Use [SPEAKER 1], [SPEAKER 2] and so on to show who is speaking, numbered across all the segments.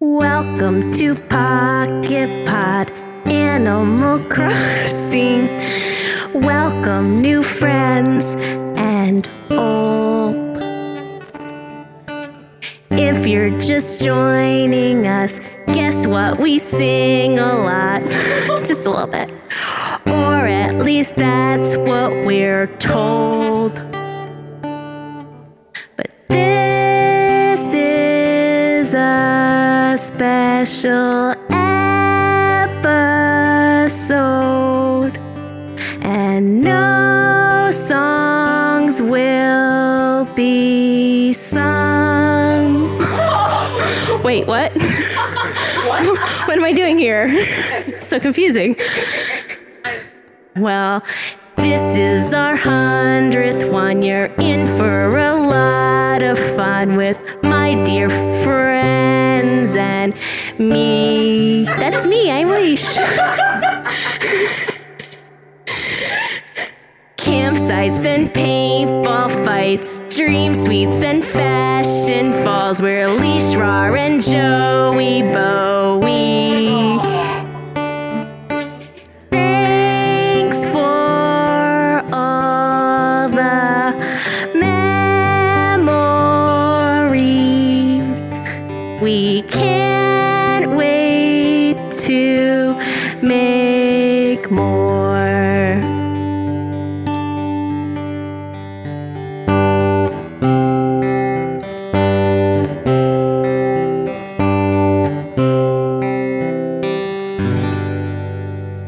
[SPEAKER 1] Welcome to Pocket Pod Animal Crossing. Welcome new friends and old. If you're just joining us, guess what? We sing a lot. just a little bit. Or at least that's what we're told. But this is a special episode, and no songs will be sung. Wait, what? what am I doing here? so confusing. Well, this is our hundredth one. You're in for a lot of fun with my dear friends and me. That's me, I wish. Campsites and paintball fights, dream suites and fashion falls. We're Leash Raw and Joey Bowie. Thanks for all the memories. We can't wait to make more.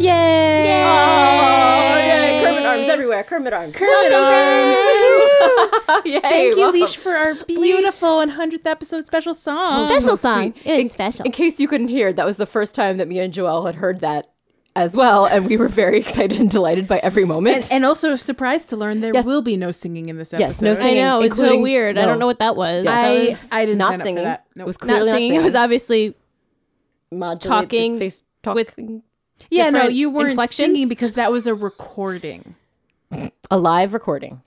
[SPEAKER 2] Yay! Yay!
[SPEAKER 3] Oh, yeah, Kermit arms everywhere. Kermit arms.
[SPEAKER 2] Kermit arms!
[SPEAKER 3] Yay,
[SPEAKER 2] Thank you,
[SPEAKER 3] welcome.
[SPEAKER 2] Leash, for our beautiful and 100th episode special song.
[SPEAKER 4] special song. It
[SPEAKER 3] In-
[SPEAKER 4] is special.
[SPEAKER 3] In case you couldn't hear, that was the first time that me and Joelle had heard that as well, and we were very excited and delighted by every moment.
[SPEAKER 2] And also surprised to learn there
[SPEAKER 3] Yes.
[SPEAKER 2] will be no singing in this episode.
[SPEAKER 3] Yes, no
[SPEAKER 4] I
[SPEAKER 3] singing,
[SPEAKER 4] know it's so
[SPEAKER 3] including-
[SPEAKER 4] weird. I
[SPEAKER 3] no.
[SPEAKER 4] don't know what that was.
[SPEAKER 3] Yes.
[SPEAKER 4] I
[SPEAKER 3] That
[SPEAKER 2] I,
[SPEAKER 3] was
[SPEAKER 2] I didn't
[SPEAKER 3] not
[SPEAKER 2] sign
[SPEAKER 3] singing.
[SPEAKER 2] up for that. Nope.
[SPEAKER 3] It was
[SPEAKER 4] not
[SPEAKER 3] clearly
[SPEAKER 4] singing. It was obviously
[SPEAKER 3] modulated
[SPEAKER 4] talking
[SPEAKER 3] face talk
[SPEAKER 4] with
[SPEAKER 2] yeah, no,
[SPEAKER 4] different
[SPEAKER 2] you weren't
[SPEAKER 4] inflections.
[SPEAKER 2] singing because that was a recording.
[SPEAKER 3] a live recording.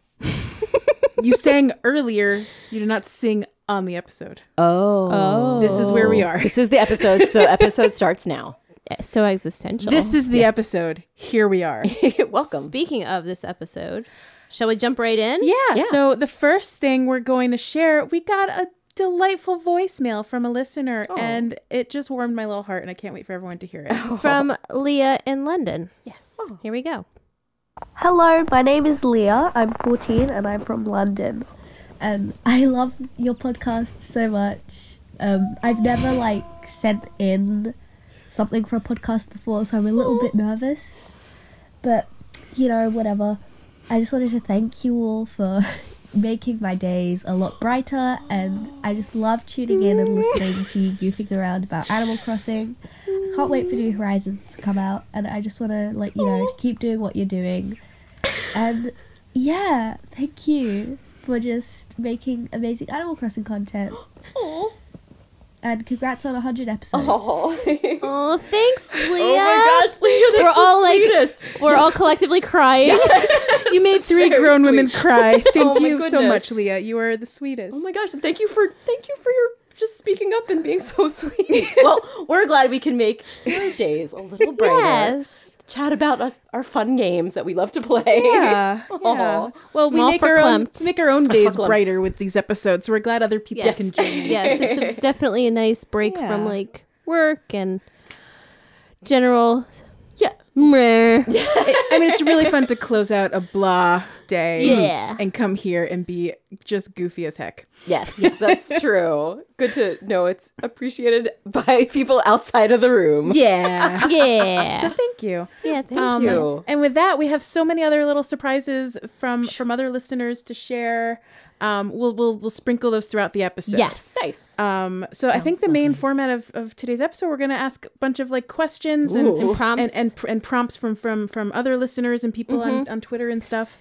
[SPEAKER 2] You sang earlier. You did not sing on the episode.
[SPEAKER 3] Oh.
[SPEAKER 2] This is where we are.
[SPEAKER 3] This is the episode, so episode starts now.
[SPEAKER 4] so existential.
[SPEAKER 2] This is the episode. Here we are.
[SPEAKER 3] Welcome.
[SPEAKER 4] Speaking of this episode, shall we jump right in?
[SPEAKER 2] Yeah, So the first thing we're going to share, we got a delightful voicemail from a listener,
[SPEAKER 3] Oh.
[SPEAKER 2] and it just warmed my little heart, and I can't wait for everyone to hear it.
[SPEAKER 3] Oh,
[SPEAKER 4] From Leah in London. Yes. Here we go.
[SPEAKER 5] Hello, my name is Leah. I'm 14 and I'm from London. And I love your podcast so much. Um, I've never like sent in something for a podcast before, so I'm a little bit nervous. But you know, whatever. I just wanted to thank you all for making my days a lot brighter, and I just love tuning in and listening to you goofing around about Animal Crossing. I can't wait for New Horizons to come out, and I just want to let you know to keep doing what you're doing. And yeah, thank you for just making amazing Animal Crossing content. And congrats on 100 episodes.
[SPEAKER 4] Oh, thanks, Leah.
[SPEAKER 3] Oh my gosh, Leah, that's
[SPEAKER 4] We're all like,
[SPEAKER 3] sweetest.
[SPEAKER 4] we're all collectively crying.
[SPEAKER 2] You made three
[SPEAKER 3] So
[SPEAKER 2] grown women
[SPEAKER 3] sweet.
[SPEAKER 2] cry. Thank
[SPEAKER 3] Oh my
[SPEAKER 2] you so much,
[SPEAKER 3] goodness.
[SPEAKER 2] Leah. You are the sweetest.
[SPEAKER 3] Oh my gosh, and thank you for thank you for your just speaking up and being so sweet. well, we're glad we can make your days a little brighter.
[SPEAKER 4] yes.
[SPEAKER 3] Chat about us our fun games that we love to play.
[SPEAKER 2] Yeah. yeah.
[SPEAKER 3] Aw.
[SPEAKER 2] Well, we
[SPEAKER 4] All
[SPEAKER 2] make
[SPEAKER 4] for
[SPEAKER 2] our, own,
[SPEAKER 4] clumped.
[SPEAKER 2] we make our own days
[SPEAKER 3] clumped.
[SPEAKER 2] brighter with these episodes. We're glad other people
[SPEAKER 4] Yes.
[SPEAKER 2] can join.
[SPEAKER 4] yes. It's a, definitely a nice break from
[SPEAKER 2] Yeah.
[SPEAKER 4] like work and general.
[SPEAKER 3] Yeah.
[SPEAKER 4] Meh.
[SPEAKER 2] I mean, it's really fun to close out a blah day
[SPEAKER 4] Yeah.
[SPEAKER 2] and come here and be just goofy as heck.
[SPEAKER 3] Yes, that's true. Good to know it's appreciated by people outside of the room.
[SPEAKER 2] Yeah. so
[SPEAKER 4] Yeah.
[SPEAKER 2] thank you.
[SPEAKER 4] yeah. Thank
[SPEAKER 2] Um,
[SPEAKER 3] you.
[SPEAKER 2] And with that, we have so many other little surprises from from other listeners to share. Um, we'll, we'll we'll sprinkle those throughout the episode.
[SPEAKER 4] Yes.
[SPEAKER 3] Nice.
[SPEAKER 2] Um, so I think the main format of, of today's episode, we're going to ask a bunch of like questions and,
[SPEAKER 3] Ooh. And
[SPEAKER 4] prompts.
[SPEAKER 2] and and, pr- and prompts from from from other listeners and people on, on Twitter and stuff.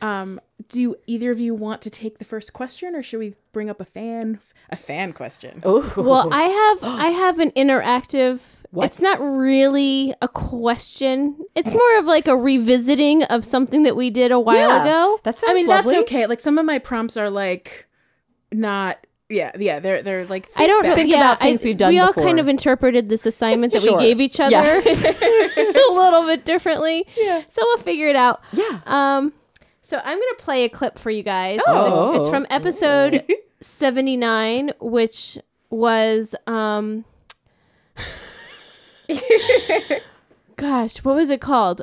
[SPEAKER 2] Um, do either of you want to take the first question, or should we bring up a fan a fan question?
[SPEAKER 4] Well, I have I have an interactive.
[SPEAKER 3] What?
[SPEAKER 4] It's not really a question. It's more of like a revisiting of something that we did a while
[SPEAKER 3] Yeah.
[SPEAKER 4] ago.
[SPEAKER 3] That sounds
[SPEAKER 2] I mean,
[SPEAKER 3] lovely.
[SPEAKER 2] that's okay. Like some of my prompts are like not yeah, yeah. They're they're like
[SPEAKER 4] I don't know.
[SPEAKER 6] Think
[SPEAKER 4] yeah,
[SPEAKER 6] about
[SPEAKER 4] I-
[SPEAKER 6] things we've done
[SPEAKER 4] We all
[SPEAKER 6] before.
[SPEAKER 4] kind of interpreted this assignment that
[SPEAKER 6] Sure.
[SPEAKER 4] we gave each other
[SPEAKER 6] Yeah.
[SPEAKER 4] a little bit differently. Yeah. So we'll figure it out.
[SPEAKER 6] Yeah.
[SPEAKER 4] Um. So I'm gonna play a clip for you guys.
[SPEAKER 6] Oh.
[SPEAKER 4] It's from episode 79, which was um. Gosh, what was it called?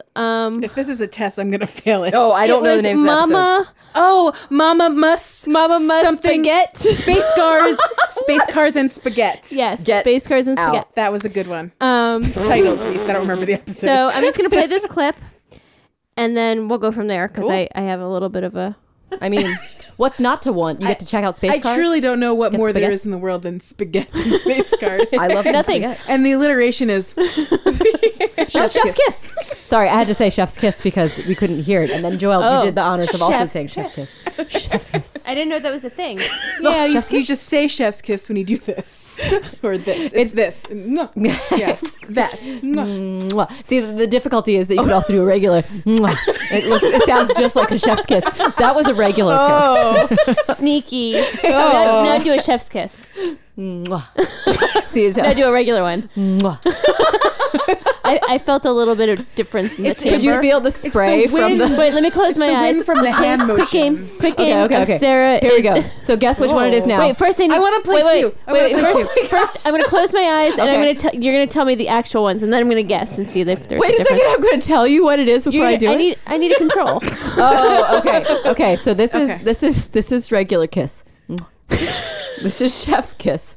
[SPEAKER 4] Um.
[SPEAKER 2] If this is a test, I'm gonna fail it.
[SPEAKER 6] Oh, I don't
[SPEAKER 4] it
[SPEAKER 6] know the
[SPEAKER 4] was
[SPEAKER 6] names of the episodes.
[SPEAKER 4] Mama.
[SPEAKER 2] Oh, Mama must
[SPEAKER 4] Mama must
[SPEAKER 2] something
[SPEAKER 4] spaghetti.
[SPEAKER 2] space cars, space cars and spaghetti.
[SPEAKER 4] Yes.
[SPEAKER 6] Get
[SPEAKER 4] space cars and
[SPEAKER 6] out.
[SPEAKER 4] spaghetti.
[SPEAKER 2] that was a good one.
[SPEAKER 4] Um.
[SPEAKER 2] Title, please. I don't remember the episode.
[SPEAKER 4] So I'm just gonna play this clip, and then we'll go from there because I, I have a little bit of a.
[SPEAKER 6] I mean, what's not to want? You get to check out space
[SPEAKER 2] I
[SPEAKER 6] cars.
[SPEAKER 2] truly don't know what
[SPEAKER 6] Get
[SPEAKER 2] more there
[SPEAKER 6] spaghetti.
[SPEAKER 2] is in the world than spaghetti and space cars.
[SPEAKER 6] I love some
[SPEAKER 4] Nothing.
[SPEAKER 6] spaghetti.
[SPEAKER 2] and the alliteration is
[SPEAKER 6] Chef's, kiss. Sorry, I had to say chef's kiss because we couldn't hear it, and then Joel,
[SPEAKER 4] Oh.
[SPEAKER 6] you did the honors of also
[SPEAKER 4] Chef's
[SPEAKER 6] saying chef's kiss. Chef's kiss.
[SPEAKER 4] I didn't know that was a thing.
[SPEAKER 2] yeah. You,
[SPEAKER 6] Chef's
[SPEAKER 2] you
[SPEAKER 6] kiss?
[SPEAKER 2] just say chef's kiss when you do this or this. It's this. Mwah. Yeah, that. Mwah.
[SPEAKER 6] Mwah. See, the, the difficulty is that you could also do a regular. mwah. It looks, it sounds just like a chef's kiss. That was a regular
[SPEAKER 4] Oh. Sneaky.
[SPEAKER 6] Oh.
[SPEAKER 4] Now, now do a chef's kiss.
[SPEAKER 6] kiss. Mwah. See, it's,
[SPEAKER 4] Now do a regular one.
[SPEAKER 6] mwah.
[SPEAKER 4] I, I felt a little bit of difference in the
[SPEAKER 2] It's-
[SPEAKER 6] Could
[SPEAKER 4] timbre.
[SPEAKER 6] you feel the spray from
[SPEAKER 2] wind.
[SPEAKER 6] the?
[SPEAKER 4] Wait, let me close my
[SPEAKER 2] the
[SPEAKER 4] eyes.
[SPEAKER 2] wind from the hand
[SPEAKER 4] Quick
[SPEAKER 2] motion.
[SPEAKER 4] game. Quick game.
[SPEAKER 6] Okay, okay,
[SPEAKER 4] of
[SPEAKER 6] okay.
[SPEAKER 4] Sarah
[SPEAKER 6] Here we
[SPEAKER 4] is-
[SPEAKER 6] go. So guess which one it is now.
[SPEAKER 4] Wait, first I, need-
[SPEAKER 2] wanna play
[SPEAKER 4] wait, wait,
[SPEAKER 2] two. I
[SPEAKER 4] Wait,
[SPEAKER 2] wanna
[SPEAKER 4] wait,
[SPEAKER 2] play
[SPEAKER 4] first, first uh, I'm gonna close my eyes and I'm gonna tell you're gonna tell me the actual ones and then I'm gonna guess and see if there's
[SPEAKER 6] Wait
[SPEAKER 4] a
[SPEAKER 6] a
[SPEAKER 4] difference.
[SPEAKER 6] second. I'm going to tell you what it is before
[SPEAKER 4] You're
[SPEAKER 6] I
[SPEAKER 4] gonna-
[SPEAKER 6] do
[SPEAKER 4] I
[SPEAKER 6] it.
[SPEAKER 4] need I need a control.
[SPEAKER 6] oh, okay, okay. So this
[SPEAKER 2] Okay.
[SPEAKER 6] is this is this is regular kiss.
[SPEAKER 4] Mm.
[SPEAKER 6] this is chef kiss.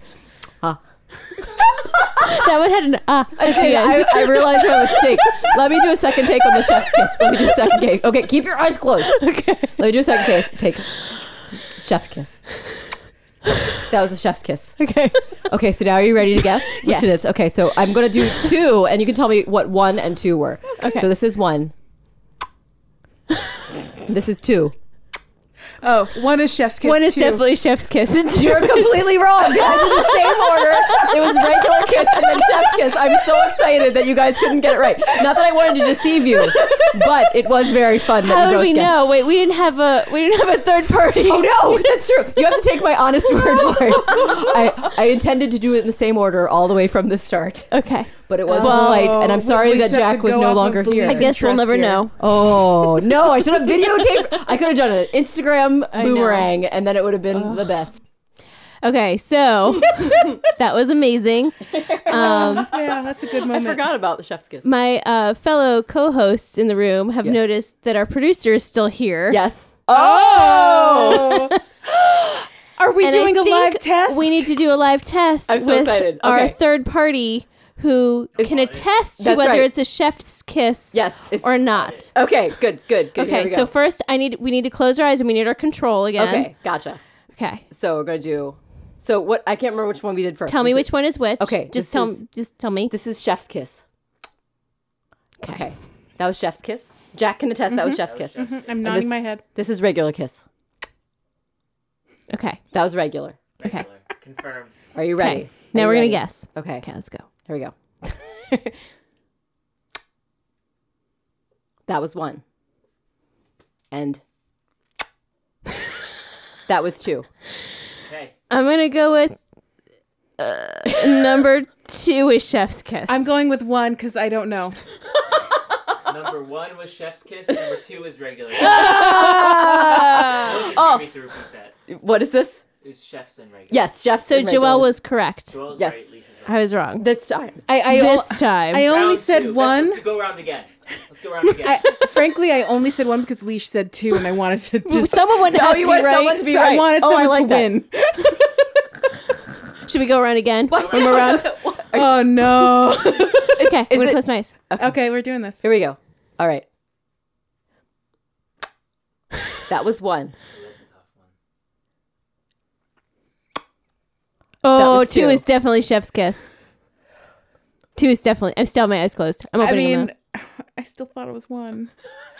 [SPEAKER 4] that one had an ah.
[SPEAKER 6] I did. I, I realized my mistake. Let me do a second take on the chef's kiss. Let me do a second take. Okay, keep your eyes closed. Okay. Let me do a second case, take. Chef's kiss. That was a chef's kiss.
[SPEAKER 4] Okay.
[SPEAKER 6] Okay, so now are you ready to guess which
[SPEAKER 4] Yes.
[SPEAKER 6] it is? Okay, so I'm gonna do two, and you can tell me what one and two were. Okay. So this is one. This is two.
[SPEAKER 2] Oh, one is chef's kiss.
[SPEAKER 4] One is
[SPEAKER 2] two.
[SPEAKER 4] definitely Chef's Kiss. And two
[SPEAKER 6] You're completely wrong. Guys, in the same order. It was regular kiss and then chef's kiss. I'm so excited that you guys couldn't get it right. Not that I wanted to deceive you, but it was very fun that
[SPEAKER 4] How
[SPEAKER 6] you
[SPEAKER 4] would
[SPEAKER 6] both
[SPEAKER 4] we
[SPEAKER 6] guessed.
[SPEAKER 4] know? Wait, we didn't have a we didn't have a third party.
[SPEAKER 6] Oh no, that's true. You have to take my honest word for it. I, I intended to do it in the same order all the way from the start,
[SPEAKER 4] Okay.
[SPEAKER 6] but it was a
[SPEAKER 4] Well,
[SPEAKER 6] delight, and I'm sorry
[SPEAKER 2] we
[SPEAKER 6] that
[SPEAKER 2] just have
[SPEAKER 6] Jack
[SPEAKER 2] to
[SPEAKER 6] was
[SPEAKER 2] go off
[SPEAKER 6] no
[SPEAKER 2] of
[SPEAKER 6] longer here.
[SPEAKER 4] Oh. I
[SPEAKER 2] belief.
[SPEAKER 4] guess we'll
[SPEAKER 2] Interest
[SPEAKER 4] never
[SPEAKER 2] here.
[SPEAKER 4] know.
[SPEAKER 6] Oh no! I should have videotaped. I could have done an Instagram
[SPEAKER 4] know.
[SPEAKER 6] boomerang, and then it would have been the best.
[SPEAKER 4] Okay, so that was amazing.
[SPEAKER 2] Oh, Yeah, that's a good moment.
[SPEAKER 6] about the chef's kiss.
[SPEAKER 4] My uh, fellow co-hosts in the room have noticed that our producer is still here.
[SPEAKER 6] Yes.
[SPEAKER 2] Oh. Are we
[SPEAKER 4] And I
[SPEAKER 2] doing a
[SPEAKER 4] think
[SPEAKER 2] live test?
[SPEAKER 4] We need to do a live test.
[SPEAKER 6] I'm so
[SPEAKER 4] with
[SPEAKER 6] excited.
[SPEAKER 4] Our
[SPEAKER 6] Okay.
[SPEAKER 4] third party who can attest to
[SPEAKER 6] That's
[SPEAKER 4] whether
[SPEAKER 6] right.
[SPEAKER 4] it's a chef's kiss
[SPEAKER 6] Yes, it's-
[SPEAKER 4] or not.
[SPEAKER 6] Okay, good, good, good.
[SPEAKER 4] Okay, so first I need we need to close our eyes and we need our control again.
[SPEAKER 6] gotcha.
[SPEAKER 4] Okay.
[SPEAKER 6] So we're gonna do. So what? I can't remember which one we did first.
[SPEAKER 4] Tell me
[SPEAKER 6] Was
[SPEAKER 4] which
[SPEAKER 6] it-
[SPEAKER 4] one is which.
[SPEAKER 6] Okay,
[SPEAKER 4] Just
[SPEAKER 6] this
[SPEAKER 4] tell
[SPEAKER 6] is-
[SPEAKER 4] just tell me.
[SPEAKER 6] This is Chef's Kiss.
[SPEAKER 4] Okay. Mm-hmm.
[SPEAKER 6] Okay, that was Chef's Kiss. Jack can attest that was Chef's Kiss.
[SPEAKER 2] I'm nodding
[SPEAKER 6] this-
[SPEAKER 2] my head.
[SPEAKER 6] This is regular kiss.
[SPEAKER 4] Okay.
[SPEAKER 6] That was regular.
[SPEAKER 4] Okay.
[SPEAKER 7] Confirmed.
[SPEAKER 6] Are you ready?
[SPEAKER 4] Okay. Now
[SPEAKER 6] Are you
[SPEAKER 4] we're going
[SPEAKER 6] ready?
[SPEAKER 4] to guess.
[SPEAKER 6] Okay.
[SPEAKER 4] Okay, let's go.
[SPEAKER 6] Here we go. that was one. And that was two.
[SPEAKER 7] Okay.
[SPEAKER 4] I'm going to go with uh, number 2 is chef's kiss.
[SPEAKER 2] I'm going with one because I don't know.
[SPEAKER 7] Number one was Chef's Kiss. Number two is regular. Kiss. oh. Me to repeat that.
[SPEAKER 6] What is this?
[SPEAKER 7] It was Chef's and regular.
[SPEAKER 6] Yes, Chef's.
[SPEAKER 4] so
[SPEAKER 6] and
[SPEAKER 4] Joelle
[SPEAKER 6] regulars.
[SPEAKER 4] was correct.
[SPEAKER 7] Joel's
[SPEAKER 6] Yes.
[SPEAKER 7] right. Leash is right.
[SPEAKER 4] I was wrong.
[SPEAKER 6] this time.
[SPEAKER 2] I I,
[SPEAKER 4] this time.
[SPEAKER 2] I only
[SPEAKER 7] Round
[SPEAKER 2] said
[SPEAKER 7] two. Let's
[SPEAKER 2] one.
[SPEAKER 7] go- go round again. Let's go round again.
[SPEAKER 2] I, frankly, I only said one because Leash said two, and I wanted to just.
[SPEAKER 4] Someone went oh,
[SPEAKER 2] has
[SPEAKER 4] to
[SPEAKER 2] to be
[SPEAKER 6] wanted Oh, someone to be
[SPEAKER 2] so I
[SPEAKER 6] right.
[SPEAKER 2] wanted
[SPEAKER 6] Oh, I
[SPEAKER 2] someone
[SPEAKER 6] like
[SPEAKER 2] to
[SPEAKER 6] that.
[SPEAKER 2] win.
[SPEAKER 4] Should we go around again?
[SPEAKER 6] One more round.
[SPEAKER 2] Oh no.
[SPEAKER 4] Okay, I'm
[SPEAKER 6] is
[SPEAKER 4] going to
[SPEAKER 6] it-
[SPEAKER 4] close my eyes.
[SPEAKER 2] okay, we're doing this.
[SPEAKER 6] Here we go. All right. That was one.
[SPEAKER 7] That's a tough one.
[SPEAKER 4] Oh,
[SPEAKER 6] was
[SPEAKER 4] two
[SPEAKER 6] two.
[SPEAKER 4] is definitely chef's kiss. Two is definitely. I'm still have my eyes closed. I'm
[SPEAKER 2] I
[SPEAKER 4] opening them.
[SPEAKER 2] mean,
[SPEAKER 4] now.
[SPEAKER 2] I still thought it was one.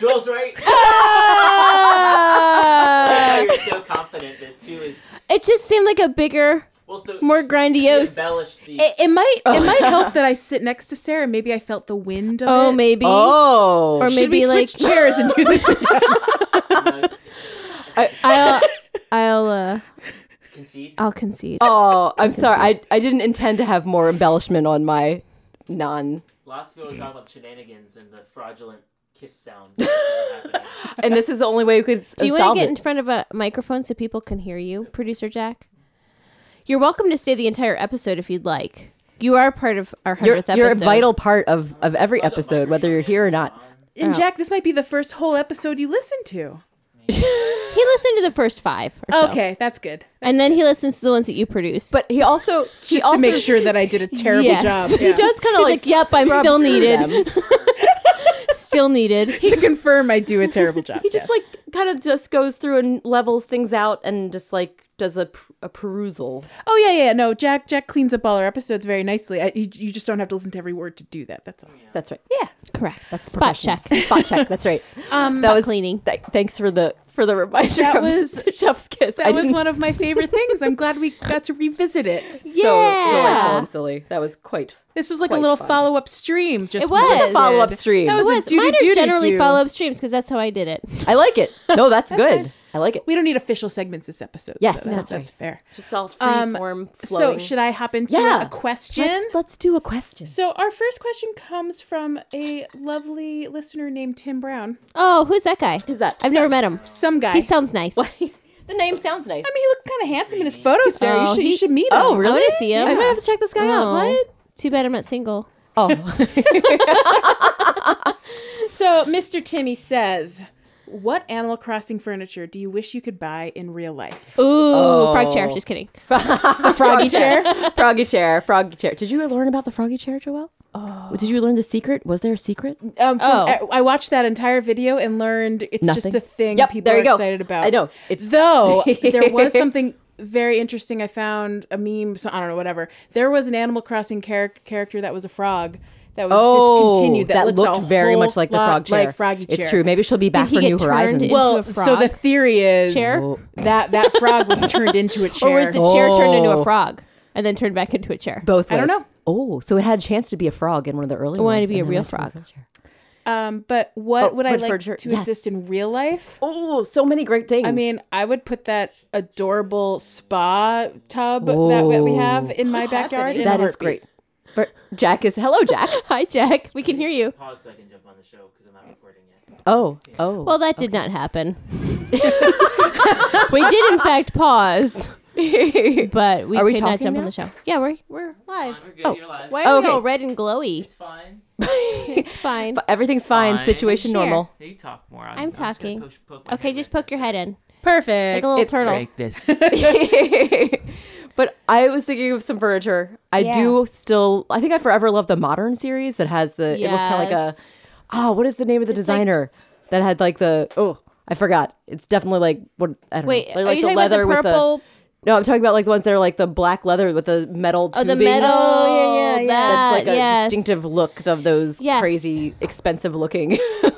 [SPEAKER 7] Joel's right.
[SPEAKER 4] Uh,
[SPEAKER 2] ah!
[SPEAKER 7] You're so confident that two is.
[SPEAKER 4] It just seemed like a bigger,
[SPEAKER 7] Well, so
[SPEAKER 4] more
[SPEAKER 7] she
[SPEAKER 4] grandiose.
[SPEAKER 7] embellished the.
[SPEAKER 2] It, it might it might help that I sit next to Sarah. Maybe I felt the wind. Of
[SPEAKER 4] Oh,
[SPEAKER 2] it.
[SPEAKER 4] maybe.
[SPEAKER 6] Oh.
[SPEAKER 4] Or
[SPEAKER 2] Should
[SPEAKER 4] maybe
[SPEAKER 2] we
[SPEAKER 4] like
[SPEAKER 2] switch chairs and do this?
[SPEAKER 4] I'll I'll uh
[SPEAKER 7] concede.
[SPEAKER 4] I'll concede.
[SPEAKER 6] Oh, I'm sorry. I, I didn't intend to have more embellishment on my non.
[SPEAKER 7] Lots of people talk about the shenanigans and the fraudulent kiss sounds. that are happening.
[SPEAKER 6] And this is the only way we could s-
[SPEAKER 4] Do you want
[SPEAKER 6] solve
[SPEAKER 4] to get
[SPEAKER 6] it.
[SPEAKER 4] in front of a microphone so people can hear you, producer Jack? You're welcome to stay the entire episode if you'd like. You are part of our 100th
[SPEAKER 6] You're,
[SPEAKER 4] episode.
[SPEAKER 6] you're a vital part of, of every episode, whether you're here or not.
[SPEAKER 2] And Jack, this might be the first whole episode you listen to.
[SPEAKER 4] He listened to the first five or so.
[SPEAKER 2] Okay, that's good.
[SPEAKER 4] And then he listens to the ones that you produce.
[SPEAKER 6] But he also he
[SPEAKER 2] Just to make
[SPEAKER 6] also-
[SPEAKER 2] sure that I did a terrible
[SPEAKER 4] Yes.
[SPEAKER 2] job.
[SPEAKER 6] he
[SPEAKER 2] Yeah.
[SPEAKER 6] does kind of
[SPEAKER 4] He's
[SPEAKER 6] like,
[SPEAKER 4] like, "Yep, I'm
[SPEAKER 6] scrub
[SPEAKER 4] still
[SPEAKER 6] through
[SPEAKER 4] needed."
[SPEAKER 6] them.
[SPEAKER 4] still needed.
[SPEAKER 2] to confirm I do a terrible job.
[SPEAKER 6] He just like kind of just goes through and levels things out and just like does a, p- a perusal.
[SPEAKER 2] oh yeah, yeah, no. Jack Jack cleans up all our episodes very nicely. I, you, you just don't have to listen to every word to do that. That's all.
[SPEAKER 6] That's right.
[SPEAKER 2] Yeah.
[SPEAKER 4] Correct. That's spot check.
[SPEAKER 6] Spot check. That's right. Um,
[SPEAKER 4] spot cleaning.
[SPEAKER 6] Th- thanks for the for the reminder.
[SPEAKER 2] That
[SPEAKER 6] of
[SPEAKER 2] was-
[SPEAKER 6] the Chef's kiss. I
[SPEAKER 2] That was
[SPEAKER 6] didn't-
[SPEAKER 2] one of my favorite things. I'm glad we got to revisit it.
[SPEAKER 4] Yeah.
[SPEAKER 6] so delightful and silly. That was quite.
[SPEAKER 2] This was like a
[SPEAKER 6] Quite
[SPEAKER 2] little
[SPEAKER 6] fun.
[SPEAKER 2] follow up stream. Just
[SPEAKER 4] It was. Just a
[SPEAKER 2] visited.
[SPEAKER 6] follow-up stream.
[SPEAKER 2] That
[SPEAKER 4] It
[SPEAKER 2] was,
[SPEAKER 4] was.
[SPEAKER 2] a
[SPEAKER 4] Mine
[SPEAKER 2] doo-doo-doo-doo-doo.
[SPEAKER 4] are generally follow up streams because that's how I did it.
[SPEAKER 6] I like it. No, that's, good. I like it.
[SPEAKER 2] We don't need official segments this episode.
[SPEAKER 6] Yes,
[SPEAKER 2] so that-
[SPEAKER 6] that's
[SPEAKER 2] that's,
[SPEAKER 6] right.
[SPEAKER 2] fair.
[SPEAKER 6] Just all free
[SPEAKER 2] Um,
[SPEAKER 6] form
[SPEAKER 2] So should I hop into
[SPEAKER 6] Yeah.
[SPEAKER 2] a question?
[SPEAKER 6] Let's, let's do a question.
[SPEAKER 2] so our first question comes from a lovely listener named Tim Brown.
[SPEAKER 4] Oh, who's that guy?
[SPEAKER 6] Who's that?
[SPEAKER 4] I've never met him.
[SPEAKER 2] Some guy.
[SPEAKER 4] He sounds nice.
[SPEAKER 6] the name sounds nice.
[SPEAKER 2] I mean, he looks kind of handsome in his photos there.
[SPEAKER 4] Oh,
[SPEAKER 2] you, should,
[SPEAKER 4] he-
[SPEAKER 2] you should meet him.
[SPEAKER 6] oh, really?
[SPEAKER 4] I want to see him.
[SPEAKER 6] I might have to check this guy out.
[SPEAKER 4] Oh.
[SPEAKER 6] What?
[SPEAKER 4] Too bad I'm not single.
[SPEAKER 6] Oh,
[SPEAKER 2] So Mr. Timmy says, what Animal Crossing furniture do you wish you could buy in real life?
[SPEAKER 4] Ooh, frog chair. Just kidding.
[SPEAKER 6] froggy chair, froggy chair, froggy chair. Did you learn about the froggy chair, Joelle? Oh. Did you learn the secret? Was there a secret?
[SPEAKER 2] Um, from-
[SPEAKER 4] Oh.
[SPEAKER 2] I, I watched that entire video and learned it's just
[SPEAKER 6] Nothing.
[SPEAKER 2] a thing
[SPEAKER 6] Yep,
[SPEAKER 2] people
[SPEAKER 6] there
[SPEAKER 2] are
[SPEAKER 6] you go.
[SPEAKER 2] excited about.
[SPEAKER 6] I know. It's-
[SPEAKER 2] though there was something very interesting. I found a meme. So I don't know, whatever. There was an Animal Crossing char- character that was a frog that was discontinued. That, looks
[SPEAKER 6] Oh, looked
[SPEAKER 2] a
[SPEAKER 6] very
[SPEAKER 2] whole
[SPEAKER 6] much like the
[SPEAKER 2] lot
[SPEAKER 6] frog chair.
[SPEAKER 2] Like froggy chair.
[SPEAKER 6] It's true. Maybe she'll be back
[SPEAKER 4] he
[SPEAKER 6] for
[SPEAKER 4] get
[SPEAKER 6] New
[SPEAKER 4] turned
[SPEAKER 6] Horizons.
[SPEAKER 4] into-
[SPEAKER 2] Well,
[SPEAKER 4] a
[SPEAKER 2] so the
[SPEAKER 4] frog?
[SPEAKER 2] theory is
[SPEAKER 4] Chair?
[SPEAKER 2] that that frog was turned into a chair.
[SPEAKER 4] Or was the chair turned into
[SPEAKER 6] Oh.
[SPEAKER 4] a frog and then turned back into a chair?
[SPEAKER 6] both ways.
[SPEAKER 2] I don't know.
[SPEAKER 6] Oh, so it had a chance to be a frog in one of the early. It
[SPEAKER 4] wanted
[SPEAKER 6] ones,
[SPEAKER 4] to be
[SPEAKER 6] and
[SPEAKER 4] a
[SPEAKER 6] then
[SPEAKER 4] real
[SPEAKER 6] went to a
[SPEAKER 4] frog.
[SPEAKER 6] wheelchair.
[SPEAKER 2] um, but what
[SPEAKER 6] Oh,
[SPEAKER 2] would I
[SPEAKER 6] but
[SPEAKER 2] like
[SPEAKER 6] furniture-
[SPEAKER 2] to
[SPEAKER 6] yes.
[SPEAKER 2] exist in real life?
[SPEAKER 6] Oh, so many great things.
[SPEAKER 2] I mean, I would put that adorable spa tub that, that we have in my backyard. in a
[SPEAKER 6] that is great.
[SPEAKER 2] heartbeat.
[SPEAKER 6] But Jack is hello, Jack.
[SPEAKER 4] Hi, Jack. We can hear you.
[SPEAKER 7] Pause so I can jump on the show because I'm not recording yet.
[SPEAKER 6] Oh, oh.
[SPEAKER 4] Well, that did not happen. we did, in fact, pause, but we
[SPEAKER 6] Are we
[SPEAKER 4] could not
[SPEAKER 6] talking
[SPEAKER 4] jump
[SPEAKER 6] now?
[SPEAKER 4] on the show. Yeah, we're we're live.
[SPEAKER 7] We're good. You're live.
[SPEAKER 4] Why are
[SPEAKER 6] Okay.
[SPEAKER 4] we all red and glowy?
[SPEAKER 7] It's fine.
[SPEAKER 4] It's fine.
[SPEAKER 6] But everything's fine.
[SPEAKER 7] Fine.
[SPEAKER 6] Situation
[SPEAKER 4] Sure.
[SPEAKER 6] normal.
[SPEAKER 7] You talk more. I'm,
[SPEAKER 4] I'm
[SPEAKER 7] just gonna
[SPEAKER 4] talking.
[SPEAKER 7] poke- poke my
[SPEAKER 4] Okay,
[SPEAKER 7] head
[SPEAKER 4] just
[SPEAKER 7] with
[SPEAKER 4] poke your
[SPEAKER 7] this.
[SPEAKER 4] head in like
[SPEAKER 2] Perfect.
[SPEAKER 4] a little
[SPEAKER 6] It's
[SPEAKER 4] turtle.
[SPEAKER 7] Like this.
[SPEAKER 6] but I was thinking of some furniture. I do still. I think I forever love the modern series that has the. It looks kind of like a. Ah, what is the name of the
[SPEAKER 4] like-
[SPEAKER 6] designer that had like the? Oh, I forgot. It's definitely like what I don't
[SPEAKER 4] Wait,
[SPEAKER 6] know. Like,
[SPEAKER 4] are
[SPEAKER 6] like
[SPEAKER 4] you talking about the
[SPEAKER 6] with
[SPEAKER 4] purple?
[SPEAKER 6] No, I'm talking about like the ones that are like the black leather with the metal
[SPEAKER 4] Oh,
[SPEAKER 6] tubing.
[SPEAKER 4] the metal.
[SPEAKER 8] Oh, yeah, yeah, yeah.
[SPEAKER 4] That,
[SPEAKER 6] That's like a
[SPEAKER 4] yes.
[SPEAKER 6] distinctive look of those
[SPEAKER 4] Yes.
[SPEAKER 6] crazy, expensive looking.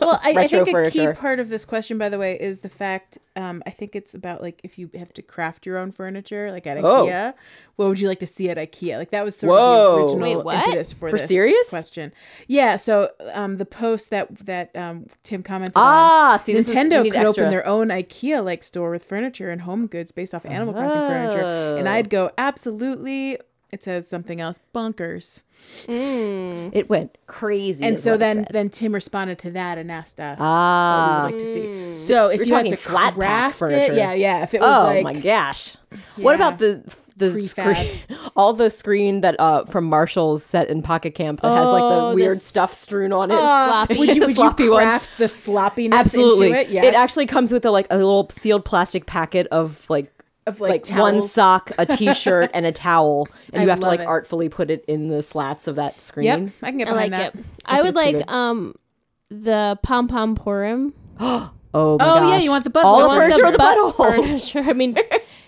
[SPEAKER 2] Well, I, I
[SPEAKER 6] retro
[SPEAKER 2] think a key
[SPEAKER 6] furniture.
[SPEAKER 2] part of this question, by the way, is the fact. Um, I think it's about like if you have to craft your own furniture, like at
[SPEAKER 6] Oh.
[SPEAKER 2] IKEA. What would you like to see at IKEA? Like that was sort
[SPEAKER 6] Whoa.
[SPEAKER 2] of the original
[SPEAKER 4] Wait, what?
[SPEAKER 2] impetus for,
[SPEAKER 6] For
[SPEAKER 2] this
[SPEAKER 6] serious?
[SPEAKER 2] question. Yeah. So um, the post that that um, Tim commented on.
[SPEAKER 6] ah, see, this is,
[SPEAKER 2] Nintendo
[SPEAKER 6] we need
[SPEAKER 2] could
[SPEAKER 6] extra.
[SPEAKER 2] open their own IKEA-like store with furniture and home goods based off Animal Crossing furniture,
[SPEAKER 6] Oh.
[SPEAKER 2] and I'd go absolutely. It says something else, bonkers.
[SPEAKER 6] It went crazy.
[SPEAKER 2] And
[SPEAKER 6] is
[SPEAKER 2] so
[SPEAKER 6] what it
[SPEAKER 2] then,
[SPEAKER 6] said.
[SPEAKER 2] then Tim responded to that and asked us what we would like to see. So if
[SPEAKER 6] We're
[SPEAKER 2] you had
[SPEAKER 6] Ah. talking
[SPEAKER 2] to
[SPEAKER 6] flat
[SPEAKER 2] flat
[SPEAKER 6] pack
[SPEAKER 2] craft
[SPEAKER 6] furniture.
[SPEAKER 2] it, yeah, yeah. If it was
[SPEAKER 6] Oh
[SPEAKER 2] like,
[SPEAKER 6] my gosh! What about the the
[SPEAKER 2] Prefab.
[SPEAKER 6] screen? All the screen that uh from Marshall's set in Pocket Camp that has like
[SPEAKER 4] Oh,
[SPEAKER 6] the
[SPEAKER 4] the
[SPEAKER 6] weird
[SPEAKER 4] s- Ah,
[SPEAKER 6] stuff strewn on it.
[SPEAKER 4] sloppy.
[SPEAKER 2] "Ah, would you, would you
[SPEAKER 6] sloppy one.
[SPEAKER 2] craft the sloppiness
[SPEAKER 6] Absolutely,
[SPEAKER 2] into it? Yes.
[SPEAKER 6] actually comes with a like a little sealed plastic packet of like.
[SPEAKER 2] Of, like,
[SPEAKER 6] one
[SPEAKER 2] towels.
[SPEAKER 6] sock, a T-shirt, and a towel, and you
[SPEAKER 2] I
[SPEAKER 6] have to
[SPEAKER 2] love
[SPEAKER 6] like
[SPEAKER 2] it.
[SPEAKER 6] artfully put it in the slats of that screen.
[SPEAKER 2] Yep, I can get
[SPEAKER 4] I like
[SPEAKER 2] behind that.
[SPEAKER 4] it. I would
[SPEAKER 6] it's pretty
[SPEAKER 4] like
[SPEAKER 6] good.
[SPEAKER 4] um the pom pom porum.
[SPEAKER 6] Oh, my
[SPEAKER 2] Oh yeah,
[SPEAKER 6] gosh.
[SPEAKER 2] you want the
[SPEAKER 6] all
[SPEAKER 2] butthole?
[SPEAKER 6] the
[SPEAKER 2] one?
[SPEAKER 6] furniture
[SPEAKER 4] the
[SPEAKER 6] with the
[SPEAKER 4] butt
[SPEAKER 6] butthole.
[SPEAKER 4] furniture. I mean,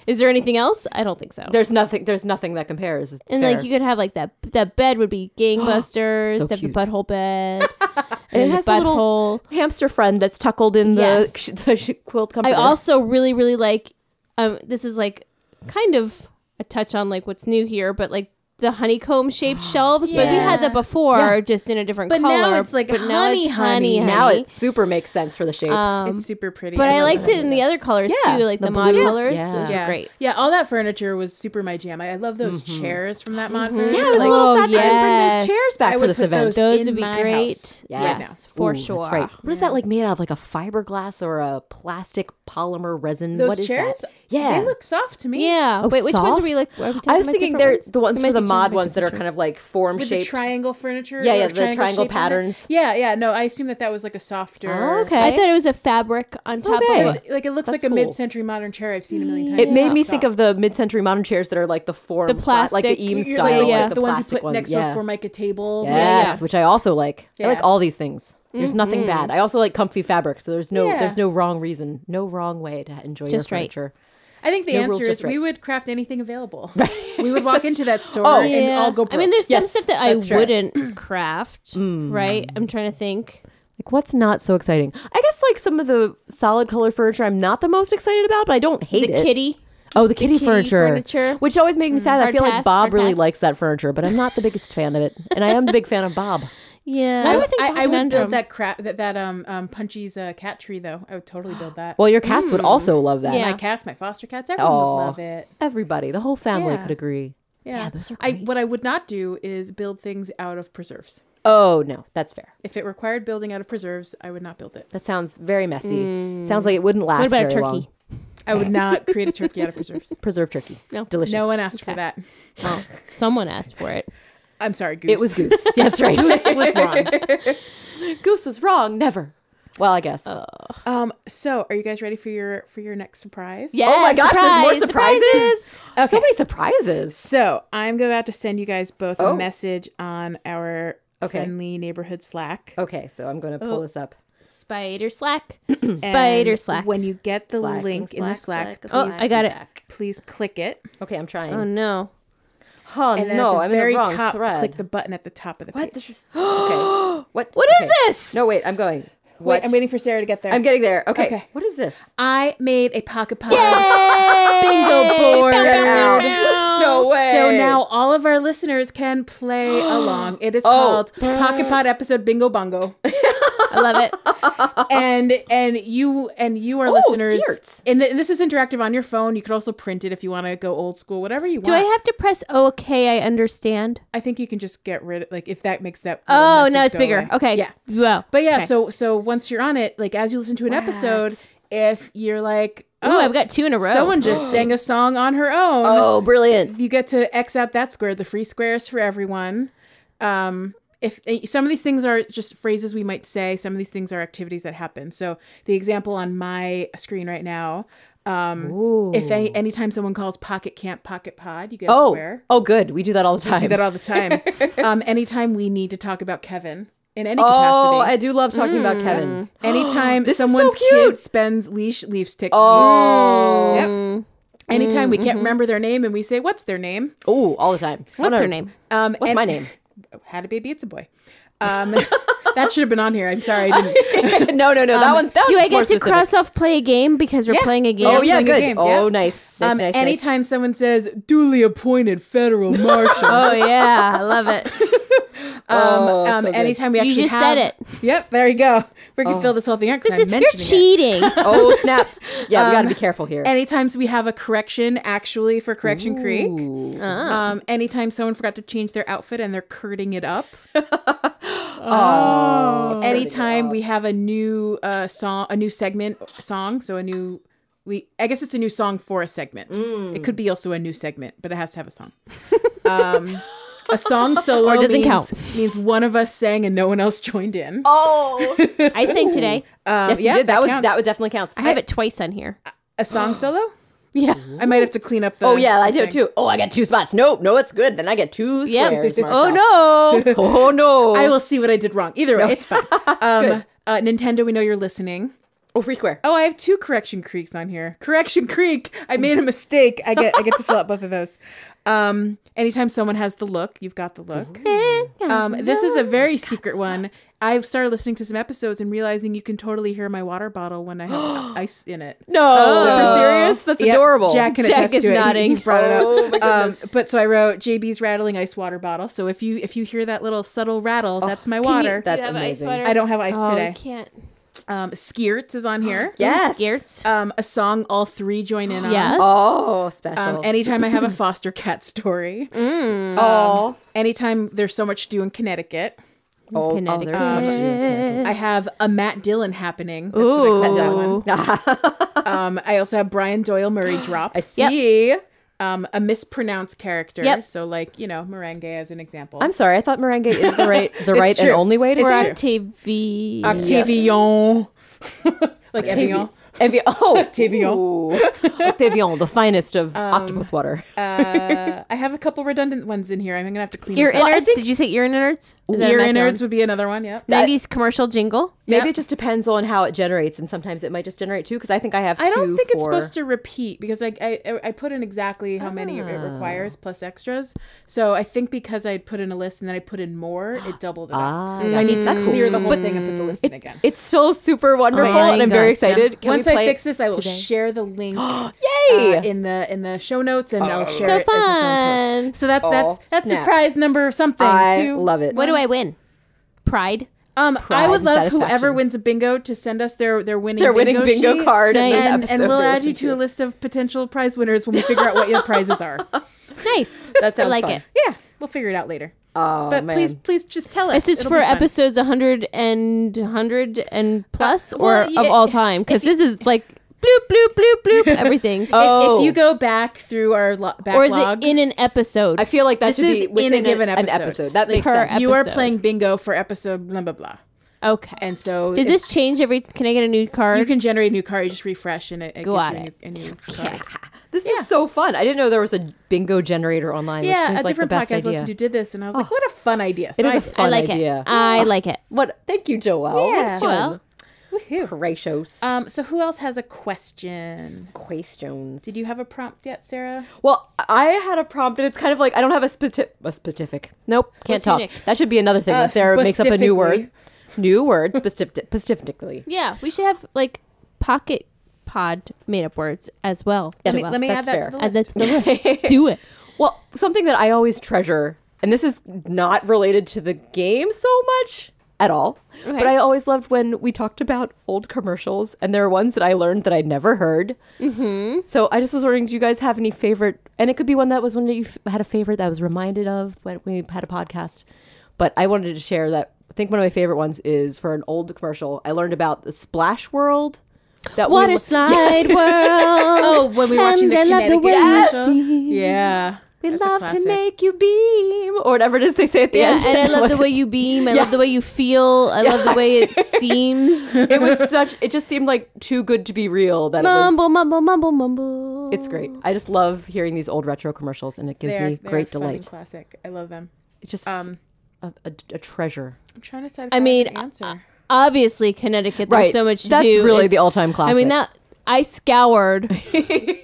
[SPEAKER 4] is there anything else? I don't think so.
[SPEAKER 6] There's nothing. There's nothing that compares. It's
[SPEAKER 4] and
[SPEAKER 6] fair.
[SPEAKER 4] like you could have like that that bed would be gangbusters.
[SPEAKER 6] So
[SPEAKER 4] to have the
[SPEAKER 6] cute.
[SPEAKER 4] butthole bed.
[SPEAKER 6] And it
[SPEAKER 4] the
[SPEAKER 6] has the little hamster friend that's tuckled in the,
[SPEAKER 4] Yes.
[SPEAKER 6] the quilt
[SPEAKER 4] I
[SPEAKER 6] comforter.
[SPEAKER 4] also really really like um this is like kind of a touch on like what's new here, but like the honeycomb shaped shelves, but we
[SPEAKER 9] Yes.
[SPEAKER 4] had that before, just in a different
[SPEAKER 2] But
[SPEAKER 4] color.
[SPEAKER 2] now it's like
[SPEAKER 4] but now
[SPEAKER 2] honey,
[SPEAKER 4] it's
[SPEAKER 2] honey.
[SPEAKER 6] Now it super makes sense for the shapes.
[SPEAKER 4] Um,
[SPEAKER 2] it's super pretty.
[SPEAKER 4] but
[SPEAKER 2] I
[SPEAKER 4] I
[SPEAKER 2] love
[SPEAKER 4] liked it in the other colors
[SPEAKER 6] Yeah.
[SPEAKER 4] too, like the,
[SPEAKER 6] The
[SPEAKER 4] mod
[SPEAKER 6] blue.
[SPEAKER 4] colors.
[SPEAKER 6] Yeah.
[SPEAKER 4] Those
[SPEAKER 2] yeah.
[SPEAKER 4] were great.
[SPEAKER 2] Yeah, all that furniture was super my jam. I, I love those chairs from that mod. furniture.
[SPEAKER 6] Mm-hmm. yeah, I was a
[SPEAKER 2] Like,
[SPEAKER 6] little
[SPEAKER 4] Oh,
[SPEAKER 6] sad they didn't bring
[SPEAKER 4] yes.
[SPEAKER 6] those chairs back
[SPEAKER 2] I
[SPEAKER 6] for
[SPEAKER 2] would
[SPEAKER 6] this
[SPEAKER 2] put
[SPEAKER 6] event.
[SPEAKER 2] those
[SPEAKER 4] Those
[SPEAKER 2] in
[SPEAKER 4] would be
[SPEAKER 2] my
[SPEAKER 4] great.
[SPEAKER 2] house.
[SPEAKER 4] Yes,
[SPEAKER 6] Ooh,
[SPEAKER 4] for
[SPEAKER 6] that's
[SPEAKER 4] sure.
[SPEAKER 6] right. What is that like made out of? Like a fiberglass or a plastic polymer resin?
[SPEAKER 2] those
[SPEAKER 6] what is
[SPEAKER 2] chairs,
[SPEAKER 6] that? Yeah.
[SPEAKER 2] they look soft to me.
[SPEAKER 4] Yeah.
[SPEAKER 6] Oh,
[SPEAKER 4] Wait, which ones are we like?
[SPEAKER 6] soft? I was thinking they're the ones for the mod ones that are kind of like form
[SPEAKER 2] with
[SPEAKER 6] shaped.
[SPEAKER 2] the triangle furniture.
[SPEAKER 6] Yeah, yeah,
[SPEAKER 2] or
[SPEAKER 6] the triangle
[SPEAKER 2] shape on it.
[SPEAKER 6] patterns. Ah,
[SPEAKER 2] Yeah, yeah. No, I assume that that was like a softer.
[SPEAKER 6] okay.
[SPEAKER 4] I thought it was a fabric on top
[SPEAKER 6] Okay.
[SPEAKER 4] of
[SPEAKER 2] It's-
[SPEAKER 4] it.
[SPEAKER 2] Like it looks
[SPEAKER 6] That's
[SPEAKER 2] like a
[SPEAKER 6] cool.
[SPEAKER 2] mid-century modern chair I've seen a million
[SPEAKER 4] Mm.
[SPEAKER 2] times.
[SPEAKER 6] It made me
[SPEAKER 2] Soft,
[SPEAKER 6] think
[SPEAKER 2] soft.
[SPEAKER 6] of the mid-century modern chairs that are like the form,
[SPEAKER 4] The
[SPEAKER 6] flat- like
[SPEAKER 4] plastic-
[SPEAKER 6] the Eames
[SPEAKER 2] You're
[SPEAKER 6] style,
[SPEAKER 2] like,
[SPEAKER 6] like,
[SPEAKER 4] yeah,
[SPEAKER 6] the,
[SPEAKER 2] the, ones you
[SPEAKER 6] plastic
[SPEAKER 2] put next to
[SPEAKER 6] yeah.
[SPEAKER 2] a formica table.
[SPEAKER 6] Yes,
[SPEAKER 2] Yeah,
[SPEAKER 6] which I also like. I
[SPEAKER 2] Yeah.
[SPEAKER 6] like all these things. There's nothing bad. I also like comfy fabric, so there's no
[SPEAKER 2] Yeah.
[SPEAKER 6] there's no wrong reason, no wrong way to enjoy
[SPEAKER 4] Just
[SPEAKER 6] your
[SPEAKER 4] right.
[SPEAKER 6] furniture.
[SPEAKER 2] I think the
[SPEAKER 6] No rules,
[SPEAKER 2] answer is
[SPEAKER 6] just right.
[SPEAKER 2] we would craft anything available. we would walk into that store
[SPEAKER 6] Oh.
[SPEAKER 2] and all go. Broke.
[SPEAKER 4] I mean, there's
[SPEAKER 6] Yes,
[SPEAKER 4] some stuff that I
[SPEAKER 6] that's right. Mm.
[SPEAKER 4] wouldn't craft, right? I'm trying to think.
[SPEAKER 6] Like what's not so exciting? I guess like some of the solid color furniture I'm not the most excited about, but I don't hate
[SPEAKER 4] The
[SPEAKER 6] it.
[SPEAKER 4] kitty.
[SPEAKER 6] Oh, the kitty,
[SPEAKER 4] kitty
[SPEAKER 6] furniture,
[SPEAKER 4] furniture.
[SPEAKER 6] which always made me sad. I
[SPEAKER 4] hard
[SPEAKER 6] feel like
[SPEAKER 4] pass,
[SPEAKER 6] Bob
[SPEAKER 4] hard
[SPEAKER 6] really
[SPEAKER 4] pass.
[SPEAKER 6] likes that furniture, but I'm not the biggest fan of it, and I am the big fan of Bob.
[SPEAKER 4] Yeah.
[SPEAKER 2] I would, I, I would
[SPEAKER 4] Conundrum.
[SPEAKER 2] build that crap that that um um Punchy's uh, cat tree though. I would totally build that.
[SPEAKER 6] Well, your cats would also love that.
[SPEAKER 4] Yeah.
[SPEAKER 2] my cats, my foster cats, everyone
[SPEAKER 6] Aw.
[SPEAKER 2] would love it.
[SPEAKER 6] Everybody, the whole family
[SPEAKER 2] Yeah.
[SPEAKER 6] could agree.
[SPEAKER 2] Yeah,
[SPEAKER 6] those are
[SPEAKER 2] I
[SPEAKER 6] great.
[SPEAKER 2] what I would not do is build things out of preserves.
[SPEAKER 6] Oh no, that's fair.
[SPEAKER 2] If it required building out of preserves, I would not build it.
[SPEAKER 6] That sounds very messy. Sounds like it wouldn't last
[SPEAKER 4] about a
[SPEAKER 6] very
[SPEAKER 4] turkey?
[SPEAKER 6] long.
[SPEAKER 2] I would not create a turkey out of preserves.
[SPEAKER 6] Preserved turkey,
[SPEAKER 4] No.
[SPEAKER 6] delicious.
[SPEAKER 2] No one asked for
[SPEAKER 4] Okay.
[SPEAKER 2] that.
[SPEAKER 4] Well, someone asked for
[SPEAKER 6] Oh
[SPEAKER 4] it.
[SPEAKER 2] I'm sorry, Goose.
[SPEAKER 6] It was goose. That's right. goose was wrong. goose was wrong. Never. Well, I guess.
[SPEAKER 2] Um. So, are you guys ready for your for your next surprise?
[SPEAKER 4] Yeah.
[SPEAKER 6] oh my gosh, there's more
[SPEAKER 4] surprise,
[SPEAKER 6] surprises. So
[SPEAKER 2] Okay.
[SPEAKER 6] many surprises.
[SPEAKER 2] So I'm about to send you guys both
[SPEAKER 6] Oh.
[SPEAKER 2] a message on our
[SPEAKER 6] Okay. Oh,
[SPEAKER 2] friendly neighborhood Slack.
[SPEAKER 6] Okay, so I'm gonna pull this up.
[SPEAKER 4] Spider slack.
[SPEAKER 2] And
[SPEAKER 4] Spider slack.
[SPEAKER 2] When you get the
[SPEAKER 6] Slacking,
[SPEAKER 2] link in the
[SPEAKER 6] slack,
[SPEAKER 2] Slack,
[SPEAKER 6] slack,
[SPEAKER 4] oh,
[SPEAKER 2] please,
[SPEAKER 4] I got it.
[SPEAKER 2] please click it.
[SPEAKER 6] Okay, I'm trying.
[SPEAKER 4] Oh no.
[SPEAKER 6] Oh,
[SPEAKER 2] And then
[SPEAKER 6] no,
[SPEAKER 2] at
[SPEAKER 6] I'm
[SPEAKER 2] the very
[SPEAKER 6] in the wrong
[SPEAKER 2] top,
[SPEAKER 6] thread.
[SPEAKER 2] click the button at the top of the
[SPEAKER 6] what?
[SPEAKER 2] page.
[SPEAKER 6] This is okay. What?
[SPEAKER 4] What is this?
[SPEAKER 6] No, wait. I'm going. What?
[SPEAKER 2] Wait, I'm waiting for Sarah to get there.
[SPEAKER 6] I'm getting there. Okay.
[SPEAKER 2] Okay.
[SPEAKER 6] What is this?
[SPEAKER 2] I made a pocket pie.
[SPEAKER 4] Bingo
[SPEAKER 2] board.
[SPEAKER 6] no way.
[SPEAKER 2] So now all of our listeners can play along. It is
[SPEAKER 6] Oh.
[SPEAKER 2] called Pocket Pod episode Bingo Bongo,
[SPEAKER 4] I love it.
[SPEAKER 2] and and you and you are listeners.
[SPEAKER 6] skirts.
[SPEAKER 2] And th- this is interactive on your phone. You could also print it if you want to go old school, whatever you want.
[SPEAKER 4] Do I have to press OK? I understand.
[SPEAKER 2] I think you can just get rid of like if that makes that. little
[SPEAKER 4] Oh,
[SPEAKER 2] message
[SPEAKER 4] no, it's
[SPEAKER 2] go
[SPEAKER 4] bigger.
[SPEAKER 2] away.
[SPEAKER 4] Okay.
[SPEAKER 2] yeah.
[SPEAKER 4] Wow.
[SPEAKER 2] But yeah, so so once you're on it, like as you listen to an episode, if you're like,
[SPEAKER 4] Oh,
[SPEAKER 2] oh,
[SPEAKER 4] I've got two in a row.
[SPEAKER 2] someone just sang a song on her own.
[SPEAKER 6] Oh, brilliant.
[SPEAKER 2] you get to X out that square. The free squares for everyone. Um, if eh, some of these things are just phrases we might say, some of these things are activities that happen. So the example on my screen right now, um, if any anytime someone calls pocket camp pocket pod, you get a
[SPEAKER 6] Oh.
[SPEAKER 2] square.
[SPEAKER 6] Oh, good. We do that all the time.
[SPEAKER 2] Do that all the time. um, anytime we need to talk about Kevin in any
[SPEAKER 6] oh, I
[SPEAKER 2] capacity.
[SPEAKER 6] do love talking about Kevin.
[SPEAKER 2] anytime
[SPEAKER 6] This is so
[SPEAKER 2] someone's
[SPEAKER 6] cute.
[SPEAKER 2] kid spends leash leaves tick.
[SPEAKER 6] Oh. Mm-hmm.
[SPEAKER 2] Yep. Anytime we can't remember their name and we say, "What's their name?"
[SPEAKER 6] Oh, all the time.
[SPEAKER 4] What's
[SPEAKER 6] What
[SPEAKER 4] her
[SPEAKER 6] a-
[SPEAKER 4] name?
[SPEAKER 2] Um,
[SPEAKER 6] What's
[SPEAKER 2] and-
[SPEAKER 6] my name?
[SPEAKER 2] had a baby, it's a boy. Um, that should have been on here. I'm sorry. I didn't.
[SPEAKER 6] no, no, no. that one's that
[SPEAKER 4] Um, Do
[SPEAKER 6] one's
[SPEAKER 4] I
[SPEAKER 6] more
[SPEAKER 4] get to
[SPEAKER 6] specific.
[SPEAKER 4] cross off play a game because we're playing a game?
[SPEAKER 6] Oh yeah,
[SPEAKER 2] playing the
[SPEAKER 6] good.
[SPEAKER 2] game,
[SPEAKER 6] Oh
[SPEAKER 2] yeah.
[SPEAKER 6] nice. nice,
[SPEAKER 2] Um,
[SPEAKER 6] nice, nice.
[SPEAKER 2] anytime someone says duly appointed federal marshal, um,
[SPEAKER 4] Oh yeah, I love it.
[SPEAKER 6] Oh,
[SPEAKER 2] um,
[SPEAKER 6] so good.
[SPEAKER 2] anytime we
[SPEAKER 4] You
[SPEAKER 2] actually
[SPEAKER 4] just
[SPEAKER 2] have,
[SPEAKER 4] said it. Oh.
[SPEAKER 2] Yep, there you go. We can fill this whole thing out because
[SPEAKER 4] This
[SPEAKER 2] I'm
[SPEAKER 4] is, you're
[SPEAKER 2] mentioning it.
[SPEAKER 4] cheating.
[SPEAKER 6] Oh snap. Yeah, we gotta be careful here.
[SPEAKER 2] Anytime we have a correction, actually for correction creek.
[SPEAKER 6] Ooh.
[SPEAKER 2] Um, anytime someone forgot to change their outfit and they're curding it up. um,
[SPEAKER 6] oh.
[SPEAKER 2] anytime we have a new uh, song, a new segment song, so a new we I guess it's a new song for a segment. It could
[SPEAKER 6] Mm.
[SPEAKER 2] be also a new segment, but it has to have a song. um, a song solo
[SPEAKER 4] doesn't
[SPEAKER 2] means,
[SPEAKER 4] count.
[SPEAKER 2] means one of us sang and no one else joined in.
[SPEAKER 6] Oh.
[SPEAKER 4] I sang today.
[SPEAKER 2] Um,
[SPEAKER 6] yes, you
[SPEAKER 2] yeah,
[SPEAKER 6] did. That, was
[SPEAKER 2] counts.
[SPEAKER 6] that would definitely counts.
[SPEAKER 4] I have it twice on here.
[SPEAKER 2] a song solo.
[SPEAKER 4] Yeah.
[SPEAKER 2] I might have to clean up the.
[SPEAKER 6] Oh yeah, I do
[SPEAKER 2] thing.
[SPEAKER 6] too. Oh, I got two spots. No, no, it's good. Then I get two
[SPEAKER 4] Yep.
[SPEAKER 6] squares. marked
[SPEAKER 4] Oh
[SPEAKER 6] off.
[SPEAKER 4] no.
[SPEAKER 6] Oh no.
[SPEAKER 2] I will see what I did wrong. Either way, it's fine. um, uh, Nintendo, we know you're listening.
[SPEAKER 6] Oh, free square.
[SPEAKER 2] Oh, I have two correction creeks on here. Correction creek. I made a mistake. I get I get to fill out both of those. Um, anytime someone has the look, you've got the look. Um, this is a very secret one. I've started listening to some episodes and realizing you can totally hear my water bottle when I have ice in it.
[SPEAKER 6] No, super serious. That's
[SPEAKER 2] Oh. Yep,
[SPEAKER 6] adorable.
[SPEAKER 2] Jack can
[SPEAKER 4] Jack
[SPEAKER 2] attest
[SPEAKER 4] is
[SPEAKER 2] to it. He- He,
[SPEAKER 4] nodding.
[SPEAKER 2] brought it up.
[SPEAKER 6] Oh my goodness.
[SPEAKER 2] Um, but so I wrote JB's rattling ice water bottle. So if you if you hear that little subtle rattle,
[SPEAKER 6] Oh,
[SPEAKER 2] that's my water.
[SPEAKER 6] That's
[SPEAKER 4] have ice
[SPEAKER 6] amazing.
[SPEAKER 4] water?
[SPEAKER 2] I don't have ice
[SPEAKER 4] Oh, I
[SPEAKER 2] today.
[SPEAKER 4] can't.
[SPEAKER 2] Um, Skiertz is on here.
[SPEAKER 6] Yes.
[SPEAKER 4] Geertz.
[SPEAKER 2] Um, a song all three join in on.
[SPEAKER 4] Yes.
[SPEAKER 6] Oh, special.
[SPEAKER 2] Um, anytime I have a foster cat story. Um,
[SPEAKER 6] oh,
[SPEAKER 2] Anytime there's so much to do in Connecticut.
[SPEAKER 6] oh,
[SPEAKER 4] Connecticut.
[SPEAKER 6] there's so much to do in
[SPEAKER 2] I have a Matt Dillon happening. That's
[SPEAKER 4] Ooh.
[SPEAKER 2] what I call that one.
[SPEAKER 4] Ooh.
[SPEAKER 6] Connecticut.
[SPEAKER 2] Um, I also have Brian Doyle Murray drop.
[SPEAKER 6] I see.
[SPEAKER 2] Um, a mispronounced character.
[SPEAKER 4] Yep.
[SPEAKER 2] So like you know merengue as an example.
[SPEAKER 6] I'm sorry. I thought merengue is the right, the right and
[SPEAKER 2] true.
[SPEAKER 6] only way to
[SPEAKER 2] It's
[SPEAKER 4] Or
[SPEAKER 6] say
[SPEAKER 2] true.
[SPEAKER 6] it.
[SPEAKER 4] Octavie.
[SPEAKER 2] Octavion. like Evian.
[SPEAKER 6] Evi- oh,
[SPEAKER 2] Octavion.
[SPEAKER 6] ooh. Octavion, the finest of octopus water.
[SPEAKER 2] Um, Uh, I have a couple redundant ones in here. I'm gonna have to clean
[SPEAKER 4] Ear
[SPEAKER 2] this up.
[SPEAKER 4] innards. Did you say ear innards? Is that a
[SPEAKER 2] Ear
[SPEAKER 4] Matt
[SPEAKER 2] innards
[SPEAKER 4] Dillon?
[SPEAKER 2] would be another one. Yep.
[SPEAKER 4] 90s commercial jingle.
[SPEAKER 6] Maybe
[SPEAKER 2] Yep.
[SPEAKER 6] it just depends on how it generates, and sometimes it might just generate two. Because I think I have.
[SPEAKER 2] I don't
[SPEAKER 6] two
[SPEAKER 2] think it's
[SPEAKER 6] for-
[SPEAKER 2] supposed to repeat because I I, I put in exactly how many it
[SPEAKER 6] Ah.
[SPEAKER 2] requires plus extras. So I think because I put in a list and then I put in more, it doubled it up. so I need to
[SPEAKER 6] Ah. That's cool.
[SPEAKER 2] clear the whole thing and put the list in again.
[SPEAKER 6] It's still super wonderful,
[SPEAKER 4] my
[SPEAKER 6] and I'm very
[SPEAKER 4] gotcha.
[SPEAKER 6] excited. Can
[SPEAKER 2] Once
[SPEAKER 6] we
[SPEAKER 2] I
[SPEAKER 6] play
[SPEAKER 2] fix
[SPEAKER 6] it
[SPEAKER 2] this, I will
[SPEAKER 6] today?
[SPEAKER 2] share the link uh,
[SPEAKER 6] Yay!
[SPEAKER 2] in the in the show notes and I'll share it
[SPEAKER 4] So
[SPEAKER 2] as its own
[SPEAKER 4] fun.
[SPEAKER 2] post. So that's that's
[SPEAKER 6] Oh,
[SPEAKER 2] that's
[SPEAKER 6] snap.
[SPEAKER 2] surprise number something.
[SPEAKER 6] I
[SPEAKER 2] too.
[SPEAKER 6] love it.
[SPEAKER 4] What do I win? Pride.
[SPEAKER 2] Um, I
[SPEAKER 6] pride
[SPEAKER 2] would
[SPEAKER 6] and
[SPEAKER 2] love whoever
[SPEAKER 6] satisfaction.
[SPEAKER 2] wins a bingo to send us their their winning
[SPEAKER 6] They're
[SPEAKER 2] bingo
[SPEAKER 6] winning bingo
[SPEAKER 2] sheet.
[SPEAKER 6] card, and,
[SPEAKER 4] Nice.
[SPEAKER 6] this
[SPEAKER 2] And,
[SPEAKER 6] episode
[SPEAKER 2] and we'll
[SPEAKER 6] we
[SPEAKER 2] add
[SPEAKER 6] listen
[SPEAKER 2] you to
[SPEAKER 6] to.
[SPEAKER 2] a list of potential prize winners when we figure out what your prizes are.
[SPEAKER 4] Nice.
[SPEAKER 6] That sounds
[SPEAKER 4] I like
[SPEAKER 6] fun.
[SPEAKER 4] it.
[SPEAKER 2] Yeah, we'll figure it out later.
[SPEAKER 6] Oh
[SPEAKER 2] But
[SPEAKER 6] man.
[SPEAKER 2] please, please just tell us.
[SPEAKER 4] This is
[SPEAKER 2] It'll
[SPEAKER 4] for
[SPEAKER 2] be fun. Uh,
[SPEAKER 4] episodes 100 and 100 and plus,
[SPEAKER 2] well,
[SPEAKER 4] or
[SPEAKER 2] yeah,
[SPEAKER 4] of all time, because this is like bloop bloop bloop bloop everything.
[SPEAKER 2] If-
[SPEAKER 6] Oh.
[SPEAKER 2] If you go back through our lo-
[SPEAKER 4] or is
[SPEAKER 2] backlog,
[SPEAKER 4] it in an episode?
[SPEAKER 6] I feel like that
[SPEAKER 2] this
[SPEAKER 6] should
[SPEAKER 2] is
[SPEAKER 6] be within
[SPEAKER 2] in a given episode.
[SPEAKER 6] An episode. That
[SPEAKER 2] Like,
[SPEAKER 6] makes
[SPEAKER 4] per
[SPEAKER 6] sense.
[SPEAKER 2] You are
[SPEAKER 4] episode.
[SPEAKER 2] playing bingo for episode blah blah blah,
[SPEAKER 4] okay.
[SPEAKER 2] and so
[SPEAKER 4] Does
[SPEAKER 2] it's-
[SPEAKER 4] this change every? Can I get a new card?
[SPEAKER 2] you can generate a new card. You just refresh and it, it
[SPEAKER 4] Got
[SPEAKER 2] gives
[SPEAKER 4] it.
[SPEAKER 2] you a new, a new card.
[SPEAKER 4] okay.
[SPEAKER 6] This is so fun. I didn't know there was a bingo generator online. which
[SPEAKER 2] Yeah,
[SPEAKER 6] seems
[SPEAKER 2] a
[SPEAKER 6] like
[SPEAKER 2] different
[SPEAKER 6] the best
[SPEAKER 2] podcast
[SPEAKER 6] idea. Oh.
[SPEAKER 2] listened to did this, and I was like, "What a fun idea!" So
[SPEAKER 6] It is
[SPEAKER 2] I
[SPEAKER 6] a
[SPEAKER 2] did.
[SPEAKER 6] fun
[SPEAKER 4] I like
[SPEAKER 6] idea.
[SPEAKER 4] it. I like it.
[SPEAKER 6] What? Thank you, Joelle.
[SPEAKER 2] Yeah.
[SPEAKER 6] Joelle.
[SPEAKER 4] Joelle.
[SPEAKER 6] Gracious.
[SPEAKER 2] Um, so who else has a question?
[SPEAKER 6] questions.
[SPEAKER 2] Did you have a prompt yet, Sarah?
[SPEAKER 6] Well, I had a prompt, and it's kind of like I don't have a, speci- a specific. Nope, can't talk.
[SPEAKER 4] Sputinic.
[SPEAKER 6] That should be another thing.
[SPEAKER 2] Uh,
[SPEAKER 6] when Sarah makes up a new word.
[SPEAKER 2] specifically.
[SPEAKER 6] New word specific- specifically.
[SPEAKER 4] Yeah, we should have like pocket pod made up words as well.
[SPEAKER 6] Yes.
[SPEAKER 4] Joelle.
[SPEAKER 2] Let me
[SPEAKER 6] that's
[SPEAKER 2] add that
[SPEAKER 6] fair.
[SPEAKER 2] to the
[SPEAKER 4] Add
[SPEAKER 2] list.
[SPEAKER 4] that to the list. Do it.
[SPEAKER 6] Well, something that I always treasure, and this is not related to the game so much at all, but
[SPEAKER 4] Okay.
[SPEAKER 6] I always loved when we talked about old commercials, and there are ones that I learned that I'd never heard. Mm-hmm. So I just was wondering, do you guys have any favorite? And it could be one that was one that you f- had a favorite that I was reminded of when we had a podcast. But I wanted to share that. I think one of my favorite ones is for an old commercial. I learned about the Splash World. That we
[SPEAKER 4] Water
[SPEAKER 6] lo-
[SPEAKER 4] slide world.
[SPEAKER 2] Oh, when we were watching
[SPEAKER 4] And
[SPEAKER 2] the
[SPEAKER 4] I love
[SPEAKER 2] Connecticut
[SPEAKER 4] way you
[SPEAKER 2] commercial.
[SPEAKER 4] see.
[SPEAKER 2] Yeah.
[SPEAKER 6] We
[SPEAKER 2] That's a
[SPEAKER 6] love to
[SPEAKER 2] classic.
[SPEAKER 6] make you beam, or whatever it is they say at the
[SPEAKER 4] Yeah,
[SPEAKER 6] end.
[SPEAKER 4] and I love the
[SPEAKER 6] Listen.
[SPEAKER 4] way you beam. I
[SPEAKER 6] Yeah.
[SPEAKER 4] love the way you feel. I love the way it seems.
[SPEAKER 6] it was such it just seemed like too good to be real that it was
[SPEAKER 4] mumble, mumble, mumble, mumble.
[SPEAKER 6] it's great i just love hearing these old retro commercials and it gives
[SPEAKER 2] They are-
[SPEAKER 6] me
[SPEAKER 2] they are
[SPEAKER 6] great
[SPEAKER 2] fun and
[SPEAKER 6] delight
[SPEAKER 2] Classic. I love them.
[SPEAKER 6] it's just
[SPEAKER 2] Um,
[SPEAKER 6] a, a, a treasure
[SPEAKER 2] I'm trying to decide. If
[SPEAKER 4] I
[SPEAKER 2] I,
[SPEAKER 4] mean, uh,
[SPEAKER 2] mean, answer.
[SPEAKER 4] Obviously, Connecticut. There's
[SPEAKER 6] Right.
[SPEAKER 4] so much. To
[SPEAKER 6] That's
[SPEAKER 4] do.
[SPEAKER 6] really
[SPEAKER 4] It's-
[SPEAKER 6] the all-time
[SPEAKER 4] I
[SPEAKER 6] classic.
[SPEAKER 4] mean that. I scoured.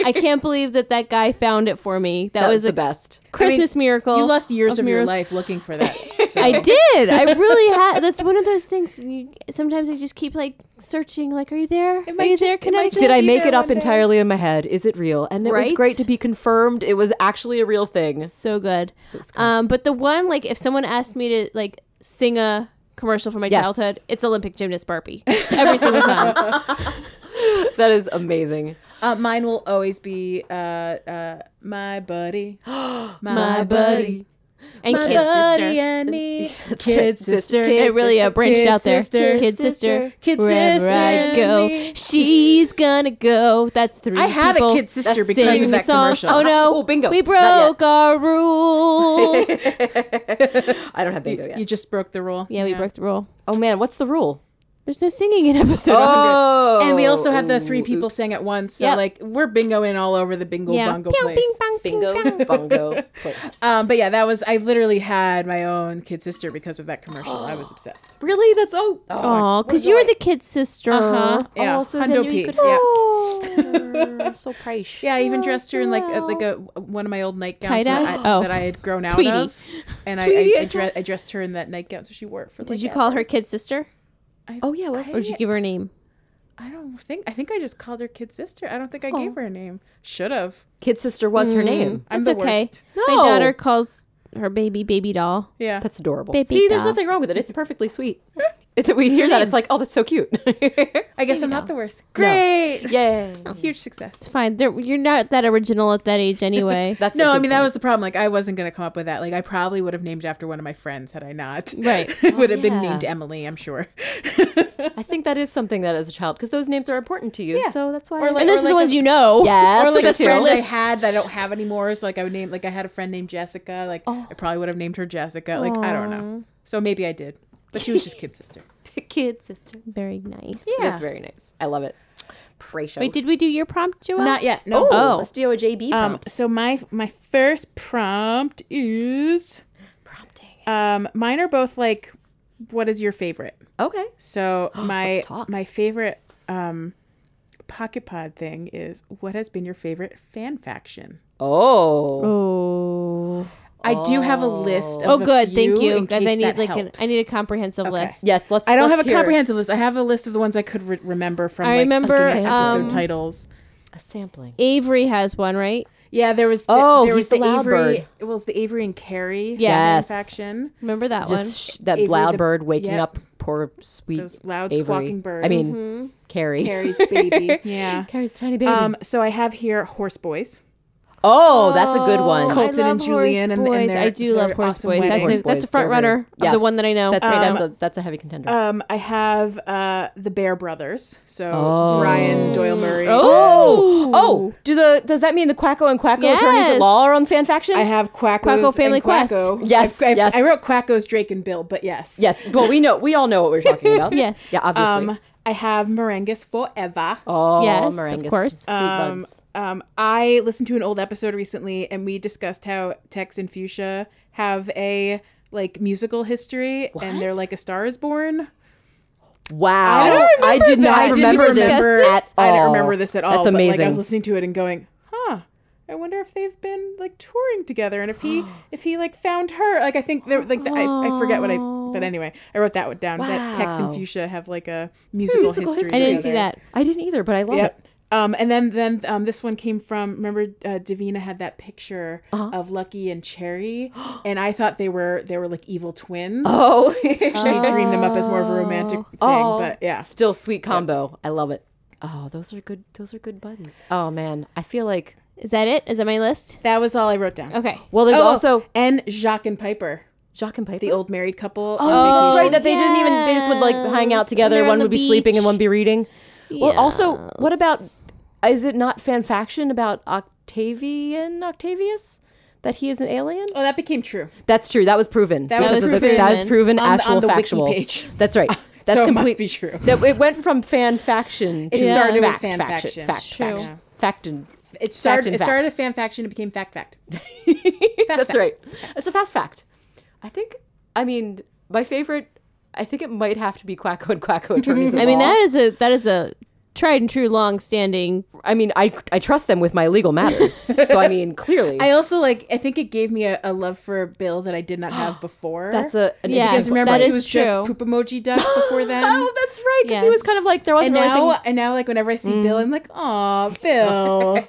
[SPEAKER 4] I can't believe that that guy found it for me. That,
[SPEAKER 6] that
[SPEAKER 4] was,
[SPEAKER 6] was the
[SPEAKER 4] a
[SPEAKER 6] best
[SPEAKER 4] Christmas miracle.
[SPEAKER 2] you lost years of your
[SPEAKER 4] miracles.
[SPEAKER 2] life looking for that.
[SPEAKER 4] I did. I really had. That's one of those things. You, sometimes I just keep like searching. Like, are you there? Are
[SPEAKER 2] might
[SPEAKER 4] you
[SPEAKER 2] just-
[SPEAKER 4] there?
[SPEAKER 2] it
[SPEAKER 4] Can
[SPEAKER 2] might
[SPEAKER 4] I?
[SPEAKER 2] just
[SPEAKER 4] Just
[SPEAKER 6] did i
[SPEAKER 2] be
[SPEAKER 6] make
[SPEAKER 2] there
[SPEAKER 6] it up
[SPEAKER 2] one day.
[SPEAKER 6] entirely in my head is it real and it was
[SPEAKER 4] Right?
[SPEAKER 6] great to be confirmed it was actually a real thing Uh,
[SPEAKER 4] so good. Um, but the one like if someone asked me to like sing a commercial from my
[SPEAKER 6] Yes.
[SPEAKER 4] childhood, it's Olympic gymnast Barbie every single time.
[SPEAKER 6] that is amazing
[SPEAKER 2] Uh, mine will always be uh, uh, my buddy, my
[SPEAKER 4] buddy. And
[SPEAKER 2] my
[SPEAKER 4] kid
[SPEAKER 2] buddy
[SPEAKER 4] sister.
[SPEAKER 2] and me,
[SPEAKER 6] right,
[SPEAKER 2] kid sister.
[SPEAKER 6] sister.
[SPEAKER 4] It really uh, branched
[SPEAKER 2] kid
[SPEAKER 4] out there.
[SPEAKER 2] sister,
[SPEAKER 4] kid sister,
[SPEAKER 2] kid
[SPEAKER 4] wherever
[SPEAKER 2] sister
[SPEAKER 4] I
[SPEAKER 2] and
[SPEAKER 4] go,
[SPEAKER 2] me.
[SPEAKER 4] she's gonna go. That's three.
[SPEAKER 2] I had a
[SPEAKER 4] people
[SPEAKER 2] kid sister
[SPEAKER 4] that
[SPEAKER 2] because of
[SPEAKER 4] sing
[SPEAKER 2] that
[SPEAKER 4] song.
[SPEAKER 2] commercial.
[SPEAKER 4] Oh no!
[SPEAKER 6] Oh, bingo.
[SPEAKER 4] We
[SPEAKER 6] Not yet.
[SPEAKER 4] broke our rule.
[SPEAKER 6] i don't have bingo yet
[SPEAKER 2] You just broke the rule.
[SPEAKER 4] yeah, we broke the rule.
[SPEAKER 6] oh man what's the rule
[SPEAKER 4] There's no singing in episode 100.
[SPEAKER 6] Oh,
[SPEAKER 2] and we also had the three people sang at once. So
[SPEAKER 6] Yep.
[SPEAKER 2] like we're bingoing all over the bingo
[SPEAKER 4] Yeah.
[SPEAKER 2] bongo
[SPEAKER 4] Pew,
[SPEAKER 2] place.
[SPEAKER 4] ping, pong, ping, pong.
[SPEAKER 6] bingo bongo place.
[SPEAKER 2] Um, but yeah, that was I literally had my own kid sister because of that commercial. I was obsessed.
[SPEAKER 6] Really? That's oh.
[SPEAKER 4] Aw, because you were the kid's sister.
[SPEAKER 2] Uh-huh. Yeah.
[SPEAKER 4] Oh, so then
[SPEAKER 2] Hundo
[SPEAKER 4] you
[SPEAKER 2] Pete.
[SPEAKER 4] could-
[SPEAKER 2] Yeah.
[SPEAKER 4] Oh, so price.
[SPEAKER 2] Yeah, I even dressed her in like a, like a one of my old nightgowns that
[SPEAKER 4] Tie-dyes?
[SPEAKER 2] I,
[SPEAKER 4] Oh.
[SPEAKER 2] that I had grown out
[SPEAKER 4] Tweety.
[SPEAKER 2] of, and I, I,
[SPEAKER 6] Tweety,
[SPEAKER 2] I,
[SPEAKER 6] I
[SPEAKER 2] dre- I dressed her in that nightgown. So she wore it for.
[SPEAKER 4] Did
[SPEAKER 2] like,
[SPEAKER 4] you call her kid sister?
[SPEAKER 6] Oh yeah. What?
[SPEAKER 4] Or did you give her a name?
[SPEAKER 2] I don't think I think I just called her kid sister. I don't think I
[SPEAKER 4] Oh.
[SPEAKER 2] gave her a name. Should have.
[SPEAKER 6] Kid sister was her name.
[SPEAKER 2] I'm the
[SPEAKER 4] That's okay.
[SPEAKER 2] worst.
[SPEAKER 4] My
[SPEAKER 6] No.
[SPEAKER 4] daughter calls her baby baby doll.
[SPEAKER 2] Yeah.
[SPEAKER 6] That's adorable.
[SPEAKER 4] Baby
[SPEAKER 6] See, there's
[SPEAKER 4] doll.
[SPEAKER 6] nothing wrong with it. It's perfectly sweet. It's, we hear that. It's like, oh, that's so cute.
[SPEAKER 2] I guess I'm not the worst. Great.
[SPEAKER 6] Yay.
[SPEAKER 2] Huge success.
[SPEAKER 4] It's fine. There, you're not that original at that age anyway.
[SPEAKER 6] That's
[SPEAKER 2] No, I mean that was the problem. Like I wasn't gonna come up with that. Like I probably would have named after one of my friends had I not.
[SPEAKER 4] right.
[SPEAKER 2] It would have been
[SPEAKER 6] yeah.
[SPEAKER 2] named Emily, I'm sure.
[SPEAKER 6] I think that is something that as a child, because those names are important to you. So that's why.
[SPEAKER 2] Or like-
[SPEAKER 4] And those are the
[SPEAKER 2] like
[SPEAKER 4] ones
[SPEAKER 2] a-
[SPEAKER 4] you know.
[SPEAKER 6] yeah,
[SPEAKER 2] or like a
[SPEAKER 6] that's
[SPEAKER 2] friend I
[SPEAKER 6] list.
[SPEAKER 2] had that I don't have anymore. So like I would name like I had a friend named Jessica. Like I probably would have named her Jessica. Like I don't know. So maybe I did, but she was just kid sister.
[SPEAKER 6] Kid sister.
[SPEAKER 4] Very nice.
[SPEAKER 6] That's very nice. I love it. Precious.
[SPEAKER 4] Wait, did we do your prompt, Joelle?
[SPEAKER 2] Not yet. No.
[SPEAKER 6] Oh,
[SPEAKER 4] Oh.
[SPEAKER 6] let's do a JB
[SPEAKER 2] Um.
[SPEAKER 6] prompt.
[SPEAKER 2] So my my first prompt is
[SPEAKER 6] Prompting.
[SPEAKER 2] um mine are both like what is your favorite?
[SPEAKER 6] Okay.
[SPEAKER 2] So my
[SPEAKER 6] Let's talk.
[SPEAKER 2] my favorite um pocket pod thing is what has been your favorite fan faction?
[SPEAKER 6] Oh.
[SPEAKER 4] Oh.
[SPEAKER 2] I do have a list. Of
[SPEAKER 4] Oh,
[SPEAKER 2] a
[SPEAKER 4] good. Thank
[SPEAKER 2] few
[SPEAKER 4] you.
[SPEAKER 2] in
[SPEAKER 4] Because I
[SPEAKER 2] case
[SPEAKER 4] need
[SPEAKER 2] that
[SPEAKER 4] like an,
[SPEAKER 2] helps.
[SPEAKER 4] I need a comprehensive
[SPEAKER 2] Okay.
[SPEAKER 4] list.
[SPEAKER 6] Yes, let's.
[SPEAKER 2] I don't
[SPEAKER 6] let's
[SPEAKER 2] have a
[SPEAKER 6] hear
[SPEAKER 2] comprehensive list. I have a list of the ones I could re- remember from.
[SPEAKER 4] I
[SPEAKER 2] like,
[SPEAKER 4] remember,
[SPEAKER 2] looking at episode
[SPEAKER 4] um,
[SPEAKER 2] titles.
[SPEAKER 6] a sampling.
[SPEAKER 4] Avery has one, right?
[SPEAKER 2] Yeah, there was. The,
[SPEAKER 6] Oh,
[SPEAKER 2] there was
[SPEAKER 6] he's the loud
[SPEAKER 2] Avery.
[SPEAKER 6] bird.
[SPEAKER 2] It was the Avery and Carrie.
[SPEAKER 4] Yes.
[SPEAKER 2] faction.
[SPEAKER 4] Remember that one?
[SPEAKER 6] Just sh- that
[SPEAKER 2] Avery
[SPEAKER 6] loud
[SPEAKER 2] the-
[SPEAKER 6] bird waking
[SPEAKER 2] yep.
[SPEAKER 6] up poor sweet
[SPEAKER 2] Those loud
[SPEAKER 6] Avery.
[SPEAKER 2] squawking birds.
[SPEAKER 6] I mean, Carrie.
[SPEAKER 2] Carrie's baby. Yeah.
[SPEAKER 6] Carrie's tiny baby.
[SPEAKER 2] Um. So I have here horse boys.
[SPEAKER 6] oh, that's a good one.
[SPEAKER 2] Cool. Colton
[SPEAKER 4] I
[SPEAKER 2] and
[SPEAKER 4] love
[SPEAKER 2] Julian
[SPEAKER 4] Horse
[SPEAKER 2] and- and
[SPEAKER 4] Boys.
[SPEAKER 2] their-
[SPEAKER 4] I do
[SPEAKER 2] their
[SPEAKER 4] love Horse
[SPEAKER 2] awesome
[SPEAKER 4] Boys.
[SPEAKER 2] wedding.
[SPEAKER 4] That's
[SPEAKER 2] Horse
[SPEAKER 4] a, that's
[SPEAKER 6] Boys,
[SPEAKER 4] a front
[SPEAKER 6] they're
[SPEAKER 4] runner
[SPEAKER 6] really-
[SPEAKER 4] of
[SPEAKER 6] yeah.
[SPEAKER 4] the one that I know.
[SPEAKER 6] That's
[SPEAKER 4] Um,
[SPEAKER 6] that's a that's a heavy contender.
[SPEAKER 2] Um. I have uh the Bear Brothers. So Brian Doyle Murray.
[SPEAKER 6] oh, oh, do the does that mean the Quacko and Quacko attorneys
[SPEAKER 4] Yes.
[SPEAKER 6] at law are on fan faction?
[SPEAKER 2] I have Quacko's
[SPEAKER 4] Quacko Family
[SPEAKER 2] and
[SPEAKER 4] Quest.
[SPEAKER 2] Quacko.
[SPEAKER 6] Yes,
[SPEAKER 2] I, I,
[SPEAKER 6] yes.
[SPEAKER 2] I wrote Quacko's Drake and Bill, but yes.
[SPEAKER 6] yes. Well, we know we all know what we're talking about.
[SPEAKER 4] Yes.
[SPEAKER 6] Yeah, obviously.
[SPEAKER 2] Um. I have Merengues forever.
[SPEAKER 6] oh,
[SPEAKER 4] yes, of
[SPEAKER 6] meringues.
[SPEAKER 4] course.
[SPEAKER 6] Sweet buns.
[SPEAKER 2] Um, I listened to an old episode recently, and we discussed how Tex and Fuchsia have a like musical history, and they're like a Star is Born.
[SPEAKER 6] Wow.
[SPEAKER 2] I don't
[SPEAKER 6] I did
[SPEAKER 2] I
[SPEAKER 6] not
[SPEAKER 2] didn't
[SPEAKER 6] remember this
[SPEAKER 2] remember-
[SPEAKER 6] at all.
[SPEAKER 2] I didn't remember this at all.
[SPEAKER 6] That's
[SPEAKER 2] But, like, I was
[SPEAKER 6] amazing.
[SPEAKER 2] listening to it and going, huh. I wonder if they've been like touring together, and if he if he like found her. Like I think they're like the, I, I forget what I. But anyway, I wrote that one down. That Tex and
[SPEAKER 6] Wow. Hmm,
[SPEAKER 2] Fuchsia have like a musical, history.
[SPEAKER 4] I didn't see
[SPEAKER 2] together.
[SPEAKER 4] that.
[SPEAKER 6] I didn't either, but I love it.
[SPEAKER 2] Yep. Um, and then then um, this one came from remember uh, Davina had that picture
[SPEAKER 6] Uh-huh.
[SPEAKER 2] of Lucky and Cherry, and I thought they were they were like evil twins.
[SPEAKER 6] Oh,
[SPEAKER 2] I dreamed them up as more of a romantic thing,
[SPEAKER 6] Oh.
[SPEAKER 2] but yeah.
[SPEAKER 6] still sweet combo. I love it. Oh, those are good. Those are good buttons. Oh man, I feel like.
[SPEAKER 4] Is that it? Is that my list?
[SPEAKER 2] That was all I wrote down.
[SPEAKER 4] Okay.
[SPEAKER 6] Well, there's
[SPEAKER 2] Oh,
[SPEAKER 6] also
[SPEAKER 2] and Jacques and Piper,
[SPEAKER 6] Jock and Piper.
[SPEAKER 2] the old married couple.
[SPEAKER 6] Oh,
[SPEAKER 2] on
[SPEAKER 6] that's right.
[SPEAKER 2] vacation.
[SPEAKER 6] That they didn't even. They just would like hang out
[SPEAKER 4] yes.
[SPEAKER 6] together.
[SPEAKER 4] They're
[SPEAKER 6] One
[SPEAKER 4] on
[SPEAKER 6] would
[SPEAKER 4] the
[SPEAKER 6] be sleeping and
[SPEAKER 4] beach.
[SPEAKER 6] one be reading. Well, also, what about? Is it not fan faction about Octavian Octavius? That he is an alien?
[SPEAKER 2] Oh, that became true.
[SPEAKER 6] That's true. That was proven. That
[SPEAKER 2] was
[SPEAKER 4] proven.
[SPEAKER 6] that is proven.
[SPEAKER 2] On the- on
[SPEAKER 6] actual
[SPEAKER 2] the wiki
[SPEAKER 6] factual.
[SPEAKER 2] page.
[SPEAKER 6] That's right. That's
[SPEAKER 2] so it
[SPEAKER 6] complete.
[SPEAKER 2] must be true.
[SPEAKER 6] That it went from fan faction.
[SPEAKER 2] It
[SPEAKER 6] to
[SPEAKER 2] started with
[SPEAKER 6] fact
[SPEAKER 2] fan
[SPEAKER 6] faction.
[SPEAKER 2] faction.
[SPEAKER 6] Fact
[SPEAKER 4] True.
[SPEAKER 6] faction. Faction.
[SPEAKER 2] It started.
[SPEAKER 6] and
[SPEAKER 2] It started a
[SPEAKER 6] fact.
[SPEAKER 2] fan faction. It became fact fact.
[SPEAKER 6] That's
[SPEAKER 2] fact.
[SPEAKER 6] right. It's a fast fact. I think. I mean, my favorite. I think it might have to be Quacko and Quacko attorneys.
[SPEAKER 4] I mean,
[SPEAKER 6] that.
[SPEAKER 4] that is a that is a tried and true, long standing.
[SPEAKER 6] I mean, I I trust them with my legal matters. so I mean, clearly,
[SPEAKER 2] I also like. I think it gave me a, a love for Bill that I did not have before.
[SPEAKER 6] that's a an
[SPEAKER 4] Yeah.
[SPEAKER 2] You guys
[SPEAKER 6] interesting
[SPEAKER 2] remember
[SPEAKER 4] that
[SPEAKER 2] it
[SPEAKER 4] is
[SPEAKER 2] was
[SPEAKER 4] true.
[SPEAKER 2] just poop emoji duck before then?
[SPEAKER 6] Oh, that's right. Because he was
[SPEAKER 4] Yes.
[SPEAKER 6] kind of like there wasn't
[SPEAKER 2] and
[SPEAKER 6] really
[SPEAKER 2] now,
[SPEAKER 6] anything.
[SPEAKER 2] and now, like whenever I see Bill, I'm like, "Aw, Bill,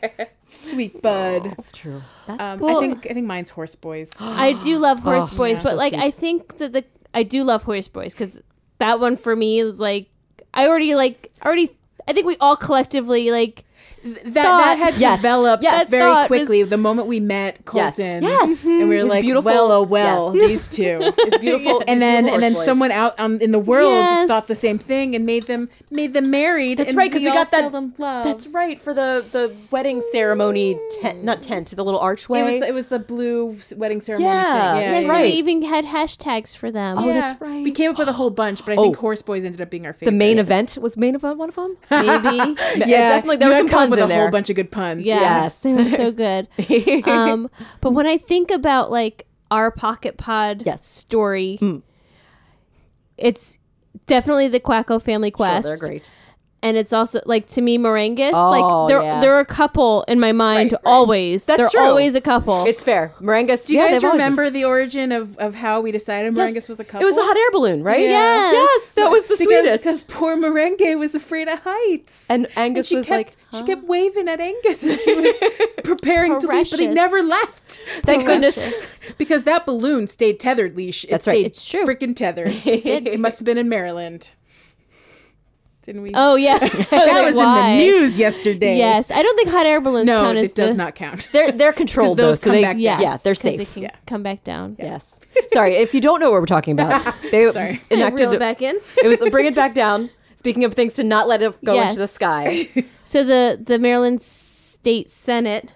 [SPEAKER 2] sweet bud."
[SPEAKER 6] That's true. That's
[SPEAKER 2] Um, I
[SPEAKER 4] cool.
[SPEAKER 2] think I think mine's horse boys.
[SPEAKER 4] I do love Horse
[SPEAKER 6] Oh,
[SPEAKER 4] Boys,
[SPEAKER 6] yeah.
[SPEAKER 4] but
[SPEAKER 6] So
[SPEAKER 4] like I
[SPEAKER 6] sweet.
[SPEAKER 4] think that the I do love Horse Boys because that one for me is like I already like I already I think we all collectively like
[SPEAKER 2] that that had
[SPEAKER 3] Yes.
[SPEAKER 2] developed
[SPEAKER 3] Yes.
[SPEAKER 2] very
[SPEAKER 3] Thought was-
[SPEAKER 2] quickly the moment we met
[SPEAKER 3] Yes.
[SPEAKER 2] Colton.
[SPEAKER 3] Yes.
[SPEAKER 2] and we
[SPEAKER 3] It
[SPEAKER 2] were
[SPEAKER 3] was
[SPEAKER 2] like,
[SPEAKER 3] beautiful.
[SPEAKER 2] well, oh well,
[SPEAKER 3] Yes.
[SPEAKER 2] these two.
[SPEAKER 3] It's beautiful.
[SPEAKER 2] and then and then someone out um, in the world
[SPEAKER 4] Yes.
[SPEAKER 2] thought the same thing and made them made them married.
[SPEAKER 6] That's
[SPEAKER 2] and
[SPEAKER 6] right, 'cause we
[SPEAKER 2] all
[SPEAKER 6] got that-
[SPEAKER 2] fell in love.
[SPEAKER 6] That's right for the the wedding ceremony tent, not tent, the little archway.
[SPEAKER 2] it was the, it was the blue s- wedding ceremony
[SPEAKER 6] Yeah,
[SPEAKER 2] thing. Yeah,
[SPEAKER 6] that's
[SPEAKER 2] yeah,
[SPEAKER 4] So
[SPEAKER 6] right.
[SPEAKER 4] we even had hashtags for them.
[SPEAKER 6] Oh,
[SPEAKER 2] yeah.
[SPEAKER 6] that's right. Oh.
[SPEAKER 2] We came up with a whole bunch, but I think Horse Boys ended up being our
[SPEAKER 6] the
[SPEAKER 2] favorite.
[SPEAKER 6] main event was main event one of them.
[SPEAKER 4] Maybe.
[SPEAKER 6] Yeah, definitely. There
[SPEAKER 2] you
[SPEAKER 6] were
[SPEAKER 2] had
[SPEAKER 6] some
[SPEAKER 2] come up
[SPEAKER 6] puns
[SPEAKER 2] with
[SPEAKER 6] in
[SPEAKER 2] a
[SPEAKER 6] there.
[SPEAKER 2] whole bunch of good puns.
[SPEAKER 4] Yes, they were so good.
[SPEAKER 2] Uh,
[SPEAKER 4] Um, but when I think about like our Pocket Pod
[SPEAKER 3] Yes. Mm.
[SPEAKER 4] story, it's definitely the Quacko Family Quest,
[SPEAKER 3] they're great.
[SPEAKER 4] and it's also like to me Morangus.
[SPEAKER 3] Oh,
[SPEAKER 4] like there,
[SPEAKER 3] yeah.
[SPEAKER 4] there are a couple in my mind always.
[SPEAKER 6] That's
[SPEAKER 4] They're
[SPEAKER 6] true.
[SPEAKER 4] always a couple.
[SPEAKER 6] It's fair. Morangus.
[SPEAKER 2] Do you
[SPEAKER 6] yeah,
[SPEAKER 2] guys
[SPEAKER 6] they've always been-
[SPEAKER 2] remember the origin of, of how we decided Morangus was a couple?
[SPEAKER 6] It was the hot air balloon, right?
[SPEAKER 4] Yes.
[SPEAKER 6] Yes, that was the
[SPEAKER 2] because,
[SPEAKER 6] sweetest.
[SPEAKER 2] Because poor Merengue was afraid of heights.
[SPEAKER 6] And Angus
[SPEAKER 2] she
[SPEAKER 6] was
[SPEAKER 2] kept,
[SPEAKER 6] like,
[SPEAKER 2] she kept waving at Angus as he was preparing to leave, but he
[SPEAKER 4] Precious.
[SPEAKER 2] never left.
[SPEAKER 4] Thank
[SPEAKER 2] goodness. because that balloon stayed tethered leash. It
[SPEAKER 3] That's right.
[SPEAKER 2] stayed
[SPEAKER 4] It's true.
[SPEAKER 2] Freaking tethered. it must have been in Maryland. Didn't we?
[SPEAKER 4] oh yeah,
[SPEAKER 2] that was in the news yesterday.
[SPEAKER 4] Yes, I don't think hot air balloons
[SPEAKER 2] No,
[SPEAKER 4] count
[SPEAKER 2] it
[SPEAKER 4] as
[SPEAKER 2] does
[SPEAKER 4] the,
[SPEAKER 2] not count.
[SPEAKER 6] they're they're controlled
[SPEAKER 2] 'Cause those
[SPEAKER 6] though, so
[SPEAKER 2] come
[SPEAKER 6] they
[SPEAKER 2] back
[SPEAKER 4] Yes,
[SPEAKER 3] Yeah, they're
[SPEAKER 4] 'cause
[SPEAKER 3] safe.
[SPEAKER 4] They can
[SPEAKER 2] Yeah.
[SPEAKER 4] come back down.
[SPEAKER 6] yes. Sorry, if you don't know what we're talking about, they
[SPEAKER 2] Sorry.
[SPEAKER 6] enacted
[SPEAKER 4] Reel it back in.
[SPEAKER 6] it was bring it back down. Speaking of things to not let it go
[SPEAKER 4] Yes.
[SPEAKER 6] into the sky,
[SPEAKER 4] So the the Maryland State Senate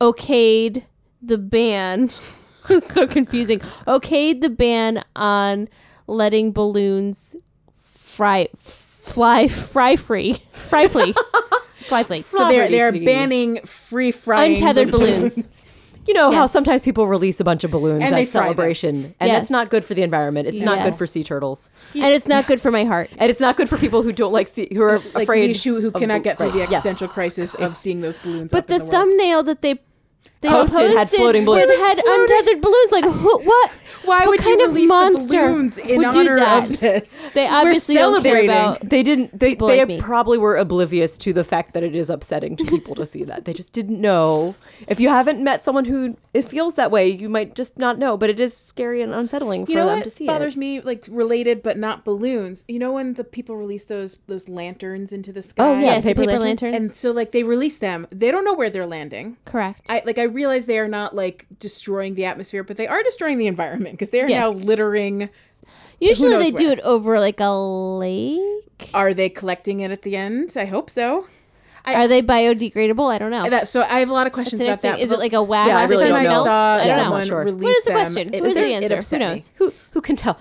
[SPEAKER 4] okayed the ban. so confusing. Okayed the ban on letting balloons fry fly fry free fry free fly free.
[SPEAKER 2] So they're they're
[SPEAKER 6] Property.
[SPEAKER 2] banning free frying
[SPEAKER 4] Untethered balloons.
[SPEAKER 6] you know how
[SPEAKER 4] Yes.
[SPEAKER 6] sometimes people release a bunch of balloons
[SPEAKER 2] And
[SPEAKER 6] at
[SPEAKER 2] they fry them.
[SPEAKER 6] celebration, and
[SPEAKER 4] Yes.
[SPEAKER 6] that's not good for the environment. It's not good for
[SPEAKER 4] Yes.
[SPEAKER 6] sea turtles,
[SPEAKER 4] And it's not good for my heart.
[SPEAKER 6] and it's not good for people who don't like sea who are
[SPEAKER 2] like
[SPEAKER 6] afraid
[SPEAKER 2] Nish, who, who
[SPEAKER 6] of
[SPEAKER 2] cannot
[SPEAKER 6] bal-
[SPEAKER 2] get through the
[SPEAKER 6] right. Yes.
[SPEAKER 2] existential crisis of seeing those balloons.
[SPEAKER 4] But
[SPEAKER 2] up in
[SPEAKER 4] the,
[SPEAKER 2] the world.
[SPEAKER 4] thumbnail that they they
[SPEAKER 2] Oh,
[SPEAKER 6] Posted
[SPEAKER 4] posted,
[SPEAKER 6] had floating balloons.
[SPEAKER 4] It had untethered balloons. Like who, what?
[SPEAKER 2] Why
[SPEAKER 4] what
[SPEAKER 2] would
[SPEAKER 4] kind
[SPEAKER 2] you
[SPEAKER 4] of
[SPEAKER 2] release
[SPEAKER 4] monster
[SPEAKER 2] the balloons in
[SPEAKER 4] would do
[SPEAKER 2] honor
[SPEAKER 4] that?
[SPEAKER 2] of this?
[SPEAKER 4] They obviously don't care
[SPEAKER 2] celebrating.
[SPEAKER 4] about
[SPEAKER 6] They didn't. They,
[SPEAKER 4] People
[SPEAKER 6] they
[SPEAKER 4] like me.
[SPEAKER 6] probably were oblivious to the fact that it is upsetting to people to see that. They just didn't know. If you haven't met someone who it feels that way, you might just not know. But it is scary and unsettling for
[SPEAKER 2] You know
[SPEAKER 6] them
[SPEAKER 2] what
[SPEAKER 6] to see
[SPEAKER 2] bothers
[SPEAKER 6] it.
[SPEAKER 2] me, like related but not balloons. You know when the people release those those lanterns into the sky?
[SPEAKER 6] yeah,
[SPEAKER 4] Oh, yes, the
[SPEAKER 6] paper
[SPEAKER 4] paper
[SPEAKER 6] lanterns.
[SPEAKER 4] lanterns.
[SPEAKER 2] And so like they release them. They don't know where they're landing.
[SPEAKER 4] Correct.
[SPEAKER 2] I like I realize they are not like destroying the atmosphere, but they are destroying the environment because they are now
[SPEAKER 4] Yes.
[SPEAKER 2] littering.
[SPEAKER 4] Usually
[SPEAKER 2] knows
[SPEAKER 4] they do
[SPEAKER 2] where?
[SPEAKER 4] it over like a lake.
[SPEAKER 2] Are they collecting it at the end? I hope so.
[SPEAKER 4] Are they biodegradable? I don't know.
[SPEAKER 2] That so I have a lot of questions
[SPEAKER 4] the
[SPEAKER 2] about
[SPEAKER 4] next
[SPEAKER 2] that.
[SPEAKER 4] thing. Is
[SPEAKER 2] but
[SPEAKER 4] it like a wax?
[SPEAKER 6] Yeah, I
[SPEAKER 2] last
[SPEAKER 6] really
[SPEAKER 2] time
[SPEAKER 6] don't know.
[SPEAKER 2] I saw
[SPEAKER 4] I don't know.
[SPEAKER 2] someone
[SPEAKER 6] sure. What
[SPEAKER 2] release
[SPEAKER 4] What is the
[SPEAKER 2] them,
[SPEAKER 4] question?
[SPEAKER 2] it-
[SPEAKER 4] Who is
[SPEAKER 2] it-
[SPEAKER 4] the
[SPEAKER 2] it
[SPEAKER 4] answer? Who
[SPEAKER 2] upset me.
[SPEAKER 4] knows?
[SPEAKER 6] Who who can tell?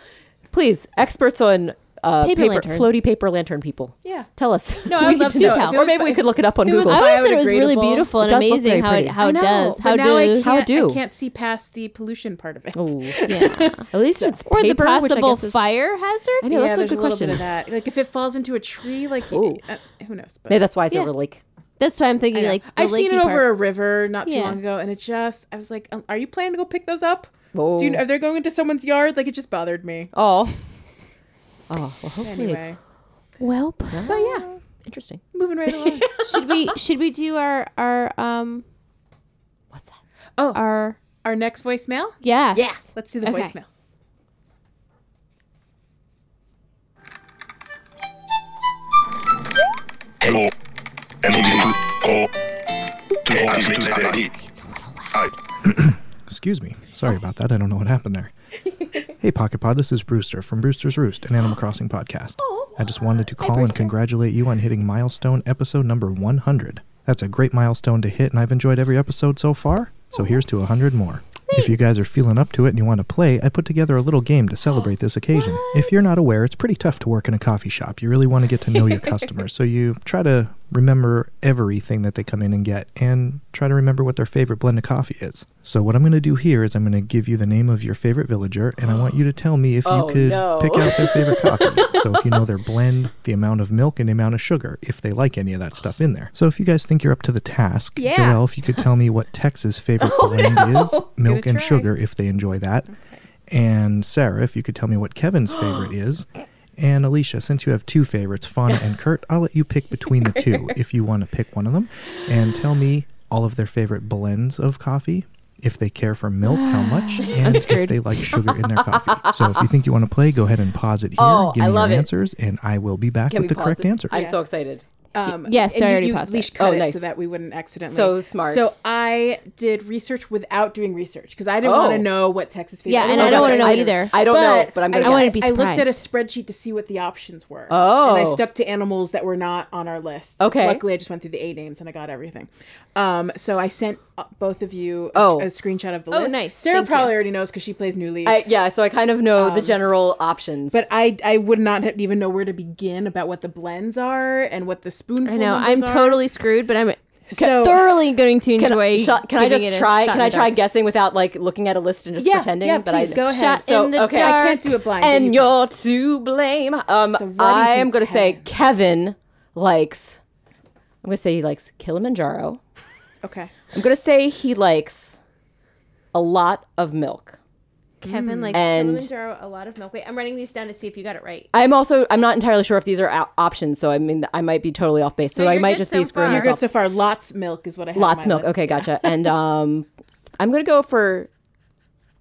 [SPEAKER 6] Please, experts on uh,
[SPEAKER 4] Paper
[SPEAKER 6] paper,
[SPEAKER 4] lanterns.
[SPEAKER 6] floaty paper lantern people.
[SPEAKER 2] Yeah.
[SPEAKER 6] Tell us.
[SPEAKER 2] No,
[SPEAKER 6] We
[SPEAKER 2] I'd
[SPEAKER 6] need
[SPEAKER 2] love
[SPEAKER 6] to
[SPEAKER 2] to
[SPEAKER 6] know.
[SPEAKER 2] know. If it
[SPEAKER 6] Or
[SPEAKER 2] was-
[SPEAKER 6] maybe we
[SPEAKER 2] if
[SPEAKER 6] could look it up on
[SPEAKER 2] it was
[SPEAKER 6] Google.
[SPEAKER 4] I always thought it was really
[SPEAKER 2] biodegradable.
[SPEAKER 4] beautiful
[SPEAKER 6] It
[SPEAKER 4] and
[SPEAKER 6] does look very
[SPEAKER 4] amazing how it
[SPEAKER 6] pretty.
[SPEAKER 4] how
[SPEAKER 2] I
[SPEAKER 4] it
[SPEAKER 2] know,
[SPEAKER 4] does.
[SPEAKER 2] but
[SPEAKER 4] How
[SPEAKER 2] now I
[SPEAKER 4] do
[SPEAKER 2] can't,
[SPEAKER 6] How do?
[SPEAKER 2] I can't see past the pollution part of it.
[SPEAKER 4] yeah.
[SPEAKER 6] At least it's
[SPEAKER 4] or the
[SPEAKER 6] paper, which I
[SPEAKER 4] possible
[SPEAKER 6] guess is-
[SPEAKER 4] fire hazard?
[SPEAKER 6] I know that's
[SPEAKER 2] there's
[SPEAKER 6] a good question.
[SPEAKER 2] little bit of that. Like if it falls into a tree, like
[SPEAKER 6] Ooh.
[SPEAKER 2] uh, who knows? But
[SPEAKER 6] Maybe that's why it's
[SPEAKER 4] Yeah.
[SPEAKER 6] over lake.
[SPEAKER 4] That's why I'm
[SPEAKER 2] I
[SPEAKER 4] thinking
[SPEAKER 2] know.
[SPEAKER 4] like the
[SPEAKER 2] I've seen
[SPEAKER 4] lakey
[SPEAKER 2] it over
[SPEAKER 4] part.
[SPEAKER 2] a river not too
[SPEAKER 4] Yeah.
[SPEAKER 2] long ago, and it just I was like, um, are you planning to go pick those up?
[SPEAKER 6] Oh.
[SPEAKER 2] Do you, are they going into someone's yard? Like it just bothered me.
[SPEAKER 6] Oh. Oh, well, hopefully
[SPEAKER 2] Anyway,
[SPEAKER 6] it's
[SPEAKER 4] Well,
[SPEAKER 2] but yeah,
[SPEAKER 6] interesting.
[SPEAKER 2] moving right along.
[SPEAKER 4] should we should we do our our um
[SPEAKER 6] What's that?
[SPEAKER 2] Oh.
[SPEAKER 4] our
[SPEAKER 2] Our next voicemail.
[SPEAKER 4] yes.
[SPEAKER 2] Let's do the
[SPEAKER 4] Okay.
[SPEAKER 2] voicemail.
[SPEAKER 10] Hello. Everything call to all things ID.
[SPEAKER 11] Excuse me. Sorry about that. I don't know what happened there. hey, Pocket Pod. This is Brewster from Brewster's Roost, an Animal Crossing podcast. I just wanted to call and congratulate you on hitting milestone episode number 100. That's a great milestone to hit, and I've enjoyed every episode so far. So here's to 100 more. If you guys are feeling up to it and you want to play, I put together a little game to celebrate this occasion. If you're not aware, it's pretty tough to work in a coffee shop. You really want to get to know your customers, so you try to remember everything that they come in and get and try to remember what their favorite blend of coffee is. So what I'm going to do here is I'm going to give you the name of your favorite villager and I want you to tell me if
[SPEAKER 6] Oh,
[SPEAKER 11] you could
[SPEAKER 6] no.
[SPEAKER 11] pick out their favorite coffee. So if you know their blend, the amount of milk and the amount of sugar, if they like any of that stuff in there. So if you guys think you're up to the task,
[SPEAKER 2] Yeah.
[SPEAKER 11] Joelle, if you could tell me what Tex's favorite
[SPEAKER 6] Oh,
[SPEAKER 11] blend is, milk and sugar if they enjoy that. And Sarah, if you could tell me what Kevin's favorite is. And Alicia, since you have two favorites, Fauna and Kurt, I'll let you pick between the two if you want to pick one of them. And tell me all of their favorite blends of coffee, if they care for milk, how much, and if they like sugar in their coffee. So if you think you want to play, go ahead and pause it here,
[SPEAKER 6] Oh,
[SPEAKER 11] give
[SPEAKER 6] I
[SPEAKER 11] me
[SPEAKER 6] love
[SPEAKER 11] your
[SPEAKER 6] it.
[SPEAKER 11] answers, and I will be back
[SPEAKER 6] Can
[SPEAKER 11] with
[SPEAKER 6] we
[SPEAKER 11] the
[SPEAKER 6] pause
[SPEAKER 11] correct
[SPEAKER 6] it?
[SPEAKER 11] answers.
[SPEAKER 6] I'm so excited.
[SPEAKER 2] Um,
[SPEAKER 4] yes,
[SPEAKER 2] and
[SPEAKER 4] I
[SPEAKER 2] you-
[SPEAKER 4] already
[SPEAKER 2] you
[SPEAKER 4] passed
[SPEAKER 2] leash
[SPEAKER 4] it.
[SPEAKER 2] cut
[SPEAKER 6] Oh,
[SPEAKER 2] it
[SPEAKER 6] nice.
[SPEAKER 2] so that we wouldn't accidentally.
[SPEAKER 6] So smart.
[SPEAKER 2] So I did research without doing research because I didn't want
[SPEAKER 6] Oh.
[SPEAKER 2] to know what Texas favorite.
[SPEAKER 4] Yeah, and I
[SPEAKER 6] gotcha.
[SPEAKER 4] don't want to know
[SPEAKER 6] I-
[SPEAKER 4] either.
[SPEAKER 6] I don't know, but I'm gonna
[SPEAKER 2] I,
[SPEAKER 4] wanna
[SPEAKER 2] guess-
[SPEAKER 4] be
[SPEAKER 2] I looked at a
[SPEAKER 4] surprised.
[SPEAKER 2] spreadsheet to see what the options were.
[SPEAKER 6] Oh.
[SPEAKER 2] and I stuck to animals that were not on our list.
[SPEAKER 6] Okay.
[SPEAKER 2] luckily I just went through the A names and I got everything. Um, so I sent uh, both of you a,
[SPEAKER 6] Oh.
[SPEAKER 2] a screenshot of the
[SPEAKER 4] Oh,
[SPEAKER 2] list.
[SPEAKER 4] nice.
[SPEAKER 2] Sarah
[SPEAKER 4] Thank
[SPEAKER 2] probably
[SPEAKER 4] you.
[SPEAKER 2] already knows because she plays New Leaf.
[SPEAKER 6] I, yeah, so I kind of know
[SPEAKER 4] Um,
[SPEAKER 6] the general options.
[SPEAKER 2] But I I would not have even know where to begin about what the blends are and what the spoonful.
[SPEAKER 4] I know. I'm
[SPEAKER 2] numbers are.
[SPEAKER 4] totally screwed, but I'm
[SPEAKER 2] So-
[SPEAKER 4] thoroughly going to
[SPEAKER 6] can, I-
[SPEAKER 4] enjoy.
[SPEAKER 6] shot- can I
[SPEAKER 4] giving
[SPEAKER 6] just
[SPEAKER 4] it a
[SPEAKER 6] try?
[SPEAKER 4] shot
[SPEAKER 6] Can
[SPEAKER 4] in
[SPEAKER 6] I
[SPEAKER 4] the
[SPEAKER 6] try
[SPEAKER 4] dark.
[SPEAKER 6] guessing without like looking at a list and just
[SPEAKER 2] Yeah,
[SPEAKER 6] pretending
[SPEAKER 2] yeah,
[SPEAKER 6] that I
[SPEAKER 2] please go ahead.
[SPEAKER 4] Shot
[SPEAKER 6] So,
[SPEAKER 4] in the
[SPEAKER 6] okay.
[SPEAKER 4] dark.
[SPEAKER 2] I can't do it blind. but
[SPEAKER 6] And
[SPEAKER 2] you-
[SPEAKER 6] you're to blame. Um,
[SPEAKER 2] So what do you
[SPEAKER 6] I am
[SPEAKER 2] think,
[SPEAKER 6] gonna say Kevin likes. I'm gonna say he likes Kilimanjaro.
[SPEAKER 2] okay.
[SPEAKER 6] I'm gonna say he likes a lot of milk.
[SPEAKER 4] Kevin likes
[SPEAKER 6] Mm. And-
[SPEAKER 4] Kilimanjaro, a lot of milk. Wait, I'm writing these down to see if you got it right.
[SPEAKER 6] I'm also I'm not entirely sure if these are o- options, so I mean I might be totally off base. So
[SPEAKER 4] No,
[SPEAKER 6] I
[SPEAKER 4] you're
[SPEAKER 6] might
[SPEAKER 4] good
[SPEAKER 6] just
[SPEAKER 4] so
[SPEAKER 6] be screwing
[SPEAKER 4] far.
[SPEAKER 2] You're
[SPEAKER 6] myself.
[SPEAKER 2] good so far. Lots milk is what I have. on
[SPEAKER 6] Lots
[SPEAKER 2] my
[SPEAKER 6] milk.
[SPEAKER 2] list.
[SPEAKER 6] Okay, gotcha. And um, I'm gonna go for.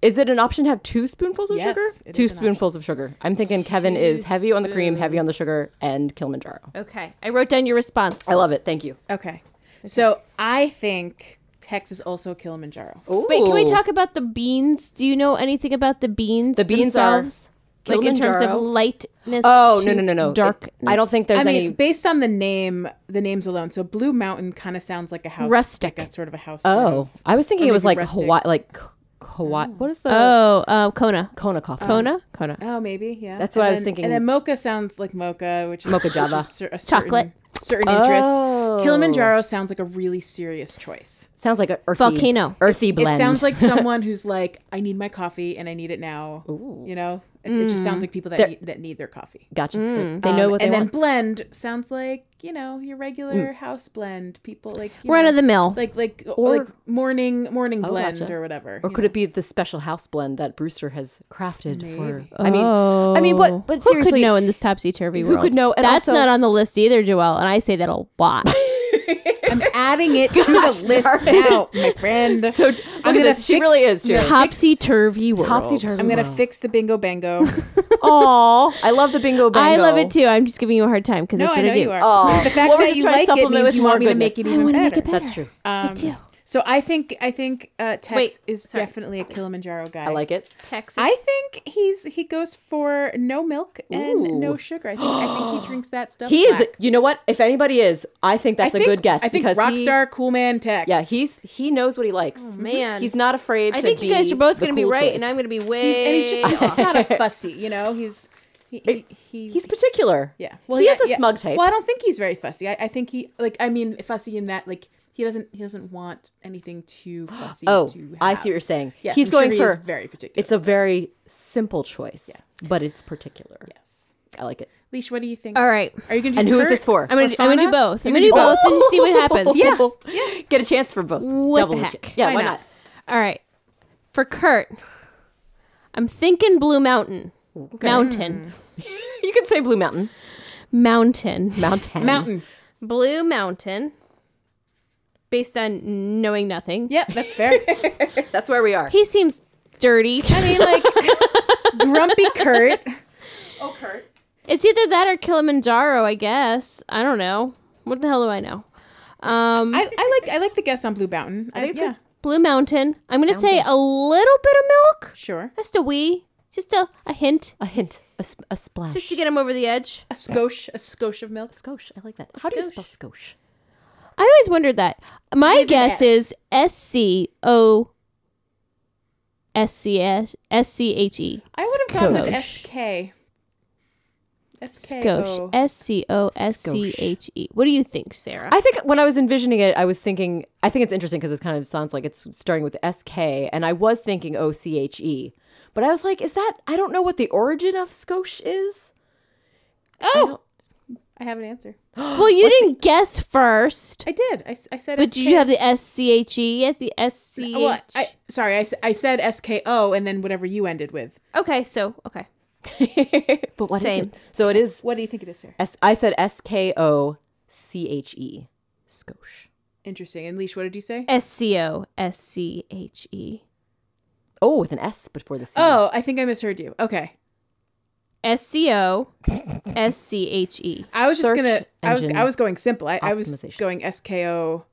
[SPEAKER 6] Is it an option to have two spoonfuls of
[SPEAKER 2] Yes, it
[SPEAKER 6] sugar?
[SPEAKER 2] is
[SPEAKER 6] Two
[SPEAKER 2] an option.
[SPEAKER 6] spoonfuls of sugar. I'm thinking Kevin is
[SPEAKER 4] Two
[SPEAKER 6] heavy on the cream, heavy on the sugar, and Kilimanjaro.
[SPEAKER 2] Oh.
[SPEAKER 4] Okay, I wrote down your response.
[SPEAKER 6] I love it. Thank you.
[SPEAKER 2] Okay. So I think Texas also Kilimanjaro.
[SPEAKER 4] Wait, can we talk about the beans? Do you know anything about the beans?
[SPEAKER 6] The beans are
[SPEAKER 4] themselves? like in terms of
[SPEAKER 6] Kilimanjaro.
[SPEAKER 4] lightness.
[SPEAKER 6] Oh
[SPEAKER 4] to
[SPEAKER 6] no no no no!
[SPEAKER 4] darkness.
[SPEAKER 6] I don't think there's
[SPEAKER 2] I mean,
[SPEAKER 6] any.
[SPEAKER 2] based on the name, the names alone. So Blue Mountain kind of sounds like a house,
[SPEAKER 4] Rustic.
[SPEAKER 2] like a sort of a house. sort
[SPEAKER 6] Oh,
[SPEAKER 2] of-
[SPEAKER 6] I was thinking
[SPEAKER 2] or
[SPEAKER 6] it was
[SPEAKER 2] maybe
[SPEAKER 6] like
[SPEAKER 2] rustic.
[SPEAKER 6] Hawaii, like K- Hawaii. What is the
[SPEAKER 4] Oh, uh, Kona,
[SPEAKER 6] Kona coffee?
[SPEAKER 4] Kona, Kona.
[SPEAKER 2] Oh, maybe yeah.
[SPEAKER 6] That's
[SPEAKER 2] And
[SPEAKER 6] what I was
[SPEAKER 2] then-
[SPEAKER 6] thinking.
[SPEAKER 2] And then mocha sounds like mocha, which is
[SPEAKER 6] Mocha
[SPEAKER 2] which
[SPEAKER 6] Java.
[SPEAKER 2] is cer- a certain,
[SPEAKER 4] Chocolate.
[SPEAKER 2] certain interest.
[SPEAKER 6] Oh.
[SPEAKER 2] Kilimanjaro sounds like a really serious choice.
[SPEAKER 6] Sounds like an earthy
[SPEAKER 4] Volcano.
[SPEAKER 6] Earthy blend.
[SPEAKER 2] It sounds like someone who's like, I need my coffee and I need it now. You know, it, it just
[SPEAKER 6] Mm.
[SPEAKER 2] sounds like people that need, that need their coffee.
[SPEAKER 6] gotcha. They they know
[SPEAKER 2] Um,
[SPEAKER 6] what they
[SPEAKER 2] and then
[SPEAKER 6] want. Mm.
[SPEAKER 2] blend sounds like you know your regular house blend. People like you
[SPEAKER 4] Run
[SPEAKER 2] know,
[SPEAKER 4] of the mill.
[SPEAKER 2] like like
[SPEAKER 6] Or- Oh,
[SPEAKER 2] like morning morning blend
[SPEAKER 6] gotcha.
[SPEAKER 2] or whatever.
[SPEAKER 6] or
[SPEAKER 2] you
[SPEAKER 6] could
[SPEAKER 2] know.
[SPEAKER 6] it be the special house blend that Brewster has crafted for?
[SPEAKER 2] Maybe.
[SPEAKER 6] I mean, I mean, what? But seriously,
[SPEAKER 4] Oh. who could know in this topsy turvy
[SPEAKER 6] who
[SPEAKER 4] world?
[SPEAKER 6] could know? And
[SPEAKER 4] That's
[SPEAKER 6] also-
[SPEAKER 4] not on the list either, Joelle, and I say that a lot.
[SPEAKER 2] I'm adding it to the list now, my friend.
[SPEAKER 6] So look
[SPEAKER 2] I'm
[SPEAKER 6] at
[SPEAKER 2] gonna
[SPEAKER 6] this. She really
[SPEAKER 2] fix
[SPEAKER 6] is too.
[SPEAKER 2] milk.
[SPEAKER 4] topsy turvy world.
[SPEAKER 6] Topsy turvy.
[SPEAKER 2] I'm gonna fix the bingo bango.
[SPEAKER 6] Aw, I love the bingo bango.
[SPEAKER 4] I love it too. I'm just giving you a hard time because
[SPEAKER 2] no,
[SPEAKER 4] that's
[SPEAKER 2] I
[SPEAKER 4] what I,
[SPEAKER 2] know
[SPEAKER 4] do.
[SPEAKER 2] you are.
[SPEAKER 6] Aw.
[SPEAKER 2] The fact
[SPEAKER 6] Well, we're
[SPEAKER 2] that
[SPEAKER 6] just
[SPEAKER 2] you
[SPEAKER 6] trying to
[SPEAKER 2] like it
[SPEAKER 6] supplement
[SPEAKER 2] means
[SPEAKER 6] with
[SPEAKER 2] you want me
[SPEAKER 6] more
[SPEAKER 2] to make it
[SPEAKER 6] goodness.
[SPEAKER 2] even
[SPEAKER 4] wanna
[SPEAKER 2] better.
[SPEAKER 4] make it better.
[SPEAKER 6] That's true.
[SPEAKER 2] Um,
[SPEAKER 4] Me too.
[SPEAKER 2] So I think I think uh, Tex
[SPEAKER 4] Wait,
[SPEAKER 2] is definitely a Kilimanjaro guy.
[SPEAKER 6] I like it.
[SPEAKER 4] Texas.
[SPEAKER 2] I think he's he goes for no milk and no sugar. I think I think he drinks that stuff.
[SPEAKER 6] He is.
[SPEAKER 2] black.
[SPEAKER 6] You know what? If anybody is, I think that's
[SPEAKER 2] I
[SPEAKER 6] a
[SPEAKER 2] think-
[SPEAKER 6] good guess
[SPEAKER 2] I think
[SPEAKER 6] because he-
[SPEAKER 2] Rockstar Cool Man Tex.
[SPEAKER 6] Yeah, he's he knows what he likes.
[SPEAKER 4] Oh, man.
[SPEAKER 6] he's not afraid.
[SPEAKER 4] I
[SPEAKER 6] to
[SPEAKER 4] think
[SPEAKER 6] be
[SPEAKER 4] you guys are both
[SPEAKER 6] the
[SPEAKER 4] going to be
[SPEAKER 6] cool
[SPEAKER 4] right,
[SPEAKER 6] choice.
[SPEAKER 4] and I'm going to be
[SPEAKER 2] He's-
[SPEAKER 4] way.
[SPEAKER 2] and he's just he's just not a fussy, you know. He's he, he, he-
[SPEAKER 6] He's particular.
[SPEAKER 2] yeah.
[SPEAKER 6] he
[SPEAKER 2] yeah,
[SPEAKER 6] is a
[SPEAKER 2] yeah.
[SPEAKER 6] smug type.
[SPEAKER 2] Well, I don't think he's very fussy. I, I think he like I mean fussy in that like he doesn't he doesn't want anything too fussy.
[SPEAKER 6] Oh,
[SPEAKER 2] to
[SPEAKER 6] I see
[SPEAKER 2] have.
[SPEAKER 6] what you're saying.
[SPEAKER 2] Yes,
[SPEAKER 6] He's
[SPEAKER 2] I'm sure
[SPEAKER 6] going
[SPEAKER 2] he
[SPEAKER 6] for
[SPEAKER 2] is very particular.
[SPEAKER 6] It's a very simple choice, but it's particular.
[SPEAKER 2] yes.
[SPEAKER 6] I like it.
[SPEAKER 2] Leash, what do you think?
[SPEAKER 4] All right,
[SPEAKER 2] Are you gonna? Do
[SPEAKER 6] And who is
[SPEAKER 2] Kurt
[SPEAKER 6] this for?
[SPEAKER 4] I'm going to
[SPEAKER 2] Or
[SPEAKER 4] I'm going to
[SPEAKER 2] Fauna?
[SPEAKER 4] do both. I'm
[SPEAKER 2] You're
[SPEAKER 4] going to do
[SPEAKER 2] gonna
[SPEAKER 6] Oh,
[SPEAKER 4] both and see what happens.
[SPEAKER 6] Yes. Get a chance for both.
[SPEAKER 4] What
[SPEAKER 6] Double
[SPEAKER 4] the
[SPEAKER 6] the
[SPEAKER 4] heck?
[SPEAKER 6] ch- Yeah, why, not?
[SPEAKER 4] All right. For Kurt, I'm thinking Blue Mountain. Mountain.
[SPEAKER 6] You can say Blue Mountain.
[SPEAKER 4] Mountain.
[SPEAKER 6] Mountain.
[SPEAKER 2] Mountain.
[SPEAKER 4] Hmm. Blue Mountain. Based on knowing nothing.
[SPEAKER 2] Yep, that's fair.
[SPEAKER 6] That's where we are.
[SPEAKER 4] He seems dirty.
[SPEAKER 2] I mean, like grumpy Kurt.
[SPEAKER 4] it's either that or Kilimanjaro, I guess. I don't know. What the hell do I know? Um,
[SPEAKER 2] I, I like I like the guess on Blue Mountain. I, yeah,
[SPEAKER 4] Blue Mountain. I'm going to say a little bit of milk.
[SPEAKER 2] sure.
[SPEAKER 4] Just a wee. Just a, a hint.
[SPEAKER 6] A hint, a, sp- a splash.
[SPEAKER 4] Just to get him over the edge.
[SPEAKER 2] A skosh, a skosh of milk.
[SPEAKER 6] Skosh. I like that. How do you spell skosh?
[SPEAKER 4] I always wondered that. My guess
[SPEAKER 2] S.
[SPEAKER 4] is S C O S C S S C H E.
[SPEAKER 2] I would have gone with
[SPEAKER 4] Skosh.
[SPEAKER 2] SK.
[SPEAKER 4] Scosh.
[SPEAKER 2] SKO.
[SPEAKER 4] S C E. O S C H E. What do you think, Sarah?
[SPEAKER 6] I think when I was envisioning it, I was thinking. I think it's interesting because it kind of sounds like it's starting with S K, and I was thinking O C H E, but I was like, is that? I don't know what the origin of skosh is.
[SPEAKER 2] Oh, I have an answer.
[SPEAKER 4] well, you didn't guess first,
[SPEAKER 2] I did. I, s- I said.
[SPEAKER 4] but
[SPEAKER 2] SK.
[SPEAKER 4] did you have the S C H E at the S C
[SPEAKER 2] Well, I,
[SPEAKER 4] H?
[SPEAKER 2] sorry, I, s- I said SKO and then whatever you ended with.
[SPEAKER 4] Okay, so okay,
[SPEAKER 6] But what is
[SPEAKER 4] Same.
[SPEAKER 6] it? So it is.
[SPEAKER 2] What do you think it is, Sarah?
[SPEAKER 6] S- I said S K O C H E. Skosh.
[SPEAKER 2] Interesting. And Leash, what did you say?
[SPEAKER 4] S C O S C H E.
[SPEAKER 6] Oh, with an S before the C.
[SPEAKER 2] Oh, I think I misheard you. Okay.
[SPEAKER 4] S C O S C H E.
[SPEAKER 2] I was just
[SPEAKER 6] Search
[SPEAKER 2] gonna. I was
[SPEAKER 6] engine
[SPEAKER 2] I was going simple. I, I was
[SPEAKER 6] optimization.
[SPEAKER 2] going SKO.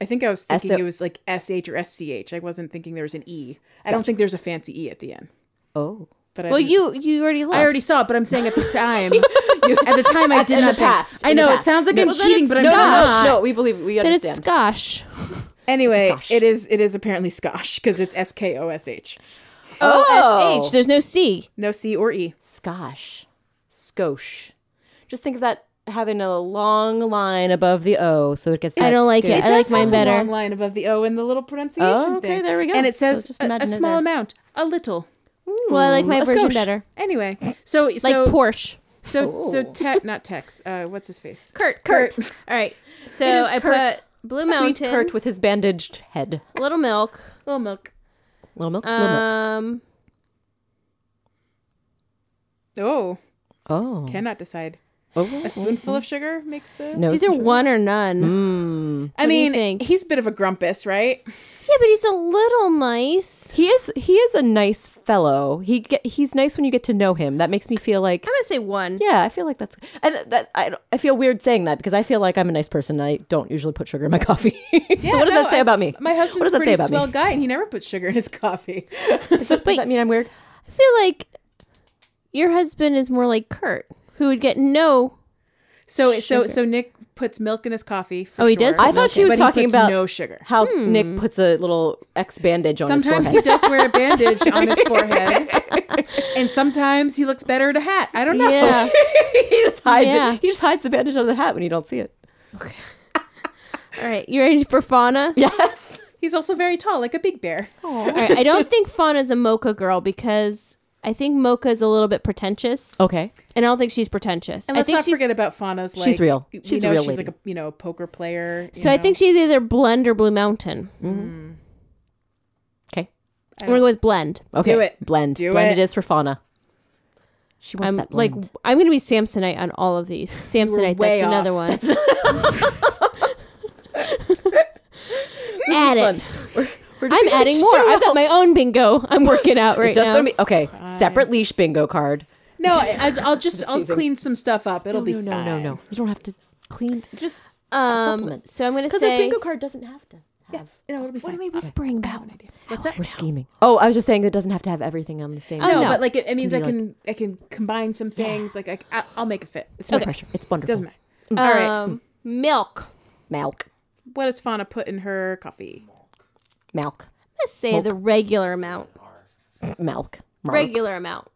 [SPEAKER 2] I think I was thinking
[SPEAKER 6] SO
[SPEAKER 2] it was like SH or SCH. I wasn't thinking there was an E. I don't think there's a fancy E at the end.
[SPEAKER 6] Oh.
[SPEAKER 2] But I
[SPEAKER 4] Well,
[SPEAKER 2] didn't-
[SPEAKER 4] you you already looked.
[SPEAKER 2] I already saw it, but I'm saying at the time. at the time, I did
[SPEAKER 6] in the
[SPEAKER 2] not think-
[SPEAKER 6] past,
[SPEAKER 2] I
[SPEAKER 6] in the
[SPEAKER 2] know it
[SPEAKER 6] past.
[SPEAKER 2] sounds like
[SPEAKER 4] No,
[SPEAKER 2] I'm
[SPEAKER 4] well, then
[SPEAKER 2] cheating,
[SPEAKER 4] it's
[SPEAKER 2] but I'm
[SPEAKER 4] No,
[SPEAKER 6] No, no,
[SPEAKER 2] not.
[SPEAKER 6] no, no, we believe we
[SPEAKER 4] then it's
[SPEAKER 6] understand.
[SPEAKER 4] Gosh.
[SPEAKER 2] Anyway,
[SPEAKER 6] Skosh.
[SPEAKER 2] it is it is apparently Skosh because it's S K O S H.
[SPEAKER 4] O S H. There's no C.
[SPEAKER 2] No C or E.
[SPEAKER 6] Skosh. Skosh. Just think of that having a long line above the O so it gets
[SPEAKER 4] I
[SPEAKER 6] that
[SPEAKER 4] don't like it.
[SPEAKER 6] skosh.
[SPEAKER 4] I like
[SPEAKER 2] Just have
[SPEAKER 4] mine
[SPEAKER 2] the
[SPEAKER 4] better.
[SPEAKER 2] Long line above the O and the little pronunciation
[SPEAKER 6] Oh, okay,
[SPEAKER 2] thing.
[SPEAKER 6] there we go.
[SPEAKER 2] And it
[SPEAKER 6] So
[SPEAKER 2] says
[SPEAKER 6] just
[SPEAKER 2] a- a,
[SPEAKER 6] imagine it
[SPEAKER 2] small
[SPEAKER 6] there.
[SPEAKER 2] amount, a little.
[SPEAKER 4] Well, I like my
[SPEAKER 6] a
[SPEAKER 4] version
[SPEAKER 6] skosh.
[SPEAKER 4] better.
[SPEAKER 2] Anyway, so
[SPEAKER 4] Like
[SPEAKER 2] so
[SPEAKER 4] Porsche.
[SPEAKER 2] so so te- not Tex. Uh, what's his face?
[SPEAKER 4] Kurt.
[SPEAKER 2] Kurt.
[SPEAKER 4] All right. So
[SPEAKER 6] It is
[SPEAKER 4] I
[SPEAKER 6] Kurt.
[SPEAKER 4] put Blue
[SPEAKER 6] Sweet
[SPEAKER 4] Mountain,
[SPEAKER 6] Kurt with his bandaged head.
[SPEAKER 4] Little Milk.
[SPEAKER 2] Little milk.
[SPEAKER 6] Little milk, little milk.
[SPEAKER 4] Um,
[SPEAKER 2] Oh,
[SPEAKER 4] Uh,
[SPEAKER 6] Oh.
[SPEAKER 2] cannot decide.
[SPEAKER 6] oh.
[SPEAKER 2] A spoonful of sugar makes the.
[SPEAKER 6] No,
[SPEAKER 4] it's either
[SPEAKER 6] sugar.
[SPEAKER 4] one or none.
[SPEAKER 2] I
[SPEAKER 4] What do you
[SPEAKER 2] mean,
[SPEAKER 4] think?
[SPEAKER 2] he's a bit of a grumpus, right?
[SPEAKER 4] Yeah, but he's a little nice.
[SPEAKER 6] He is he is a nice fellow. He get, he's nice when you get to know him. That makes me feel like
[SPEAKER 4] I'm gonna say one.
[SPEAKER 6] yeah, I feel like that's and that I, don't- I feel weird saying that because I feel like I'm a nice person and I don't usually put sugar in my coffee. so what does
[SPEAKER 2] no,
[SPEAKER 6] that say
[SPEAKER 2] I-
[SPEAKER 6] about me?
[SPEAKER 2] My husband's
[SPEAKER 6] what does that
[SPEAKER 2] pretty
[SPEAKER 6] say about
[SPEAKER 2] swell
[SPEAKER 6] me?
[SPEAKER 2] guy, and he never puts sugar in his coffee.
[SPEAKER 6] Does that mean I'm weird?
[SPEAKER 4] I feel like your husband is more like Kurt, who would get no.
[SPEAKER 2] So so so Nick puts milk in his coffee. For
[SPEAKER 4] Oh, he
[SPEAKER 2] sure,
[SPEAKER 4] does
[SPEAKER 6] I thought she was
[SPEAKER 2] but
[SPEAKER 6] talking
[SPEAKER 2] he puts
[SPEAKER 6] about
[SPEAKER 2] no sugar.
[SPEAKER 6] how Nick puts a little X bandage on
[SPEAKER 2] Sometimes
[SPEAKER 6] his
[SPEAKER 2] he
[SPEAKER 6] forehead.
[SPEAKER 2] does wear a bandage on his forehead, and sometimes he looks better in a hat. I don't know.
[SPEAKER 4] Yeah.
[SPEAKER 6] he just hides
[SPEAKER 4] Yeah.
[SPEAKER 6] it. He just hides the bandage under the hat when you don't see it.
[SPEAKER 4] All right, you ready for Fauna?
[SPEAKER 6] Yes.
[SPEAKER 2] He's also very tall, like a big bear.
[SPEAKER 4] All right, I don't think Fauna's a mocha girl because I think mocha's a little bit pretentious,
[SPEAKER 6] Okay.
[SPEAKER 4] and I don't think she's pretentious.
[SPEAKER 2] And
[SPEAKER 4] I
[SPEAKER 2] let's
[SPEAKER 4] think
[SPEAKER 2] not
[SPEAKER 4] she's,
[SPEAKER 2] forget about Fauna's. Like,
[SPEAKER 6] She's real.
[SPEAKER 2] you
[SPEAKER 6] She's a
[SPEAKER 2] know,
[SPEAKER 6] real
[SPEAKER 2] she's
[SPEAKER 6] lady.
[SPEAKER 2] like a you know poker player. you
[SPEAKER 4] So I
[SPEAKER 2] know.
[SPEAKER 4] think she's either Blend or Blue Mountain.
[SPEAKER 6] Mm-hmm. Okay.
[SPEAKER 4] I'm gonna go with Blend.
[SPEAKER 6] Okay.
[SPEAKER 2] Do it.
[SPEAKER 6] Blend.
[SPEAKER 2] Do
[SPEAKER 6] blend
[SPEAKER 2] it.
[SPEAKER 6] it is for fauna. She wants
[SPEAKER 4] I'm
[SPEAKER 6] that
[SPEAKER 4] like
[SPEAKER 6] blend.
[SPEAKER 4] I'm gonna be Samsonite on all of these. Samsonite,
[SPEAKER 2] way
[SPEAKER 4] that's another
[SPEAKER 2] off.
[SPEAKER 4] one. Add it.
[SPEAKER 6] We're just
[SPEAKER 4] I'm
[SPEAKER 6] gonna-
[SPEAKER 4] adding more. I've got my own bingo. I'm working out right
[SPEAKER 6] It's just
[SPEAKER 4] now.
[SPEAKER 6] gonna be okay. Separate leash bingo card.
[SPEAKER 2] no. I, I'll just, I'll clean some stuff up. It'll be fine.
[SPEAKER 6] You don't have to clean. Just
[SPEAKER 4] um,
[SPEAKER 6] supplement.
[SPEAKER 4] so I'm gonna
[SPEAKER 6] because the
[SPEAKER 4] say.
[SPEAKER 6] bingo card doesn't have to. Have.
[SPEAKER 2] No, it'll be fine.
[SPEAKER 4] we whispering about?
[SPEAKER 6] We're scheming. Oh, I was just saying it doesn't have to have everything on the same.
[SPEAKER 4] Oh,
[SPEAKER 2] no,
[SPEAKER 4] no.
[SPEAKER 2] but like it, it means I
[SPEAKER 6] Can be
[SPEAKER 2] can I can combine some things. Like I, I'll make it fit. It's
[SPEAKER 6] No
[SPEAKER 2] fine.
[SPEAKER 6] pressure. It's wonderful.
[SPEAKER 2] Doesn't matter. All right.
[SPEAKER 4] Um, milk.
[SPEAKER 6] Milk.
[SPEAKER 2] What does Fauna put in her coffee?
[SPEAKER 6] Milk.
[SPEAKER 4] Let's say the regular amount.
[SPEAKER 6] Milk. Milk.
[SPEAKER 4] Regular amount.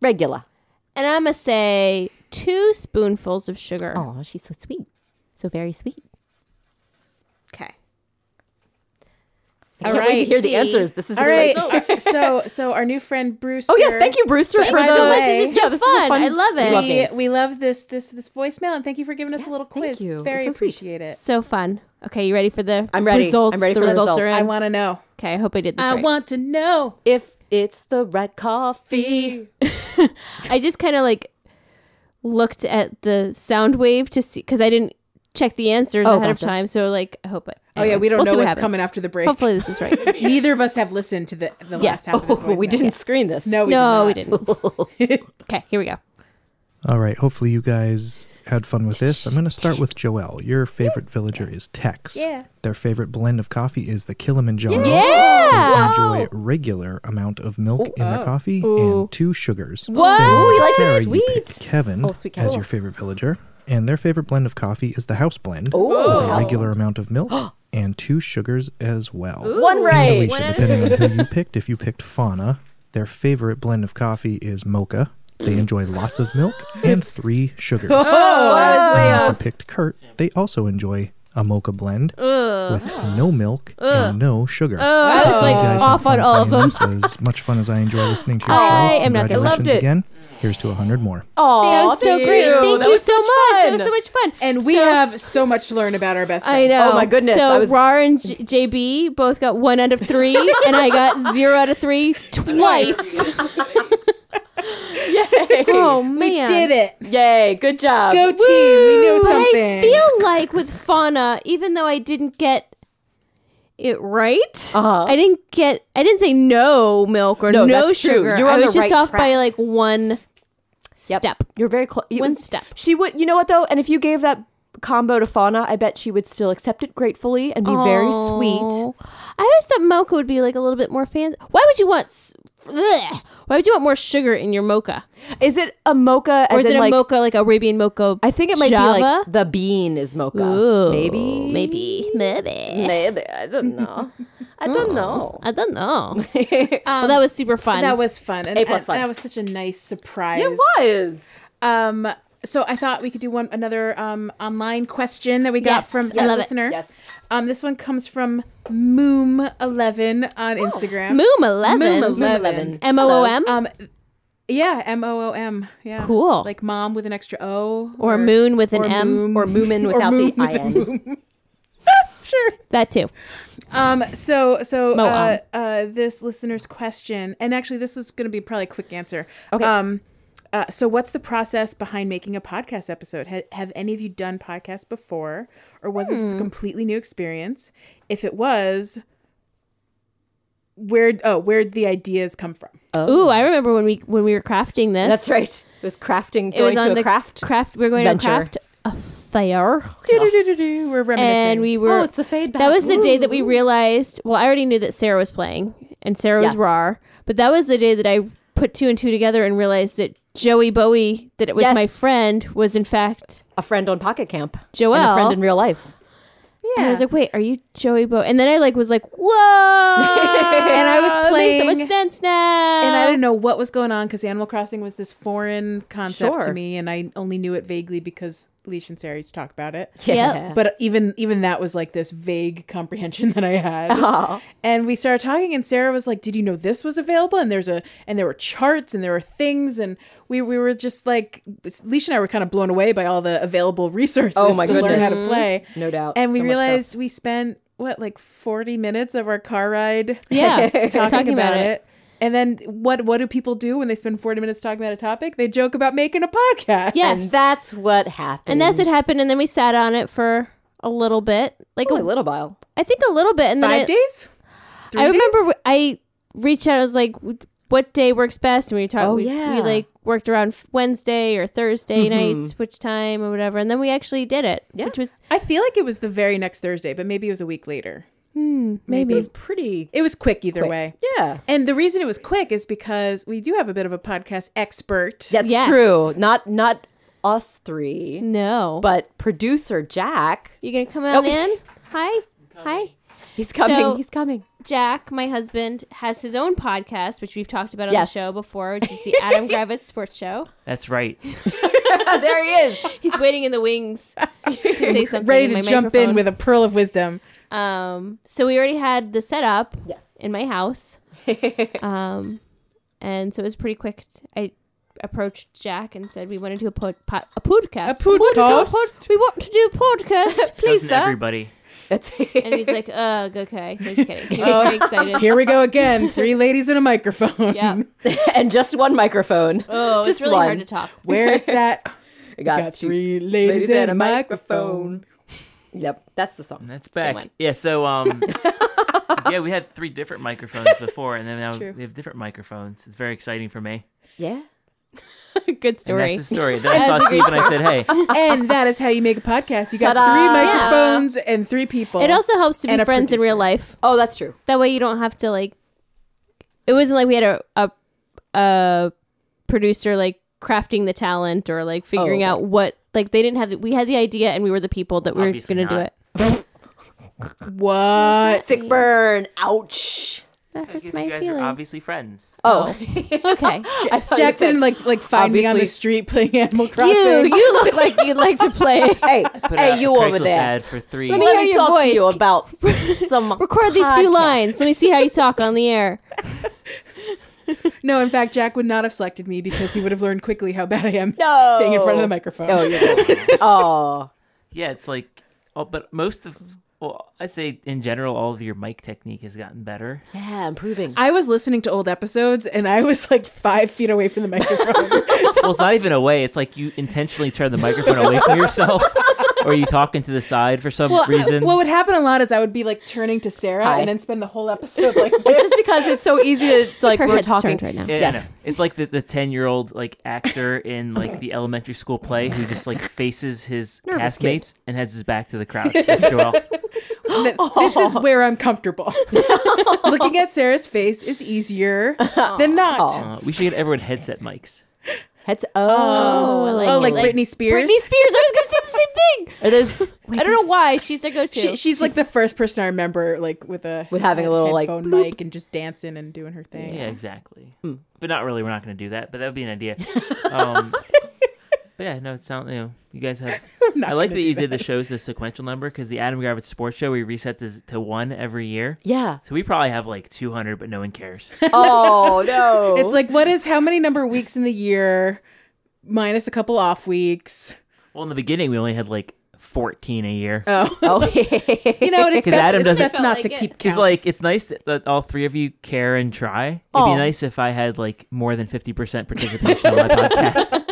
[SPEAKER 6] Regular.
[SPEAKER 4] And I'm gonna say two spoonfuls of sugar.
[SPEAKER 6] Oh, she's so sweet. So very sweet.
[SPEAKER 4] Okay.
[SPEAKER 6] I can't wait to hear the answers. This is
[SPEAKER 2] All right. so so our new friend Bruce.
[SPEAKER 6] Oh yes, thank you, Brewster, for
[SPEAKER 2] you
[SPEAKER 6] the.
[SPEAKER 2] so much. This is
[SPEAKER 4] so
[SPEAKER 6] yeah, this
[SPEAKER 4] fun.
[SPEAKER 6] Is a fun.
[SPEAKER 4] I love it.
[SPEAKER 6] We love
[SPEAKER 4] We-
[SPEAKER 6] games.
[SPEAKER 2] We love this this this voicemail and thank you for giving us
[SPEAKER 6] Yes,
[SPEAKER 2] a little
[SPEAKER 6] thank
[SPEAKER 2] quiz.
[SPEAKER 6] you. It's
[SPEAKER 2] Very
[SPEAKER 6] so sweet.
[SPEAKER 2] appreciate it.
[SPEAKER 4] So fun. Okay, you ready for the
[SPEAKER 6] I'm ready.
[SPEAKER 4] results?
[SPEAKER 6] I'm ready
[SPEAKER 4] the
[SPEAKER 6] for the
[SPEAKER 4] results,
[SPEAKER 6] results.
[SPEAKER 4] are
[SPEAKER 2] I
[SPEAKER 4] in.
[SPEAKER 2] want to know.
[SPEAKER 4] okay, I hope I did this
[SPEAKER 2] I
[SPEAKER 4] right.
[SPEAKER 2] want to know.
[SPEAKER 6] if it's the red coffee.
[SPEAKER 4] I just kind of like looked at the sound wave to see because I didn't check the answers
[SPEAKER 6] Oh,
[SPEAKER 4] ahead
[SPEAKER 6] gotcha.
[SPEAKER 4] of time. So like, I hope it.
[SPEAKER 2] Oh yeah,
[SPEAKER 4] anyway,
[SPEAKER 2] we don't
[SPEAKER 4] we'll see
[SPEAKER 2] know
[SPEAKER 4] what
[SPEAKER 2] what's
[SPEAKER 4] happens.
[SPEAKER 2] coming after the break.
[SPEAKER 4] Hopefully, this is right.
[SPEAKER 2] Neither of us have listened to the the last half of this
[SPEAKER 6] Oh, we
[SPEAKER 2] voicemail.
[SPEAKER 6] didn't screen this.
[SPEAKER 2] No, we
[SPEAKER 4] no, we
[SPEAKER 2] did
[SPEAKER 4] didn't. okay, here we go.
[SPEAKER 11] All right. Hopefully, you guys had fun with this. I'm going to start with Joelle. Your favorite villager is Tex.
[SPEAKER 2] Yeah.
[SPEAKER 11] Their favorite blend of coffee is the Kilimanjaro.
[SPEAKER 4] Yeah.
[SPEAKER 11] They enjoy regular amount of milk in
[SPEAKER 6] Oh.
[SPEAKER 11] their coffee and two sugars.
[SPEAKER 4] Whoa,
[SPEAKER 11] Then,
[SPEAKER 4] he likes it
[SPEAKER 11] Sarah, you
[SPEAKER 6] sweet.
[SPEAKER 11] picked Kevin
[SPEAKER 6] Oh, sweet
[SPEAKER 11] as
[SPEAKER 6] Kevin.
[SPEAKER 11] your favorite villager, and their favorite blend of coffee is the house blend with a
[SPEAKER 6] Oh,
[SPEAKER 11] regular amount of milk and two sugars as well.
[SPEAKER 6] one
[SPEAKER 11] And
[SPEAKER 6] right.
[SPEAKER 11] Alicia, depending on who you picked, if you picked Fauna, their favorite blend of coffee is mocha. They enjoy lots of milk and three sugars.
[SPEAKER 2] Oh,
[SPEAKER 11] And if you picked Kurt, they also enjoy a mocha blend with no milk and no sugar.
[SPEAKER 4] I was
[SPEAKER 11] You
[SPEAKER 4] like
[SPEAKER 11] guys have
[SPEAKER 4] off on
[SPEAKER 11] fun
[SPEAKER 4] all of
[SPEAKER 11] playing
[SPEAKER 4] them.
[SPEAKER 11] this. As much fun as I enjoy listening to your
[SPEAKER 6] I
[SPEAKER 11] show,
[SPEAKER 6] am not gonna-
[SPEAKER 11] congratulations
[SPEAKER 6] Loved it.
[SPEAKER 11] again. Here's to 100 more.
[SPEAKER 6] Oh,
[SPEAKER 4] That was so great. Thank you so much. That was so much fun.
[SPEAKER 2] and we
[SPEAKER 4] So-
[SPEAKER 2] have so much to learn about our best friend.
[SPEAKER 4] I know.
[SPEAKER 6] Oh my goodness,
[SPEAKER 4] So
[SPEAKER 6] I was-
[SPEAKER 4] Rar and J- JB both got one out of three, and I got zero out of three twice. Oh man,
[SPEAKER 2] We did it.
[SPEAKER 6] Yay! Good job.
[SPEAKER 2] Go team. We know
[SPEAKER 4] But
[SPEAKER 2] something.
[SPEAKER 4] I feel like with fauna, even though I didn't get it right,
[SPEAKER 6] Uh-huh.
[SPEAKER 4] I didn't get. I didn't say no milk or
[SPEAKER 6] No,
[SPEAKER 4] no,
[SPEAKER 6] that's true.
[SPEAKER 4] sugar.
[SPEAKER 6] You're on
[SPEAKER 4] I
[SPEAKER 6] the
[SPEAKER 4] was just
[SPEAKER 6] right
[SPEAKER 4] off by
[SPEAKER 6] track.
[SPEAKER 4] like one
[SPEAKER 6] Yep.
[SPEAKER 4] step.
[SPEAKER 6] You're very close.
[SPEAKER 4] One step.
[SPEAKER 6] She would. You know what though? And if you gave that combo to Fauna, I bet she would still accept it gratefully and be very sweet.
[SPEAKER 4] Oh. I always thought mocha would be like a little bit more fancy. Why would you want? s- bleh. Why would you want more sugar in your mocha?
[SPEAKER 6] Is it a mocha?
[SPEAKER 4] Or
[SPEAKER 6] as
[SPEAKER 4] is
[SPEAKER 6] in,
[SPEAKER 4] it a
[SPEAKER 6] like,
[SPEAKER 4] mocha like Arabian mocha?
[SPEAKER 6] I think it might be
[SPEAKER 4] Java?
[SPEAKER 6] like the bean is mocha.
[SPEAKER 4] Ooh,
[SPEAKER 6] maybe.
[SPEAKER 4] maybe, maybe. Mm.
[SPEAKER 6] Maybe. I don't know. I don't know.
[SPEAKER 4] I don't know. well, that was super fun.
[SPEAKER 2] That was fun. And,
[SPEAKER 6] A plus
[SPEAKER 2] and
[SPEAKER 6] fun.
[SPEAKER 2] That was such a nice surprise.
[SPEAKER 6] It was.
[SPEAKER 2] Um, so I thought we could do one another um, online question that we got
[SPEAKER 4] Yes,
[SPEAKER 2] from
[SPEAKER 4] I
[SPEAKER 2] a
[SPEAKER 4] love it.
[SPEAKER 2] listener.
[SPEAKER 6] Yes.
[SPEAKER 2] Um, this one comes from Moom11 on Instagram.
[SPEAKER 4] Oh, Moom eleven.
[SPEAKER 2] Moom 11.
[SPEAKER 4] M O O M
[SPEAKER 2] Um, yeah, M O O M. Yeah.
[SPEAKER 4] Cool.
[SPEAKER 2] Like mom with an extra O.
[SPEAKER 4] or moon with an
[SPEAKER 2] or
[SPEAKER 4] M.
[SPEAKER 2] moom.
[SPEAKER 6] Or Moomin without the IN.
[SPEAKER 4] That too.
[SPEAKER 2] Um. So so uh,
[SPEAKER 4] Mo-om.
[SPEAKER 2] uh, this listener's question, and actually this is going to be probably a quick answer. Okay. Um. Uh, so what's the process behind making a podcast episode? Ha- have any of you done podcasts before, or was
[SPEAKER 4] Hmm.
[SPEAKER 2] this a completely new experience? If it was, where oh where'd the ideas come from?
[SPEAKER 4] Ooh, I remember when we when we were crafting this.
[SPEAKER 6] Oh. That's right. It was crafting. Going
[SPEAKER 4] It was
[SPEAKER 6] to
[SPEAKER 4] on
[SPEAKER 6] a
[SPEAKER 4] the
[SPEAKER 6] craft.
[SPEAKER 4] Craft. We are going
[SPEAKER 6] venture.
[SPEAKER 4] to craft Oh, a fair,
[SPEAKER 2] Do-do-do-do-do. We're reminiscing.
[SPEAKER 4] and we were.
[SPEAKER 6] oh, it's the fade back.
[SPEAKER 4] That was the day that
[SPEAKER 6] Ooh.
[SPEAKER 4] we realized. Well, I already knew that Sarah was playing, and Sarah was
[SPEAKER 6] Yes.
[SPEAKER 4] raw. But that was the day that I put two and two together and realized that Joey Bowie, that it was
[SPEAKER 6] Yes.
[SPEAKER 4] my friend, was in fact
[SPEAKER 6] a friend on Pocket Camp.
[SPEAKER 4] Joelle.
[SPEAKER 6] And a friend in real life.
[SPEAKER 4] And I was like, "Wait, are you Joey Bowie?" And then I like was like, "Whoa!"
[SPEAKER 2] And I was
[SPEAKER 4] Makes so
[SPEAKER 2] playing-
[SPEAKER 4] much sense now.
[SPEAKER 2] and I didn't know what was going on because Animal Crossing was this foreign concept to
[SPEAKER 6] Sure.
[SPEAKER 2] me, and I only knew it vaguely because Leash and Sarah used to talk about it.
[SPEAKER 4] Yep.
[SPEAKER 2] But even even that was like this vague comprehension that I had.
[SPEAKER 6] Oh.
[SPEAKER 2] And we started talking, and Sarah was like, "Did you know this was available?" And there's a and there were charts and there were things, and we we were just like Leash and I were kind of blown away by all the available resources
[SPEAKER 6] Oh, my
[SPEAKER 2] to learn how
[SPEAKER 6] goodness.
[SPEAKER 2] to play.
[SPEAKER 6] No doubt.
[SPEAKER 2] And we
[SPEAKER 6] So much stuff.
[SPEAKER 2] realized we spent what like 40 minutes of our car ride
[SPEAKER 4] Yeah,
[SPEAKER 2] talking, about, it. And then what what do people do when they spend 40 minutes talking about a topic? They joke about making a podcast.
[SPEAKER 4] Yes,
[SPEAKER 6] And that's what happened.
[SPEAKER 4] and that's what happened. And then we sat on it for a little bit, like
[SPEAKER 6] Only
[SPEAKER 4] a,
[SPEAKER 6] a little while.
[SPEAKER 4] I think a little bit, and then
[SPEAKER 2] Five
[SPEAKER 4] I,
[SPEAKER 2] days?
[SPEAKER 4] I remember w- I reached out. I was like, "W- "What day works best?" And we talked.
[SPEAKER 6] Oh,
[SPEAKER 4] we,
[SPEAKER 6] yeah.
[SPEAKER 4] we like worked around f- Wednesday or Thursday
[SPEAKER 2] Mm-hmm.
[SPEAKER 4] nights, which time or whatever. And then we actually did it, which was
[SPEAKER 2] I feel like it was the very next Thursday, but maybe it was a week later.
[SPEAKER 4] maybe.
[SPEAKER 6] It's pretty.
[SPEAKER 2] It was quick either way.
[SPEAKER 6] Yeah.
[SPEAKER 2] And the reason it was quick is because we do have a bit of a podcast expert.
[SPEAKER 6] That's
[SPEAKER 4] Yes.
[SPEAKER 6] true. Not not us three,
[SPEAKER 4] No,
[SPEAKER 6] but producer Jack.
[SPEAKER 4] you gonna come on
[SPEAKER 6] Nope.
[SPEAKER 4] in? Hi, hi,
[SPEAKER 6] He's coming.
[SPEAKER 4] So-
[SPEAKER 6] he's coming.
[SPEAKER 4] Jack. My husband has his own podcast, which we've talked about on
[SPEAKER 6] Yes.
[SPEAKER 4] the show before, which is the Adam Gravitz Sports Show.
[SPEAKER 7] That's right.
[SPEAKER 6] there he is.
[SPEAKER 4] He's waiting in the wings to say something.
[SPEAKER 2] Ready
[SPEAKER 4] in
[SPEAKER 2] to
[SPEAKER 4] my
[SPEAKER 2] jump in
[SPEAKER 4] microphone.
[SPEAKER 2] with a pearl of wisdom.
[SPEAKER 4] Um, so we already had the setup
[SPEAKER 6] Yes.
[SPEAKER 4] in my house. um, and so it was pretty quick. I approached Jack and said we want to do a pod, pod a podcast.
[SPEAKER 2] A podcast?
[SPEAKER 4] we want to do a podcast, please,
[SPEAKER 7] Doesn't
[SPEAKER 4] sir.
[SPEAKER 7] everybody?
[SPEAKER 6] That's
[SPEAKER 4] And he's like, "Ugh, okay." No, just kidding. He was very excited.
[SPEAKER 2] Here we go again. Three ladies and a microphone.
[SPEAKER 4] yeah.
[SPEAKER 6] and just one microphone.
[SPEAKER 4] Oh, it's
[SPEAKER 6] just
[SPEAKER 4] really
[SPEAKER 6] one.
[SPEAKER 4] hard to talk.
[SPEAKER 2] Where it's at.
[SPEAKER 6] I got,
[SPEAKER 2] Got
[SPEAKER 6] two.
[SPEAKER 2] three ladies, and a microphone.
[SPEAKER 6] Yep, that's the song.
[SPEAKER 7] That's
[SPEAKER 4] Same
[SPEAKER 7] back.
[SPEAKER 4] one.
[SPEAKER 7] Yeah. So um, yeah, we had three different microphones before, and then now
[SPEAKER 2] true.
[SPEAKER 7] we have different microphones. It's very exciting for me.
[SPEAKER 6] Yeah.
[SPEAKER 4] Good
[SPEAKER 7] And
[SPEAKER 4] story.
[SPEAKER 7] that's the story. Then I saw Steve and I said, "Hey,
[SPEAKER 2] and that is how you make a podcast. You got
[SPEAKER 6] Ta-da.
[SPEAKER 2] three
[SPEAKER 4] Yeah.
[SPEAKER 2] microphones and three people.
[SPEAKER 4] It also helps to be
[SPEAKER 2] And a
[SPEAKER 4] friends in
[SPEAKER 2] producer.
[SPEAKER 4] real life.
[SPEAKER 6] Oh, that's true.
[SPEAKER 4] That way you don't have to like. It wasn't like we had a a, a producer like crafting the talent or like figuring
[SPEAKER 6] Oh,
[SPEAKER 4] out what like they didn't have. The, we had the idea and we were the people that we
[SPEAKER 7] Obviously
[SPEAKER 4] were going to do
[SPEAKER 7] not.
[SPEAKER 4] it.
[SPEAKER 2] what?
[SPEAKER 6] Sick burn. Ouch.
[SPEAKER 4] That
[SPEAKER 7] I guess
[SPEAKER 4] hurts
[SPEAKER 7] you
[SPEAKER 4] my
[SPEAKER 7] guys
[SPEAKER 4] feelings.
[SPEAKER 7] are obviously friends."
[SPEAKER 6] Oh,
[SPEAKER 4] okay,
[SPEAKER 6] I thought you
[SPEAKER 2] Jack
[SPEAKER 6] said-
[SPEAKER 2] didn't like like find me on the
[SPEAKER 6] Obviously.
[SPEAKER 2] street playing Animal Crossing.
[SPEAKER 4] you you look like you'd like to play.
[SPEAKER 6] Hey,
[SPEAKER 7] Put out
[SPEAKER 6] hey,
[SPEAKER 7] a
[SPEAKER 6] you over
[SPEAKER 7] Craigslist
[SPEAKER 6] there.
[SPEAKER 7] ad for three.
[SPEAKER 4] Let me hear your
[SPEAKER 6] talk
[SPEAKER 4] voice.
[SPEAKER 6] to you about some.
[SPEAKER 4] Record these few
[SPEAKER 6] podcast.
[SPEAKER 4] lines. Let me see how you talk on the air.
[SPEAKER 2] no, in fact, Jack would not have selected me because he would have learned quickly how bad I am
[SPEAKER 6] No.
[SPEAKER 2] staying in front of the microphone.
[SPEAKER 6] Oh, you're right. oh,
[SPEAKER 7] Yeah, it's like, oh, but most of, well, I'd say in general, all of your mic technique has gotten better.
[SPEAKER 6] yeah, improving.
[SPEAKER 2] I was listening to old episodes and I was like five feet away from the microphone.
[SPEAKER 7] well, it's not even away. It's like you intentionally turn the microphone away from yourself. or you talking to the side for some
[SPEAKER 2] Well,
[SPEAKER 7] reason.
[SPEAKER 2] what would happen a lot is I would be like turning to Sarah
[SPEAKER 3] Hi.
[SPEAKER 2] and then spend the whole episode like this.
[SPEAKER 6] just because it's so easy to like
[SPEAKER 4] Her
[SPEAKER 6] we're
[SPEAKER 4] head's
[SPEAKER 6] talking.
[SPEAKER 4] turned right now.
[SPEAKER 7] Yeah, I
[SPEAKER 6] Yes.
[SPEAKER 7] know. It's like the the ten year old like actor in like the elementary school play who just like faces his
[SPEAKER 6] Nervous kid.
[SPEAKER 7] castmates and has his back to the crowd. That's Joel.
[SPEAKER 2] And then, This is where I'm comfortable. Looking at Sarah's face is easier than not.
[SPEAKER 7] Uh, we should get everyone headset mics.
[SPEAKER 6] Heads. Oh,
[SPEAKER 4] I
[SPEAKER 2] Oh, like,
[SPEAKER 4] it.
[SPEAKER 2] Britney Spears.
[SPEAKER 4] Britney Spears. I was gonna say the same thing.
[SPEAKER 6] are those
[SPEAKER 4] I don't know why she's their go-to.
[SPEAKER 2] She, she's like the first person I remember, like with a
[SPEAKER 6] With having a
[SPEAKER 2] head-
[SPEAKER 6] little, like,
[SPEAKER 2] headphone mic and just dancing and doing her thing.
[SPEAKER 7] Yeah, exactly. But not really. We're not going to do that. But that would be an idea. Um, but yeah, no, it sounds. You know, you guys have. I like that you did the shows the sequential number because the Adam Gravitz Sports Show we reset this to one every year.
[SPEAKER 6] yeah.
[SPEAKER 7] So we probably have like 200, but no one cares.
[SPEAKER 6] Oh no.
[SPEAKER 2] It's like what is how many number of weeks in the year minus a couple off weeks.
[SPEAKER 7] well, in the beginning, we only had like 14 a year.
[SPEAKER 6] oh,
[SPEAKER 2] You know, and it's
[SPEAKER 7] 'Cause
[SPEAKER 2] best,
[SPEAKER 7] Adam
[SPEAKER 2] it's
[SPEAKER 7] doesn't-
[SPEAKER 2] best not
[SPEAKER 4] Felt
[SPEAKER 2] to
[SPEAKER 4] like it.
[SPEAKER 2] keep
[SPEAKER 7] Because
[SPEAKER 2] count.
[SPEAKER 7] like it's nice that, that all three of you care and try. It'd
[SPEAKER 6] Aw.
[SPEAKER 7] be nice if I had like more than fifty percent participation on my podcast.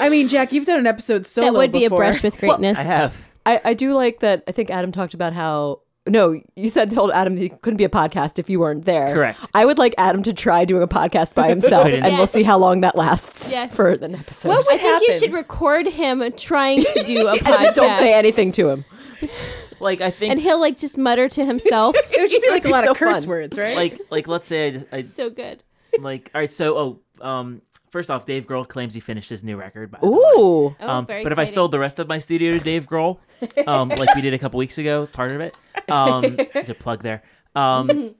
[SPEAKER 2] I mean, Jack, you've done an episode solo
[SPEAKER 4] that would be
[SPEAKER 2] before.
[SPEAKER 4] a brush with greatness.
[SPEAKER 7] I have.
[SPEAKER 6] I, I do like that. I think Adam talked about how. No, you said told Adam he couldn't be a podcast if you weren't there.
[SPEAKER 7] Correct.
[SPEAKER 6] I would like Adam to try doing a podcast by himself,
[SPEAKER 7] Couldn't.
[SPEAKER 6] and we'll
[SPEAKER 4] Yes.
[SPEAKER 6] see how long that lasts
[SPEAKER 4] Yes.
[SPEAKER 6] for an episode.
[SPEAKER 4] What would I think you
[SPEAKER 2] happened?
[SPEAKER 4] should record him trying to do a podcast?
[SPEAKER 6] and just don't say anything to him.
[SPEAKER 7] Like I think
[SPEAKER 4] And he'll like just mutter to himself.
[SPEAKER 2] It would just be like
[SPEAKER 6] It'd
[SPEAKER 2] a
[SPEAKER 6] be
[SPEAKER 2] lot
[SPEAKER 6] so
[SPEAKER 2] of curse
[SPEAKER 6] fun.
[SPEAKER 2] words, right?
[SPEAKER 7] like like let's say I, just, I
[SPEAKER 4] so good.
[SPEAKER 7] like all right so oh um first off Dave Grohl claims he finished his new record. By the way.
[SPEAKER 6] Ooh,
[SPEAKER 4] Oh,
[SPEAKER 7] Um, but
[SPEAKER 4] very
[SPEAKER 7] if I
[SPEAKER 4] exciting.
[SPEAKER 7] sold the rest of my studio to Dave Grohl, um, like we did a couple weeks ago, part of it, um, to plug there, um,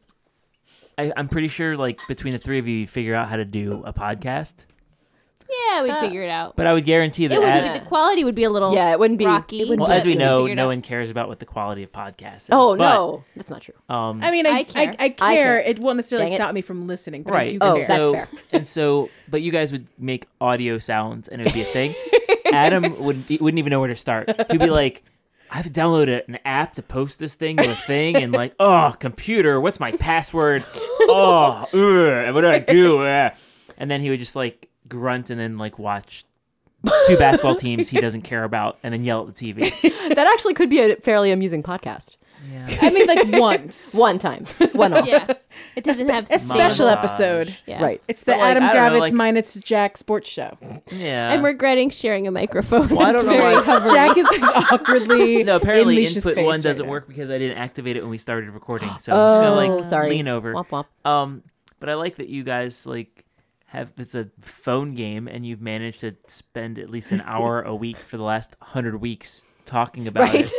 [SPEAKER 7] I, I'm pretty sure like between the three of you, you figure out how to do a podcast.
[SPEAKER 4] yeah, we'd figure it out.
[SPEAKER 7] But I would guarantee that
[SPEAKER 4] It would
[SPEAKER 7] Ad-
[SPEAKER 4] be the quality would be a little
[SPEAKER 6] Uh, Yeah, it wouldn't be-
[SPEAKER 4] rocky.
[SPEAKER 6] it wouldn't
[SPEAKER 7] Well,
[SPEAKER 6] But
[SPEAKER 7] as we
[SPEAKER 4] we'd
[SPEAKER 7] know,
[SPEAKER 4] figure it
[SPEAKER 7] no
[SPEAKER 4] out.
[SPEAKER 7] one cares about what the quality of podcasts is.
[SPEAKER 6] oh
[SPEAKER 7] But,
[SPEAKER 6] no, that's not true.
[SPEAKER 7] Um,
[SPEAKER 2] I mean, I,
[SPEAKER 4] Mm. I
[SPEAKER 2] I
[SPEAKER 4] care.
[SPEAKER 2] care. I,
[SPEAKER 6] I
[SPEAKER 2] care.
[SPEAKER 6] care.
[SPEAKER 2] It won't necessarily
[SPEAKER 6] Dang it.
[SPEAKER 2] stop me from listening, but I
[SPEAKER 7] right.
[SPEAKER 2] do
[SPEAKER 6] Oh, that's
[SPEAKER 2] care.
[SPEAKER 7] so,
[SPEAKER 6] fair.
[SPEAKER 7] and so, but you guys would make audio sounds and it would be a thing. Adam would, he wouldn't even know where to start. He'd be like, I have to download a- an app to post this thing to a thing. And like, oh, computer, what's my password? Oh, ugh, what do I do? Ugh." And then he would just like grunt and then like watch two basketball teams he doesn't care about and then yell at the TV.
[SPEAKER 6] that actually could be a fairly amusing podcast.
[SPEAKER 2] I mean, like once.
[SPEAKER 6] One time, one off.
[SPEAKER 4] Yeah, it doesn't have
[SPEAKER 2] a special
[SPEAKER 7] Montage.
[SPEAKER 2] episode.
[SPEAKER 4] Yeah.
[SPEAKER 6] Right.
[SPEAKER 2] It's the
[SPEAKER 7] But, like,
[SPEAKER 2] Adam
[SPEAKER 7] I don't know,
[SPEAKER 2] Gravitz
[SPEAKER 7] like-
[SPEAKER 2] minus Jack sports show.
[SPEAKER 7] Yeah.
[SPEAKER 4] I'm regretting sharing a microphone.
[SPEAKER 7] Uh, Well, I
[SPEAKER 4] It's
[SPEAKER 7] don't know
[SPEAKER 4] very-
[SPEAKER 7] why-
[SPEAKER 2] Jack is like, awkwardly.
[SPEAKER 7] No, apparently
[SPEAKER 2] in Leash's
[SPEAKER 7] input
[SPEAKER 2] face
[SPEAKER 7] one
[SPEAKER 2] right
[SPEAKER 7] doesn't
[SPEAKER 2] now. Oh,
[SPEAKER 7] work because I didn't activate it when we started recording. So I'm just gonna like
[SPEAKER 6] sorry.
[SPEAKER 7] lean over.
[SPEAKER 6] Womp womp.
[SPEAKER 7] Um, but I like that you guys like have it's a phone game and you've managed to spend at least an hour a week for the last hundred weeks talking about it.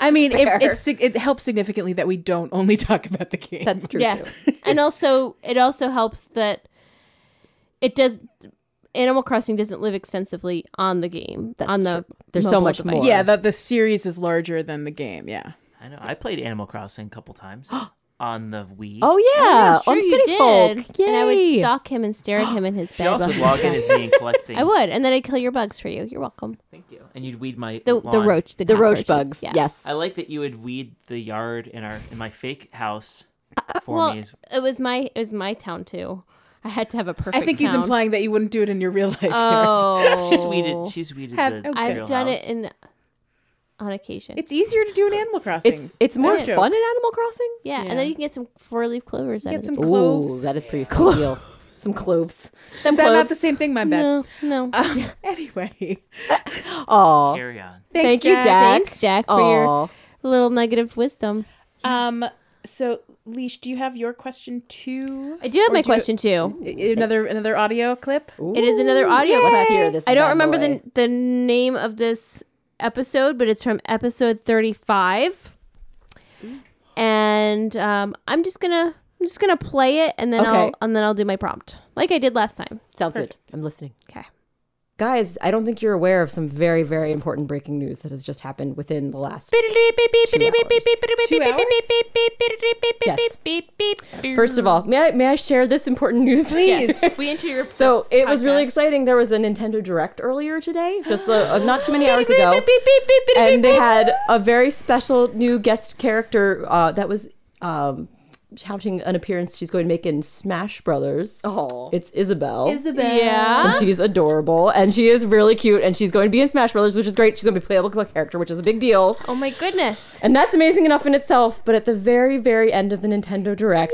[SPEAKER 2] I mean, it, it's, sig- it helps significantly that we don't only talk about the game.
[SPEAKER 6] That's true. Too.
[SPEAKER 4] Yes, and also it also helps that it does. Animal Crossing doesn't live extensively on the game.
[SPEAKER 6] That's
[SPEAKER 4] on the
[SPEAKER 6] true. There's so
[SPEAKER 4] mobile
[SPEAKER 6] much
[SPEAKER 4] device.
[SPEAKER 6] more.
[SPEAKER 2] yeah, the, the series is larger than the game. Yeah.
[SPEAKER 7] I know. I played Animal Crossing a couple times on the Wii.
[SPEAKER 6] Oh yeah,
[SPEAKER 4] That's true,
[SPEAKER 6] on
[SPEAKER 4] you
[SPEAKER 6] City
[SPEAKER 4] did.
[SPEAKER 6] Folk. Yay.
[SPEAKER 4] And I would stalk him and stare at him in his
[SPEAKER 7] She
[SPEAKER 4] bed. while
[SPEAKER 7] also would
[SPEAKER 4] he
[SPEAKER 7] log
[SPEAKER 4] was
[SPEAKER 7] in
[SPEAKER 4] gone.
[SPEAKER 7] as me and collect things.
[SPEAKER 4] I would, and then I'd kill your bugs for you. You're welcome.
[SPEAKER 7] Thank you. And you'd weed my
[SPEAKER 4] The the
[SPEAKER 7] lawn.
[SPEAKER 4] roach, the,
[SPEAKER 6] the roach
[SPEAKER 4] cockroaches.
[SPEAKER 6] bugs.
[SPEAKER 4] Yeah.
[SPEAKER 6] Yes.
[SPEAKER 7] I like that you would weed the yard in our in my fake house
[SPEAKER 4] Uh,
[SPEAKER 7] for
[SPEAKER 4] Well,
[SPEAKER 7] me. as-
[SPEAKER 4] it was my it was my town too. I had to have a perfect.
[SPEAKER 2] I think he's
[SPEAKER 4] town.
[SPEAKER 2] implying that you wouldn't do it in your real life. Eric.
[SPEAKER 4] Oh,
[SPEAKER 7] She's weeded. She's weeded
[SPEAKER 2] Have-
[SPEAKER 7] the.
[SPEAKER 4] I've
[SPEAKER 7] real
[SPEAKER 4] done
[SPEAKER 7] house.
[SPEAKER 4] it in on occasion.
[SPEAKER 2] It's easier to do in Animal Crossing.
[SPEAKER 6] it's it's more
[SPEAKER 2] No joke.
[SPEAKER 6] fun in Animal Crossing.
[SPEAKER 4] yeah,
[SPEAKER 2] yeah.
[SPEAKER 4] and then you can get some four leaf clovers. out
[SPEAKER 2] Get
[SPEAKER 4] of
[SPEAKER 2] some
[SPEAKER 4] it.
[SPEAKER 2] cloves.
[SPEAKER 6] Ooh, that is pretty steal. Some cloves.
[SPEAKER 2] Is that not the same thing? My bad.
[SPEAKER 4] No, no.
[SPEAKER 2] Anyway,
[SPEAKER 6] Oh,
[SPEAKER 7] Carry on.
[SPEAKER 6] thank
[SPEAKER 2] Thanks,
[SPEAKER 6] you,
[SPEAKER 2] Jack.
[SPEAKER 6] Jack.
[SPEAKER 4] Thanks, Jack, for your
[SPEAKER 6] Aw.
[SPEAKER 4] little nugget of wisdom.
[SPEAKER 2] Um. So, Leash, do you have your question too?
[SPEAKER 4] I do have
[SPEAKER 2] Or
[SPEAKER 4] my
[SPEAKER 2] do you-
[SPEAKER 4] question too.
[SPEAKER 2] Another another audio clip.
[SPEAKER 4] It is another audio
[SPEAKER 6] Let's
[SPEAKER 4] clip.
[SPEAKER 6] hear this
[SPEAKER 4] I don't
[SPEAKER 6] bad
[SPEAKER 4] remember
[SPEAKER 6] boy.
[SPEAKER 4] the the name of this episode, but it's from episode thirty five, and um, I'm just gonna I'm just gonna play it, and then I'll
[SPEAKER 6] Okay.
[SPEAKER 4] and then I'll do my prompt like I did last time.
[SPEAKER 6] Sounds good. I'm listening.
[SPEAKER 4] Okay.
[SPEAKER 6] Guys, I don't think you're aware of some very, very important breaking news that has just happened within the last. First of all, may I, may I share this important news?
[SPEAKER 4] Yes, we enter your
[SPEAKER 6] So it was really exciting. There was a Nintendo Direct earlier today, just uh, not too many hours ago, and they had a very special new guest character uh, that was um, shouting an appearance she's going to make in Smash Brothers.
[SPEAKER 3] Oh.
[SPEAKER 6] It's Isabel.
[SPEAKER 2] Isabel.
[SPEAKER 4] Yeah.
[SPEAKER 6] and she's adorable and she is really cute and she's going to be in Smash Brothers, which is great. She's going to be a playable character, which is a big deal.
[SPEAKER 4] Oh my goodness.
[SPEAKER 6] And that's amazing enough in itself, but at the very, very end of the Nintendo Direct,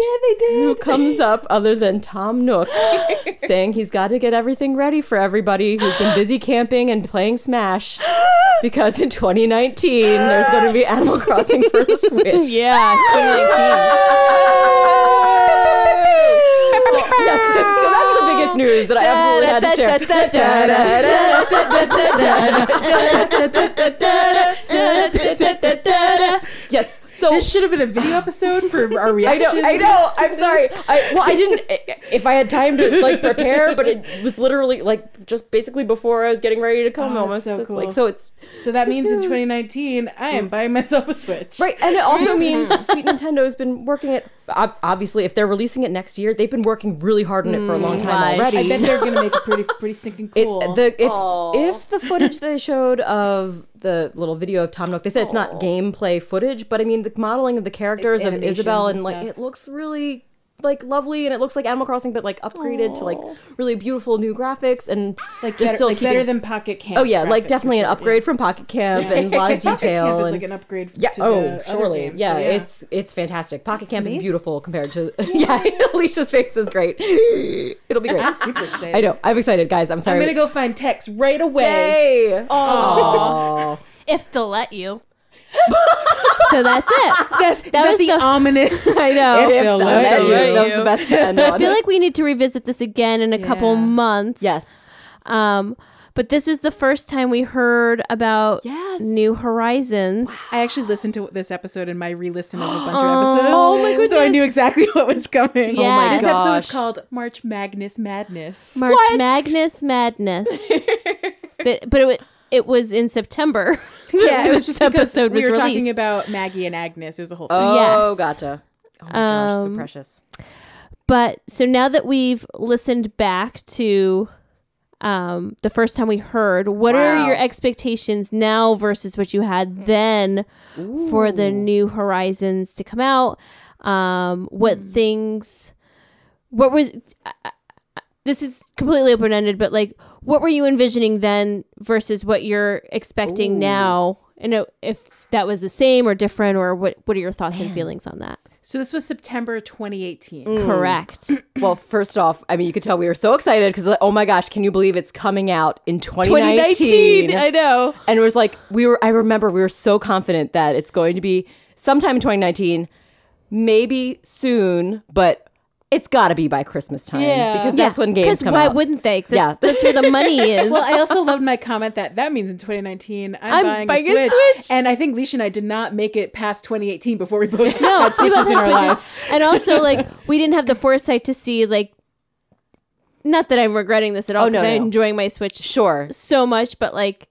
[SPEAKER 6] who comes up other than Tom Nook saying he's got to get everything ready for everybody who's been busy camping and playing Smash because in 2019 there's going to be Animal Crossing for the Switch.
[SPEAKER 4] Yeah.
[SPEAKER 6] So, yes, so that's the biggest news that I absolutely had to share. Yes. So
[SPEAKER 2] This should have been a video episode for our
[SPEAKER 6] I know.
[SPEAKER 2] reaction.
[SPEAKER 6] I know. I'm sorry. I well, I didn't. If I had time to like prepare, but it was literally like just basically before I was getting ready to come.
[SPEAKER 2] Oh,
[SPEAKER 6] almost.
[SPEAKER 2] that's so
[SPEAKER 6] It's
[SPEAKER 2] cool.
[SPEAKER 6] like so. It's
[SPEAKER 2] So that means in 2019, I am buying myself a Switch.
[SPEAKER 6] right, and it also means Sweet Nintendo has been working it. ob- Obviously, if they're releasing it next year, they've been working really hard on it for a
[SPEAKER 2] Mm.
[SPEAKER 6] long time already.
[SPEAKER 2] I bet they're gonna make it pretty, pretty stinking
[SPEAKER 6] It,
[SPEAKER 2] cool.
[SPEAKER 6] the, if, if the footage they showed of the little video of Tom Nook, they said it's not gameplay footage, but I mean the modeling of the characters
[SPEAKER 2] It's
[SPEAKER 6] of
[SPEAKER 2] animations
[SPEAKER 6] Isabel and,
[SPEAKER 2] and
[SPEAKER 6] like
[SPEAKER 2] stuff.
[SPEAKER 6] it looks really like lovely and it looks like Animal Crossing, but like upgraded to like really beautiful new graphics and
[SPEAKER 2] like
[SPEAKER 6] just
[SPEAKER 2] better,
[SPEAKER 6] still
[SPEAKER 2] like
[SPEAKER 6] keeping-
[SPEAKER 2] better than Pocket Camp.
[SPEAKER 6] oh yeah, like
[SPEAKER 2] graphics,
[SPEAKER 6] definitely an
[SPEAKER 2] for sure,
[SPEAKER 6] upgrade from Pocket Camp and a lot of
[SPEAKER 2] Because Pocket
[SPEAKER 6] detail.
[SPEAKER 2] Camp is
[SPEAKER 6] and-
[SPEAKER 2] like an upgrade.
[SPEAKER 6] yeah.
[SPEAKER 2] To the
[SPEAKER 6] Oh,
[SPEAKER 2] other
[SPEAKER 6] surely.
[SPEAKER 2] games,
[SPEAKER 6] yeah,
[SPEAKER 2] so
[SPEAKER 6] It's it's fantastic. Pocket Camp is beautiful compared to. Yeah. Alicia's face is great. It'll be great.
[SPEAKER 2] I'm super excited.
[SPEAKER 6] I know. I'm excited, guys. I'm sorry.
[SPEAKER 2] I'm gonna go find Tex right away.
[SPEAKER 6] Yay.
[SPEAKER 4] If they'll let you. so that's it.
[SPEAKER 2] That's, that
[SPEAKER 4] was
[SPEAKER 2] the
[SPEAKER 4] the-
[SPEAKER 2] ominous. I
[SPEAKER 6] If they'll
[SPEAKER 2] They'll
[SPEAKER 6] let
[SPEAKER 2] let you.
[SPEAKER 6] you. That was the best to end
[SPEAKER 4] I
[SPEAKER 6] on.
[SPEAKER 4] feel like we need to revisit this again in a couple
[SPEAKER 2] Yeah.
[SPEAKER 4] months.
[SPEAKER 6] Yes.
[SPEAKER 4] Um, but this was the first time we heard about
[SPEAKER 6] Yes.
[SPEAKER 4] New Horizons.
[SPEAKER 2] I actually listened to this episode in my re-listen of a bunch of episodes.
[SPEAKER 4] Oh my
[SPEAKER 2] So I knew
[SPEAKER 4] goodness.
[SPEAKER 2] exactly what was coming.
[SPEAKER 4] Oh my
[SPEAKER 2] this episode is
[SPEAKER 6] gosh.
[SPEAKER 2] called March Magnus Madness.
[SPEAKER 4] March Magnus Madness. that, but it, wa- it was in September.
[SPEAKER 2] yeah, it was
[SPEAKER 4] This
[SPEAKER 2] just because
[SPEAKER 4] episode
[SPEAKER 2] we
[SPEAKER 4] was
[SPEAKER 2] were talking
[SPEAKER 4] released.
[SPEAKER 2] about Maggie and Agnes. It was a whole thing.
[SPEAKER 6] Oh,
[SPEAKER 4] Yes.
[SPEAKER 6] gotcha. Oh my gosh, so
[SPEAKER 4] Um,
[SPEAKER 6] precious.
[SPEAKER 4] But so now that we've listened back to um, the first time we heard, what are
[SPEAKER 6] Wow.
[SPEAKER 4] your expectations now versus what you had then for the new Horizons to come out? Um, what things, what was, I- I- I- this is completely open ended, but like, what were you envisioning then versus what you're expecting now? And uh, if that was the same or different, or what, what are your thoughts and feelings on that?
[SPEAKER 2] So this was September 2018.
[SPEAKER 4] Mm. Correct.
[SPEAKER 6] Well, first off, I mean, you could tell we were so excited because, like, oh my gosh, can you believe it's coming out in 2019?
[SPEAKER 4] I know.
[SPEAKER 6] and it was like we were i remember we were so confident that it's going to be sometime in 2019 maybe soon but it's got to be by christmas time
[SPEAKER 4] Yeah.
[SPEAKER 6] because that's when games come
[SPEAKER 4] why
[SPEAKER 6] out
[SPEAKER 4] wouldn't they? 'Cause
[SPEAKER 6] Yeah.
[SPEAKER 4] That's, that's where the money is.
[SPEAKER 2] Well, I also loved my comment that that means in 2019 I'm,
[SPEAKER 4] I'm
[SPEAKER 2] buying,
[SPEAKER 4] buying
[SPEAKER 2] a,
[SPEAKER 4] a
[SPEAKER 2] Switch.
[SPEAKER 4] Switch.
[SPEAKER 2] And I think Leisha and I did not make it past 2018 before we both
[SPEAKER 4] no,
[SPEAKER 2] had
[SPEAKER 4] we
[SPEAKER 2] Switches
[SPEAKER 4] both
[SPEAKER 2] in
[SPEAKER 4] had
[SPEAKER 2] our
[SPEAKER 4] switches.
[SPEAKER 2] lives.
[SPEAKER 4] And also, like, we didn't have the foresight to see, like, not that I'm regretting this at all
[SPEAKER 6] Oh, no,
[SPEAKER 4] because I'm
[SPEAKER 6] no.
[SPEAKER 4] enjoying my Switch
[SPEAKER 6] sure
[SPEAKER 4] so much, but like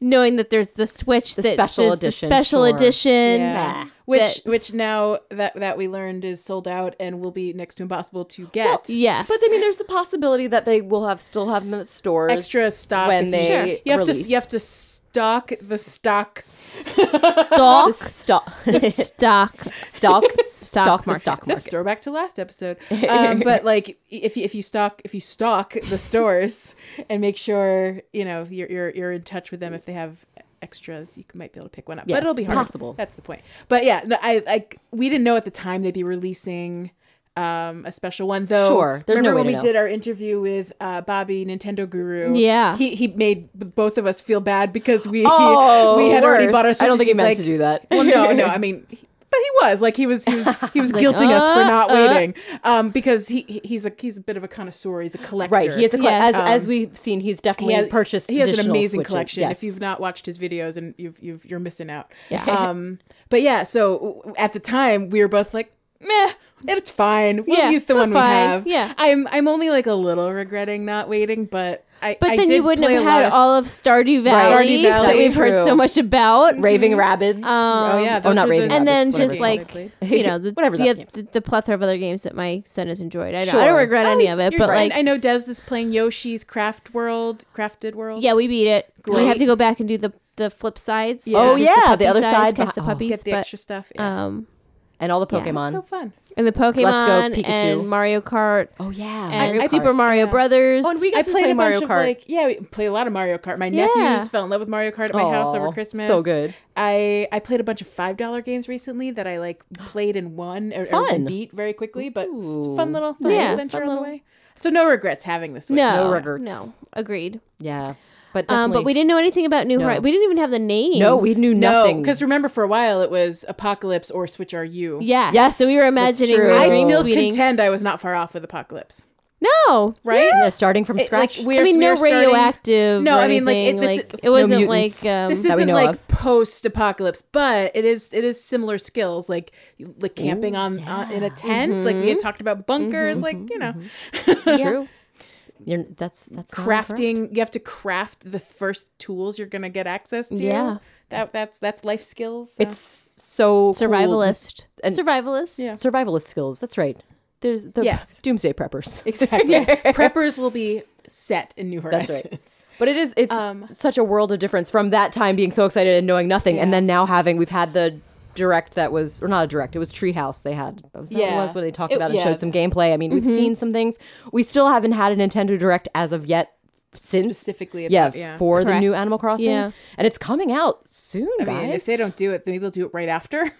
[SPEAKER 4] knowing that there's the Switch,
[SPEAKER 6] The
[SPEAKER 4] that
[SPEAKER 6] special
[SPEAKER 4] there's
[SPEAKER 6] edition,
[SPEAKER 4] the special
[SPEAKER 6] sure.
[SPEAKER 4] edition,
[SPEAKER 2] Yeah.
[SPEAKER 4] that-
[SPEAKER 2] Which which now that that we learned is sold out and will be next to impossible to get.
[SPEAKER 4] yes,
[SPEAKER 6] but i mean there's the possibility that they will have still have them at stores
[SPEAKER 2] Extra stock
[SPEAKER 6] When
[SPEAKER 2] if you-
[SPEAKER 6] they
[SPEAKER 2] Sure. you have
[SPEAKER 6] release.
[SPEAKER 2] to you have to stock the stock.
[SPEAKER 4] stock,
[SPEAKER 6] the stock
[SPEAKER 4] the stock,
[SPEAKER 6] stock stock the
[SPEAKER 4] market.
[SPEAKER 6] stock
[SPEAKER 2] That's
[SPEAKER 6] market
[SPEAKER 2] throwback to last episode. Um, but like if you, if you stock if you stock the stores and make sure you know you're you're, you're in touch with them if they have extras you might be able to pick one up
[SPEAKER 6] Yes,
[SPEAKER 2] but it'll be
[SPEAKER 6] it's
[SPEAKER 2] hard.
[SPEAKER 6] possible.
[SPEAKER 2] that's the point but yeah no, i like we didn't know at the time they'd be releasing um a special one though
[SPEAKER 6] Sure, there's no
[SPEAKER 2] remember
[SPEAKER 6] way
[SPEAKER 2] when
[SPEAKER 6] to
[SPEAKER 2] we
[SPEAKER 6] know.
[SPEAKER 2] did our interview with uh bobby nintendo guru
[SPEAKER 4] Yeah.
[SPEAKER 2] he he made both of us feel bad because we
[SPEAKER 6] oh
[SPEAKER 2] we had already
[SPEAKER 6] worse.
[SPEAKER 2] bought our switches
[SPEAKER 6] i don't think he
[SPEAKER 2] He's
[SPEAKER 6] meant
[SPEAKER 2] like,
[SPEAKER 6] to do that
[SPEAKER 2] well, no, no. I mean, he- but he was like he was he was he was guilting us
[SPEAKER 4] uh,
[SPEAKER 2] for not waiting um, because he he- he's a he's a bit of a connoisseur. He's a collector. Um,
[SPEAKER 6] Right, he has a Um, collect-
[SPEAKER 4] Yes.
[SPEAKER 6] as, as we've seen, he's
[SPEAKER 2] He
[SPEAKER 6] definitely
[SPEAKER 2] has-
[SPEAKER 6] purchased.
[SPEAKER 2] He has an
[SPEAKER 6] additional
[SPEAKER 2] amazing
[SPEAKER 6] switches.
[SPEAKER 2] collection.
[SPEAKER 6] Yes.
[SPEAKER 2] If you've not watched his videos, and you've you've you're missing out. Yeah. Um. But yeah. So w- at the time, we were both like, meh. It's fine. We'll
[SPEAKER 4] Yeah,
[SPEAKER 2] use the
[SPEAKER 4] we're
[SPEAKER 2] one we
[SPEAKER 4] fine.
[SPEAKER 2] have.
[SPEAKER 4] Yeah.
[SPEAKER 2] I'm I'm only like a little regretting not waiting, but I
[SPEAKER 4] But
[SPEAKER 2] I
[SPEAKER 4] then
[SPEAKER 2] did
[SPEAKER 4] you wouldn't
[SPEAKER 2] play
[SPEAKER 4] have
[SPEAKER 2] a lot
[SPEAKER 4] had
[SPEAKER 2] of
[SPEAKER 4] all of Stardew Valley,
[SPEAKER 2] Stardew
[SPEAKER 4] that
[SPEAKER 2] Valley.
[SPEAKER 4] we've heard so
[SPEAKER 6] True.
[SPEAKER 4] much about.
[SPEAKER 6] raving rabbits.
[SPEAKER 2] oh
[SPEAKER 6] Mm-hmm.
[SPEAKER 2] yeah,
[SPEAKER 6] oh,
[SPEAKER 2] those
[SPEAKER 6] not
[SPEAKER 2] were the-
[SPEAKER 6] Raven
[SPEAKER 4] and then
[SPEAKER 6] Rabbits, whatever
[SPEAKER 4] just
[SPEAKER 6] it's
[SPEAKER 4] like
[SPEAKER 2] called.
[SPEAKER 4] you know the,
[SPEAKER 6] Whatever
[SPEAKER 4] the,
[SPEAKER 6] that game's
[SPEAKER 4] the, plethora of other games that my son has enjoyed. I don't, I
[SPEAKER 6] Sure. Oh,
[SPEAKER 4] don't regret any of it,
[SPEAKER 2] Oh, You're
[SPEAKER 4] but
[SPEAKER 2] right.
[SPEAKER 4] like
[SPEAKER 2] I know Des is playing Yoshi's Craft World, Crafted World.
[SPEAKER 4] yeah, we beat it. We have
[SPEAKER 2] Great.
[SPEAKER 4] to go back and do the the flip sides.
[SPEAKER 6] Oh,
[SPEAKER 4] which is
[SPEAKER 6] yeah, the
[SPEAKER 4] puppy
[SPEAKER 6] other side
[SPEAKER 4] sides, catch the
[SPEAKER 6] beh- oh,
[SPEAKER 4] puppies.
[SPEAKER 2] get the
[SPEAKER 4] but
[SPEAKER 2] extra stuff. Yeah.
[SPEAKER 4] um,
[SPEAKER 6] and all the
[SPEAKER 4] Yeah.
[SPEAKER 6] Pokemon.
[SPEAKER 2] So fun.
[SPEAKER 4] And the Pokemon
[SPEAKER 6] Pikachu.
[SPEAKER 4] and Mario Kart
[SPEAKER 6] oh yeah,
[SPEAKER 4] and
[SPEAKER 6] Mario
[SPEAKER 4] Super
[SPEAKER 6] Kart.
[SPEAKER 4] Mario
[SPEAKER 2] Yeah.
[SPEAKER 4] Brothers.
[SPEAKER 6] Oh, and we
[SPEAKER 2] I
[SPEAKER 6] got to
[SPEAKER 2] played
[SPEAKER 6] play
[SPEAKER 2] a
[SPEAKER 6] Mario
[SPEAKER 2] bunch
[SPEAKER 6] Kart.
[SPEAKER 2] of like yeah, we played a lot of Mario Kart. My
[SPEAKER 4] Yeah.
[SPEAKER 2] nephews fell in love with Mario Kart at my house over
[SPEAKER 6] Aw,
[SPEAKER 2] Christmas.
[SPEAKER 6] So good.
[SPEAKER 2] I I played a bunch of five dollar games recently that I like played and won or, or
[SPEAKER 6] Fun.
[SPEAKER 2] beat very quickly. But it's a fun little fun
[SPEAKER 4] Yeah,
[SPEAKER 2] little adventure
[SPEAKER 4] fun
[SPEAKER 2] on the way. So no regrets having this. Week.
[SPEAKER 4] no,
[SPEAKER 6] No regrets.
[SPEAKER 4] No, agreed.
[SPEAKER 6] Yeah, but
[SPEAKER 4] Um, but
[SPEAKER 6] definitely-
[SPEAKER 4] we didn't know anything about New
[SPEAKER 6] No.
[SPEAKER 4] Horizons. We didn't even have the name.
[SPEAKER 6] no, we knew
[SPEAKER 2] no,
[SPEAKER 6] nothing
[SPEAKER 2] because remember for a while it was Apocalypse or Switch Are You.
[SPEAKER 4] Yes.
[SPEAKER 6] Yes,
[SPEAKER 4] So we were
[SPEAKER 6] that's
[SPEAKER 4] imagining.
[SPEAKER 6] true.
[SPEAKER 4] we were
[SPEAKER 2] I
[SPEAKER 4] dream
[SPEAKER 2] still
[SPEAKER 4] sweeting.
[SPEAKER 2] contend I was not far off with Apocalypse.
[SPEAKER 4] No,
[SPEAKER 2] Right?
[SPEAKER 6] Yeah, starting from
[SPEAKER 2] It- like,
[SPEAKER 6] scratch.
[SPEAKER 2] we're-
[SPEAKER 4] I mean,
[SPEAKER 2] we
[SPEAKER 4] no
[SPEAKER 2] are starting-
[SPEAKER 4] radioactive.
[SPEAKER 2] No,
[SPEAKER 4] or
[SPEAKER 2] I mean, like, it-
[SPEAKER 4] anything,
[SPEAKER 2] this
[SPEAKER 4] like,
[SPEAKER 2] is-
[SPEAKER 4] it wasn't
[SPEAKER 6] mutants.
[SPEAKER 4] like um,
[SPEAKER 2] this
[SPEAKER 6] that we
[SPEAKER 2] isn't
[SPEAKER 6] know
[SPEAKER 2] like
[SPEAKER 6] of.
[SPEAKER 2] post apocalypse, but it is it is similar skills like like camping on on- in a tent. Like
[SPEAKER 6] Mm-hmm.
[SPEAKER 2] we had talked about bunkers, like you know,
[SPEAKER 6] That's true. You're, that's that's not incorrect.
[SPEAKER 2] crafting. You have to craft the first tools you're gonna get access to.
[SPEAKER 4] Yeah.
[SPEAKER 2] that that's that's life skills. so.
[SPEAKER 6] It's so cool to-
[SPEAKER 4] survivalist.
[SPEAKER 6] and-
[SPEAKER 4] survivalist.
[SPEAKER 6] survivalist skills. That's right. There's the
[SPEAKER 2] Yes.
[SPEAKER 6] doomsday preppers.
[SPEAKER 2] exactly preppers will be set in New
[SPEAKER 6] That's
[SPEAKER 2] Horizons.
[SPEAKER 6] right. But it is it's such a world of difference from that time being so excited and knowing nothing, and then now having we've had the direct that was or not a direct it was treehouse they had that was, that what it
[SPEAKER 2] Yeah.
[SPEAKER 6] was where they talked
[SPEAKER 2] It-
[SPEAKER 6] about and
[SPEAKER 2] yeah.
[SPEAKER 6] showed some gameplay i mean we've seen some things we still haven't had a nintendo direct as of yet since
[SPEAKER 2] Specifically,
[SPEAKER 6] yeah,
[SPEAKER 2] about, yeah.
[SPEAKER 6] for the
[SPEAKER 4] Correct.
[SPEAKER 6] new animal crossing
[SPEAKER 4] Yeah.
[SPEAKER 6] and it's coming out soon
[SPEAKER 2] I mean, if
[SPEAKER 6] guys
[SPEAKER 2] they don't do it, then maybe they'll do it right after.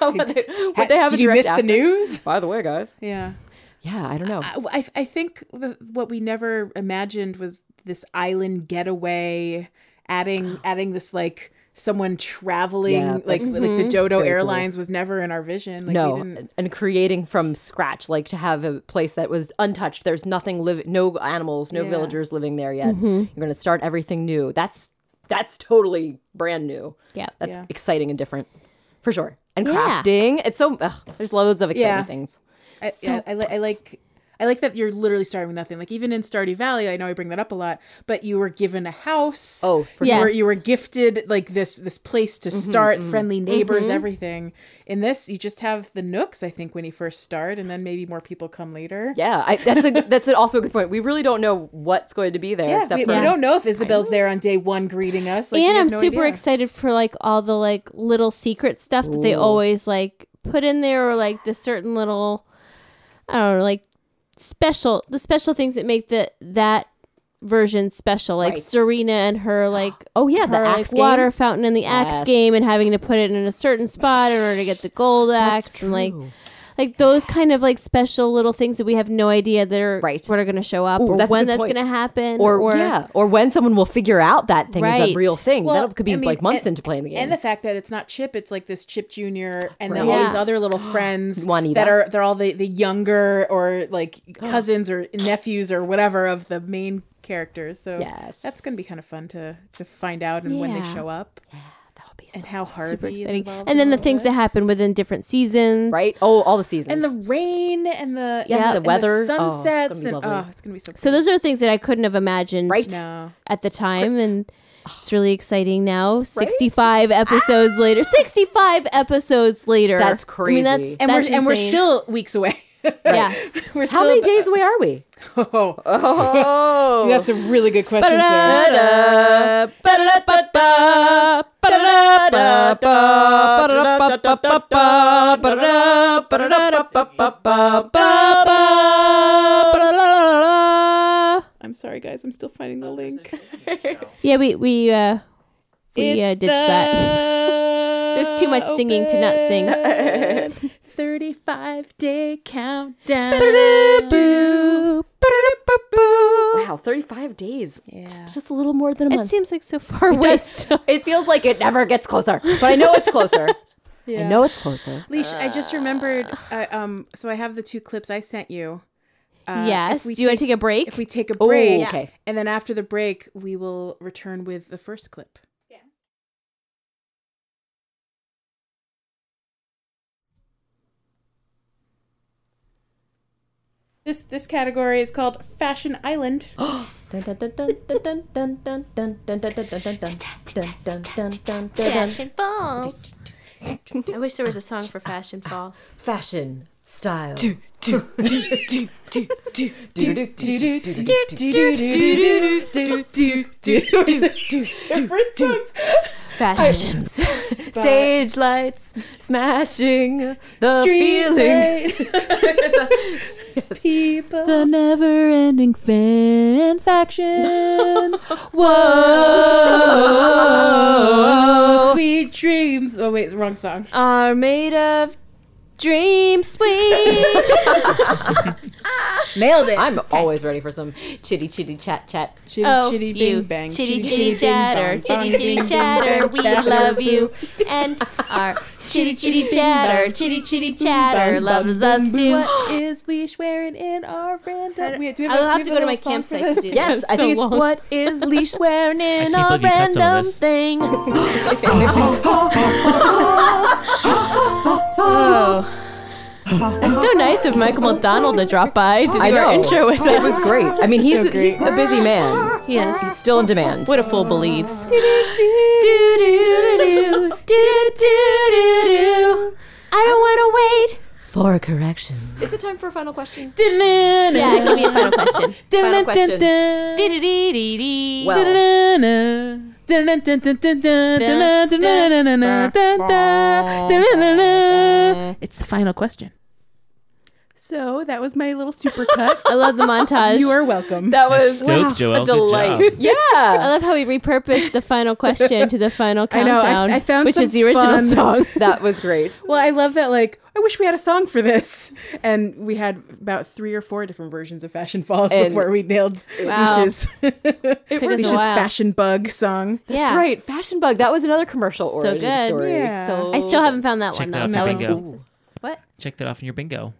[SPEAKER 6] Would they have
[SPEAKER 2] Did
[SPEAKER 6] a
[SPEAKER 2] you
[SPEAKER 6] direct
[SPEAKER 2] miss
[SPEAKER 6] after?
[SPEAKER 2] the news?
[SPEAKER 6] by the way guys
[SPEAKER 2] Yeah.
[SPEAKER 6] yeah i don't know
[SPEAKER 2] I, I- I think the, what we never imagined was this island getaway, adding adding this like someone traveling
[SPEAKER 6] Yeah,
[SPEAKER 2] like
[SPEAKER 6] that's
[SPEAKER 2] like the Dodo
[SPEAKER 6] very cool.
[SPEAKER 2] Airlines was never in our vision. Like,
[SPEAKER 6] no,
[SPEAKER 2] we didn't,
[SPEAKER 6] and creating from scratch, like to have a place that was untouched. There's nothing live, no animals, no
[SPEAKER 2] Yeah. Mm-hmm.
[SPEAKER 6] villagers living there yet. You're going to start everything new. That's that's totally brand new.
[SPEAKER 4] Yeah.
[SPEAKER 6] that's
[SPEAKER 2] Yeah.
[SPEAKER 6] exciting and different for sure. And
[SPEAKER 4] Yeah.
[SPEAKER 6] crafting, it's so ugh, there's loads of exciting
[SPEAKER 2] Yeah.
[SPEAKER 6] things.
[SPEAKER 2] I, yeah, I, li- I like. I like that you're literally starting with nothing. Like even in Stardew Valley, I know I bring that up a lot, but you were given a house.
[SPEAKER 6] Oh, for Mm-hmm,
[SPEAKER 2] you
[SPEAKER 4] Yes.
[SPEAKER 2] were you were gifted like this this place to start, friendly neighbors, everything. In this, you just have the nooks. I think when you first start, and then maybe more people come later.
[SPEAKER 6] Yeah, I, that's a that's a- also a good point. We really don't know what's going to be there
[SPEAKER 2] Yeah,
[SPEAKER 6] except
[SPEAKER 2] we,
[SPEAKER 6] for
[SPEAKER 2] we don't know if Isabel's there on day one greeting us. Like, we
[SPEAKER 4] and
[SPEAKER 2] have
[SPEAKER 4] I'm
[SPEAKER 2] no
[SPEAKER 4] super
[SPEAKER 2] idea.
[SPEAKER 4] excited for like all the like little secret stuff that they always like put in there or like the certain little I don't know like special the special things that make the that version special like
[SPEAKER 6] Right.
[SPEAKER 4] Serena and her like
[SPEAKER 6] Oh, yeah, the
[SPEAKER 4] her,
[SPEAKER 6] axe game?
[SPEAKER 4] water fountain and the axe
[SPEAKER 6] Yes.
[SPEAKER 4] game and having to put it in a certain spot in order to get the gold
[SPEAKER 6] That's
[SPEAKER 4] axe and like
[SPEAKER 6] true.
[SPEAKER 4] like those kind of like special little things that we have no idea that are
[SPEAKER 6] Right.
[SPEAKER 4] what are going to show up
[SPEAKER 6] Ooh,
[SPEAKER 4] or
[SPEAKER 6] that's a
[SPEAKER 4] when
[SPEAKER 6] good
[SPEAKER 4] that's
[SPEAKER 6] point.
[SPEAKER 4] going to happen
[SPEAKER 6] Or, yeah, or when someone will figure out that thing is
[SPEAKER 4] Right.
[SPEAKER 6] a real thing.
[SPEAKER 2] Well,
[SPEAKER 6] that could be
[SPEAKER 2] I mean,
[SPEAKER 6] like months
[SPEAKER 2] and-
[SPEAKER 6] into playing the game.
[SPEAKER 2] And the fact that it's not Chip, it's like this Chip Junior, and then
[SPEAKER 6] Right.
[SPEAKER 2] all these
[SPEAKER 4] Yeah.
[SPEAKER 2] other little friends
[SPEAKER 6] Juanita.
[SPEAKER 2] that are they're all the, the younger or like cousins or nephews or whatever of the main characters. So
[SPEAKER 6] Yes.
[SPEAKER 2] that's gonna be kind of fun to to find out and when they
[SPEAKER 4] Yeah.
[SPEAKER 2] show up
[SPEAKER 6] That'll be
[SPEAKER 2] and how hard
[SPEAKER 4] super
[SPEAKER 2] is
[SPEAKER 4] exciting
[SPEAKER 2] involved
[SPEAKER 4] and then
[SPEAKER 2] in
[SPEAKER 4] the
[SPEAKER 2] all
[SPEAKER 4] things that
[SPEAKER 2] this.
[SPEAKER 4] happen within different seasons
[SPEAKER 6] right? Oh, all the seasons.
[SPEAKER 2] and the rain and the
[SPEAKER 6] Yes,
[SPEAKER 2] and
[SPEAKER 6] the weather. Oh, it's gonna
[SPEAKER 2] sunsets
[SPEAKER 6] be
[SPEAKER 2] and
[SPEAKER 6] lovely.
[SPEAKER 2] oh, it's gonna be so.
[SPEAKER 4] So those are things that I couldn't have imagined
[SPEAKER 6] Right.
[SPEAKER 2] no.
[SPEAKER 4] at the time, and it's really exciting now. Sixty-five episodes later, sixty-five episodes later.
[SPEAKER 6] Ah! That's
[SPEAKER 4] I mean, that's
[SPEAKER 6] crazy.
[SPEAKER 2] and
[SPEAKER 4] that's
[SPEAKER 2] we're and we're
[SPEAKER 4] insane.
[SPEAKER 2] still weeks away.
[SPEAKER 4] yes.
[SPEAKER 2] we're
[SPEAKER 6] How many
[SPEAKER 2] ab-
[SPEAKER 6] days away are we?
[SPEAKER 2] Oh,
[SPEAKER 6] Oh,
[SPEAKER 2] that's a really good question, Sarah. I'm sorry, guys. I'm still finding the link.
[SPEAKER 4] Yeah, we we uh, we uh, ditched that. There's too much singing to not sing.
[SPEAKER 2] 35 day countdown.
[SPEAKER 6] Wow, 35 days. Just, just a little more than a
[SPEAKER 4] It
[SPEAKER 6] month.
[SPEAKER 4] seems like so far away. still.
[SPEAKER 6] It feels like it never gets closer, but I know it's closer. I know it's closer.
[SPEAKER 2] Leash, I just remembered. Uh, um, so I have the two clips I sent you. Uh,
[SPEAKER 4] yes.
[SPEAKER 2] if
[SPEAKER 4] Do
[SPEAKER 2] we
[SPEAKER 4] you want to
[SPEAKER 2] take-
[SPEAKER 4] take a Oh. break?
[SPEAKER 2] If we take a break,
[SPEAKER 6] Oh, okay.
[SPEAKER 2] and then after the break, we will return with the first clip. This this category is called Fashion Island.
[SPEAKER 4] Fashion Falls. I wish there was a song for Fashion Falls.
[SPEAKER 6] Fashion, style.
[SPEAKER 2] Different songs.
[SPEAKER 4] Fashions.
[SPEAKER 6] Stage lights smashing the feeling.
[SPEAKER 2] The never ending fan faction. Whoa. Sweet dreams. Oh, wait, wrong song.
[SPEAKER 4] Are made of dream sweet.
[SPEAKER 2] Nailed it.
[SPEAKER 6] I'm always ready for some chitty chitty chat chat.
[SPEAKER 2] Chitty, chitty,
[SPEAKER 4] Oh, you.
[SPEAKER 2] bing, bang.
[SPEAKER 4] Chitty chitty chatter, chitty chitty chatter, we love you and our chitty chitty chatter, chitty chitty chatter loves us too.
[SPEAKER 2] What is leash wearing in our random? Wait, do we
[SPEAKER 4] I'll
[SPEAKER 2] do
[SPEAKER 4] have
[SPEAKER 2] we
[SPEAKER 4] to go to
[SPEAKER 2] a
[SPEAKER 4] my
[SPEAKER 2] little song for
[SPEAKER 4] campsite to
[SPEAKER 2] this?
[SPEAKER 4] do that.
[SPEAKER 6] Yes, I think it's what is leash wearing in a
[SPEAKER 7] believe you cut some of
[SPEAKER 6] random
[SPEAKER 7] this.
[SPEAKER 6] thing.
[SPEAKER 4] It's so nice of Michael McDonald to drop by to do
[SPEAKER 6] I know.
[SPEAKER 4] our intro with
[SPEAKER 6] It
[SPEAKER 4] us.
[SPEAKER 6] was great. I mean, he's, he's a busy man.
[SPEAKER 4] Yes.
[SPEAKER 6] He's still in demand.
[SPEAKER 4] What a fool believes. I don't want to wait.
[SPEAKER 6] For a correction. Is it time for a final question?
[SPEAKER 4] Yeah, give me a final question.
[SPEAKER 6] Final question. Well,
[SPEAKER 2] It's the final question. So that was my little super cut.
[SPEAKER 4] I love the montage.
[SPEAKER 2] you are welcome.
[SPEAKER 6] that was
[SPEAKER 7] dope,
[SPEAKER 6] wow,
[SPEAKER 7] Joelle.
[SPEAKER 6] a
[SPEAKER 7] Good
[SPEAKER 6] delight.
[SPEAKER 7] job.
[SPEAKER 4] I
[SPEAKER 6] Yeah.
[SPEAKER 4] love how we repurposed the final question to the final
[SPEAKER 2] I know, I-
[SPEAKER 4] countdown,
[SPEAKER 2] I found
[SPEAKER 4] which
[SPEAKER 2] some
[SPEAKER 4] is the original
[SPEAKER 2] fun-
[SPEAKER 4] song.
[SPEAKER 6] That was great.
[SPEAKER 2] Well, I love that. Like, I wish we had a song for this, and we had about three or four different versions of "Fashion Falls"
[SPEAKER 6] And-
[SPEAKER 2] before we nailed
[SPEAKER 4] Wow.
[SPEAKER 2] Leisha's,
[SPEAKER 4] took us a
[SPEAKER 2] Leisha's
[SPEAKER 4] while.
[SPEAKER 2] fashion bug song.
[SPEAKER 4] yeah.
[SPEAKER 6] That's right. Fashion Bug. That was another commercial
[SPEAKER 4] So
[SPEAKER 6] origin
[SPEAKER 4] good.
[SPEAKER 6] story.
[SPEAKER 2] Yeah.
[SPEAKER 6] So
[SPEAKER 4] I still haven't found that
[SPEAKER 7] Check that
[SPEAKER 4] one.
[SPEAKER 7] off
[SPEAKER 4] though.
[SPEAKER 7] your
[SPEAKER 4] That
[SPEAKER 7] bingo.
[SPEAKER 4] one's- What?
[SPEAKER 7] Check that off in your bingo.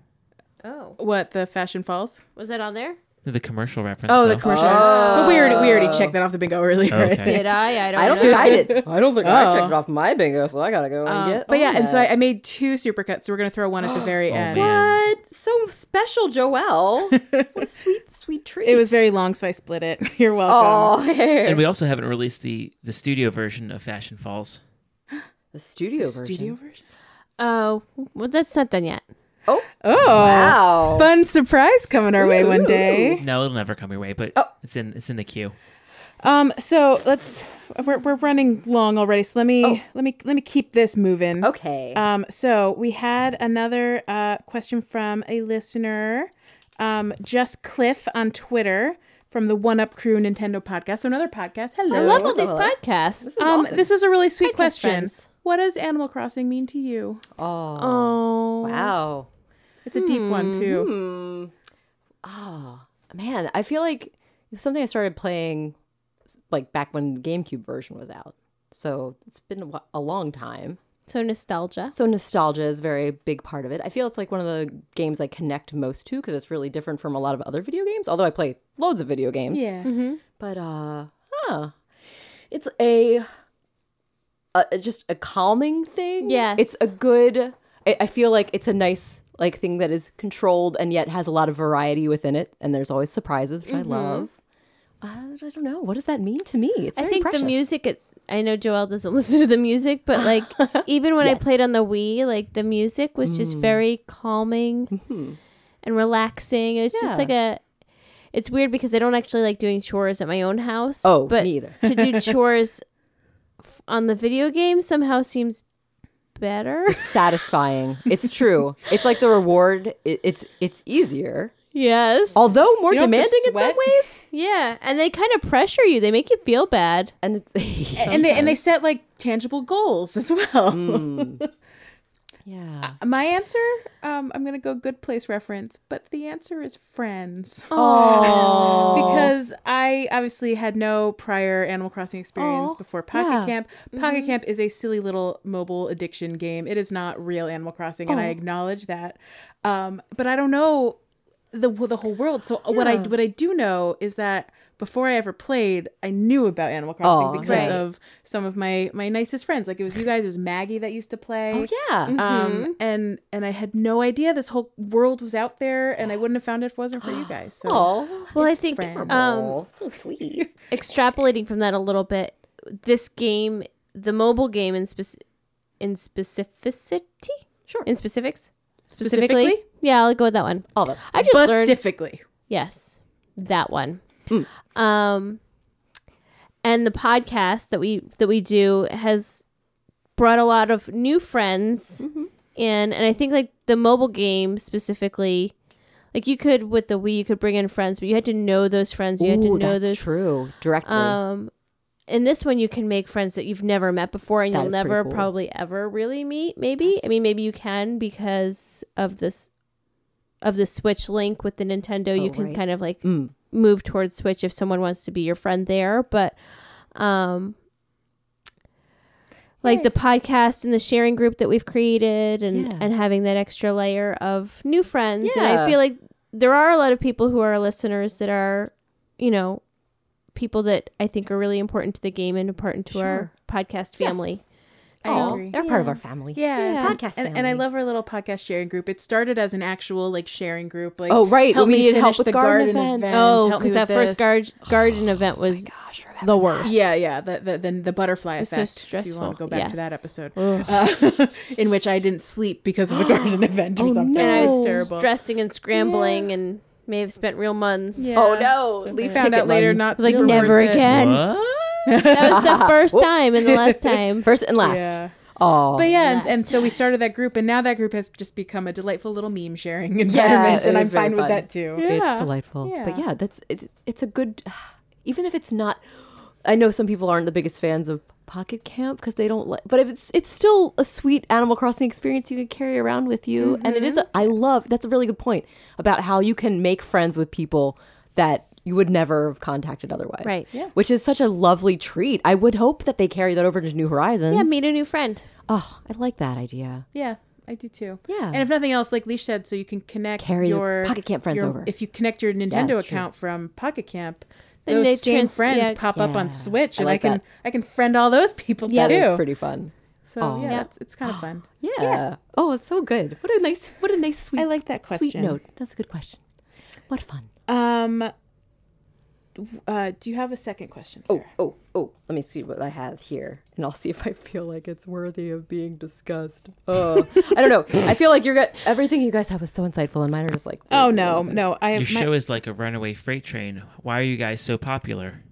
[SPEAKER 4] Oh,
[SPEAKER 2] What the Fashion Falls?
[SPEAKER 4] was that on there?
[SPEAKER 7] The commercial reference.
[SPEAKER 2] Oh, the
[SPEAKER 7] though.
[SPEAKER 2] commercial. But we already we already checked that off the bingo earlier.
[SPEAKER 7] Okay.
[SPEAKER 2] I think.
[SPEAKER 4] Did I? I don't.
[SPEAKER 6] I don't
[SPEAKER 4] know. Oh.
[SPEAKER 6] think I did. I don't think
[SPEAKER 2] Oh.
[SPEAKER 6] I checked it off my bingo, so I gotta go
[SPEAKER 2] Um,
[SPEAKER 6] and Oh, get.
[SPEAKER 2] but yeah,
[SPEAKER 6] on
[SPEAKER 2] and so
[SPEAKER 6] that.
[SPEAKER 2] I, I made two supercuts. So we're gonna throw one at the very
[SPEAKER 7] Oh,
[SPEAKER 2] end.
[SPEAKER 7] man.
[SPEAKER 6] What? So special, Joelle. What a sweet, sweet treat.
[SPEAKER 2] It was very long, so I split it. You're welcome.
[SPEAKER 6] Oh, hey.
[SPEAKER 7] And we also haven't released the the studio version of Fashion Falls.
[SPEAKER 6] The studio version.
[SPEAKER 2] Studio version.
[SPEAKER 4] Oh, well, that's not done yet.
[SPEAKER 2] Oh,
[SPEAKER 6] Wow.
[SPEAKER 2] fun surprise coming our way one day.
[SPEAKER 7] No, it'll never come your way,
[SPEAKER 4] Oh.
[SPEAKER 7] but it's in it's in the queue.
[SPEAKER 2] Um, so let's we're, we're running long already. So let me
[SPEAKER 6] Oh.
[SPEAKER 2] let me let me keep this moving.
[SPEAKER 6] Okay.
[SPEAKER 2] Um, so we had another uh, question from a listener, um, just Cliff on Twitter from the One Up Crew Nintendo podcast. So another podcast. Hello.
[SPEAKER 4] I love all these podcasts.
[SPEAKER 6] Oh.
[SPEAKER 2] um, this is a really sweet
[SPEAKER 4] Podcast
[SPEAKER 2] question.
[SPEAKER 4] friends.
[SPEAKER 2] What does Animal Crossing mean to you?
[SPEAKER 6] oh.
[SPEAKER 4] oh,
[SPEAKER 6] Wow.
[SPEAKER 2] It's a deep one too.
[SPEAKER 6] Man, I feel like it was something I started playing s- like back when the GameCube version was out. So it's been a, wh- a long time.
[SPEAKER 4] so nostalgia.
[SPEAKER 6] So nostalgia is a very big part of it. I feel it's like one of the games I connect most to because it's really different from a lot of other video games. Although I play loads of video games.
[SPEAKER 2] Yeah.
[SPEAKER 6] but uh huh it's a, a just a calming thing
[SPEAKER 4] Yes.
[SPEAKER 6] it's a good I, I feel like it's a nice like thing that is controlled and yet has a lot of variety within it and there's always surprises
[SPEAKER 4] Mm-hmm.
[SPEAKER 6] which i love uh, i don't know what does that mean to me it's
[SPEAKER 4] I
[SPEAKER 6] very
[SPEAKER 4] think
[SPEAKER 6] precious.
[SPEAKER 4] the music. It's. I know Joelle doesn't listen to the music, but like even when I played on the Wii, like the music was
[SPEAKER 6] Mm.
[SPEAKER 4] just very calming and relaxing. It's just
[SPEAKER 6] Mm-hmm. Yeah.
[SPEAKER 4] like a. It's weird because I don't actually like doing chores at my own house.
[SPEAKER 6] Oh,
[SPEAKER 4] but
[SPEAKER 6] me either.
[SPEAKER 4] to do chores f- on the video game somehow seems better.
[SPEAKER 6] satisfying it's true it's like the reward it, it's it's easier
[SPEAKER 4] yes.
[SPEAKER 6] although more
[SPEAKER 2] You don't have
[SPEAKER 6] demanding
[SPEAKER 2] to
[SPEAKER 6] in some
[SPEAKER 2] sweat.
[SPEAKER 6] ways
[SPEAKER 4] yeah, and they kind of pressure you. They make you feel bad.
[SPEAKER 6] and it's
[SPEAKER 2] And they and they set like tangible goals as well.
[SPEAKER 6] yeah
[SPEAKER 2] My answer, um, I'm gonna go good place reference, but the answer is friends. because I obviously had no prior Animal Crossing experience before Pocket Camp. Pocket Camp is a silly little mobile addiction game. It is not real Animal Crossing, and I acknowledge that. Um, but I don't know the the whole world. So uh, what I what I do know is that before I ever played, I knew about Animal Crossing
[SPEAKER 6] Oh,
[SPEAKER 2] because
[SPEAKER 6] right.
[SPEAKER 2] of some of my my nicest friends. Like it was you guys, it was Maggie that used to play
[SPEAKER 6] yeah
[SPEAKER 4] Mm-hmm.
[SPEAKER 2] um and and i had no idea this whole world was out there and i wouldn't have found it if it wasn't for you guys so
[SPEAKER 6] oh
[SPEAKER 4] Well, I think
[SPEAKER 2] friends.
[SPEAKER 4] um,
[SPEAKER 6] so sweet
[SPEAKER 4] extrapolating from that a little bit, this game, the mobile game in spec- in specificity,
[SPEAKER 6] Sure.
[SPEAKER 4] in specifics,
[SPEAKER 2] Specifically?
[SPEAKER 4] yeah, I'll go with that one.
[SPEAKER 6] all that
[SPEAKER 4] I just learned,
[SPEAKER 2] specifically
[SPEAKER 3] Mm.
[SPEAKER 4] yes, that one. Um, and the podcast that we that we do has brought a lot of new friends
[SPEAKER 3] Mm-hmm.
[SPEAKER 4] in and i think like the mobile game specifically like you could with the wii you could bring in friends but you had to know those friends you had to
[SPEAKER 3] Ooh,
[SPEAKER 4] know
[SPEAKER 3] that's
[SPEAKER 4] those
[SPEAKER 3] true. Directly.
[SPEAKER 4] um in this one you can make friends that you've never met before and
[SPEAKER 3] That
[SPEAKER 4] you'll
[SPEAKER 3] is pretty
[SPEAKER 4] never
[SPEAKER 3] cool.
[SPEAKER 4] probably ever really meet maybe i mean maybe you can because of this of the switch link with the nintendo you
[SPEAKER 3] Oh,
[SPEAKER 4] can
[SPEAKER 3] right.
[SPEAKER 4] kind of like
[SPEAKER 3] Mm.
[SPEAKER 4] move towards switch if someone wants to be your friend there but um like the podcast and the sharing group that we've created and
[SPEAKER 3] Yeah.
[SPEAKER 4] and having that extra layer of new friends and
[SPEAKER 3] Yeah.
[SPEAKER 4] i feel like there are a lot of people who are listeners that are you know people that i think are really important to the game and important to our podcast family
[SPEAKER 3] Yes.
[SPEAKER 2] I
[SPEAKER 3] Aw,
[SPEAKER 2] agree.
[SPEAKER 3] They're part of our family.
[SPEAKER 2] Yeah,
[SPEAKER 4] Yeah.
[SPEAKER 3] Podcast
[SPEAKER 2] and, and I
[SPEAKER 3] family.
[SPEAKER 2] love our little podcast sharing group. It started as an actual like sharing group. Like,
[SPEAKER 3] Oh, right,
[SPEAKER 2] help
[SPEAKER 3] when we
[SPEAKER 2] me
[SPEAKER 3] needed help
[SPEAKER 2] finish
[SPEAKER 3] with
[SPEAKER 2] the
[SPEAKER 3] garden
[SPEAKER 2] garden,
[SPEAKER 3] events.
[SPEAKER 2] event.
[SPEAKER 4] oh
[SPEAKER 2] help me
[SPEAKER 4] because
[SPEAKER 2] with
[SPEAKER 4] that first
[SPEAKER 2] this. Oh
[SPEAKER 4] gar- garden event was
[SPEAKER 3] Gosh,
[SPEAKER 4] the worst
[SPEAKER 2] Yeah, yeah. The the the, the butterfly
[SPEAKER 4] It's so
[SPEAKER 2] effect. If you want to go
[SPEAKER 4] stressful.
[SPEAKER 2] back to that
[SPEAKER 4] Yes.
[SPEAKER 2] episode, uh, in which I didn't sleep because of a garden event or something.
[SPEAKER 4] and i was
[SPEAKER 2] terrible.
[SPEAKER 4] stressing and scrambling and may have spent real months
[SPEAKER 2] Oh
[SPEAKER 3] no.
[SPEAKER 2] We found out later not
[SPEAKER 4] like
[SPEAKER 2] super
[SPEAKER 4] never
[SPEAKER 2] worth it.
[SPEAKER 4] again that was the first time and the last time
[SPEAKER 3] First and last.
[SPEAKER 2] Yeah.
[SPEAKER 3] Oh.
[SPEAKER 2] But yeah, and, and so we started that group, and now that group has just become a delightful little meme sharing
[SPEAKER 3] Yeah,
[SPEAKER 2] environment,
[SPEAKER 3] it
[SPEAKER 2] and I'm
[SPEAKER 3] is very
[SPEAKER 2] fine with
[SPEAKER 3] fun.
[SPEAKER 2] that too.
[SPEAKER 4] Yeah.
[SPEAKER 3] It's delightful. But
[SPEAKER 2] Yeah.
[SPEAKER 3] yeah, that's it's, it's a good
[SPEAKER 6] even if it's not i know some people aren't the biggest fans of pocket camp because they don't like but if it's it's still a sweet animal crossing experience you can carry around with you and it is
[SPEAKER 4] Mm-hmm.
[SPEAKER 6] a, i love that's a really good point about how you can make friends with people that you would never have contacted otherwise
[SPEAKER 4] Right. Yeah.
[SPEAKER 6] which is such a lovely treat i would hope that they carry that over to new horizons
[SPEAKER 4] yeah meet a new friend
[SPEAKER 6] oh i like that idea
[SPEAKER 2] Yeah, I do too.
[SPEAKER 6] Yeah.
[SPEAKER 2] And if nothing else, like Leash said, so you can connect
[SPEAKER 6] Carry your
[SPEAKER 2] your,
[SPEAKER 6] Pocket Camp friends
[SPEAKER 2] your-
[SPEAKER 6] over.
[SPEAKER 2] If you connect your Nintendo
[SPEAKER 6] it's true.
[SPEAKER 2] account from Pocket Camp,
[SPEAKER 4] Then
[SPEAKER 2] those
[SPEAKER 4] they
[SPEAKER 2] same
[SPEAKER 4] trans-
[SPEAKER 2] friends
[SPEAKER 4] yeah.
[SPEAKER 2] pop up on
[SPEAKER 6] Yeah.
[SPEAKER 2] Switch,
[SPEAKER 6] I
[SPEAKER 2] and I,
[SPEAKER 6] like
[SPEAKER 2] can
[SPEAKER 6] that.
[SPEAKER 2] I can friend all those people
[SPEAKER 6] that
[SPEAKER 2] too.
[SPEAKER 6] is pretty fun
[SPEAKER 2] so
[SPEAKER 6] Aw.
[SPEAKER 2] yeah,
[SPEAKER 6] Yeah.
[SPEAKER 2] it's it's kind of fun.
[SPEAKER 6] yeah. oh it's so good what a nice what a nice sweet
[SPEAKER 2] I like that
[SPEAKER 6] sweet
[SPEAKER 2] question.
[SPEAKER 6] note that's a good question what fun
[SPEAKER 2] Um, uh, do you have a second question? Sarah?
[SPEAKER 6] Oh, oh, oh, let me see what I have here and I'll see if I feel like it's worthy of being discussed. Oh, I don't know. I feel like you're got everything you guys have was so insightful and mine are just like
[SPEAKER 2] Oh, no, no, I
[SPEAKER 7] Your
[SPEAKER 2] have.
[SPEAKER 7] show is like a runaway freight train. Why are you guys so popular?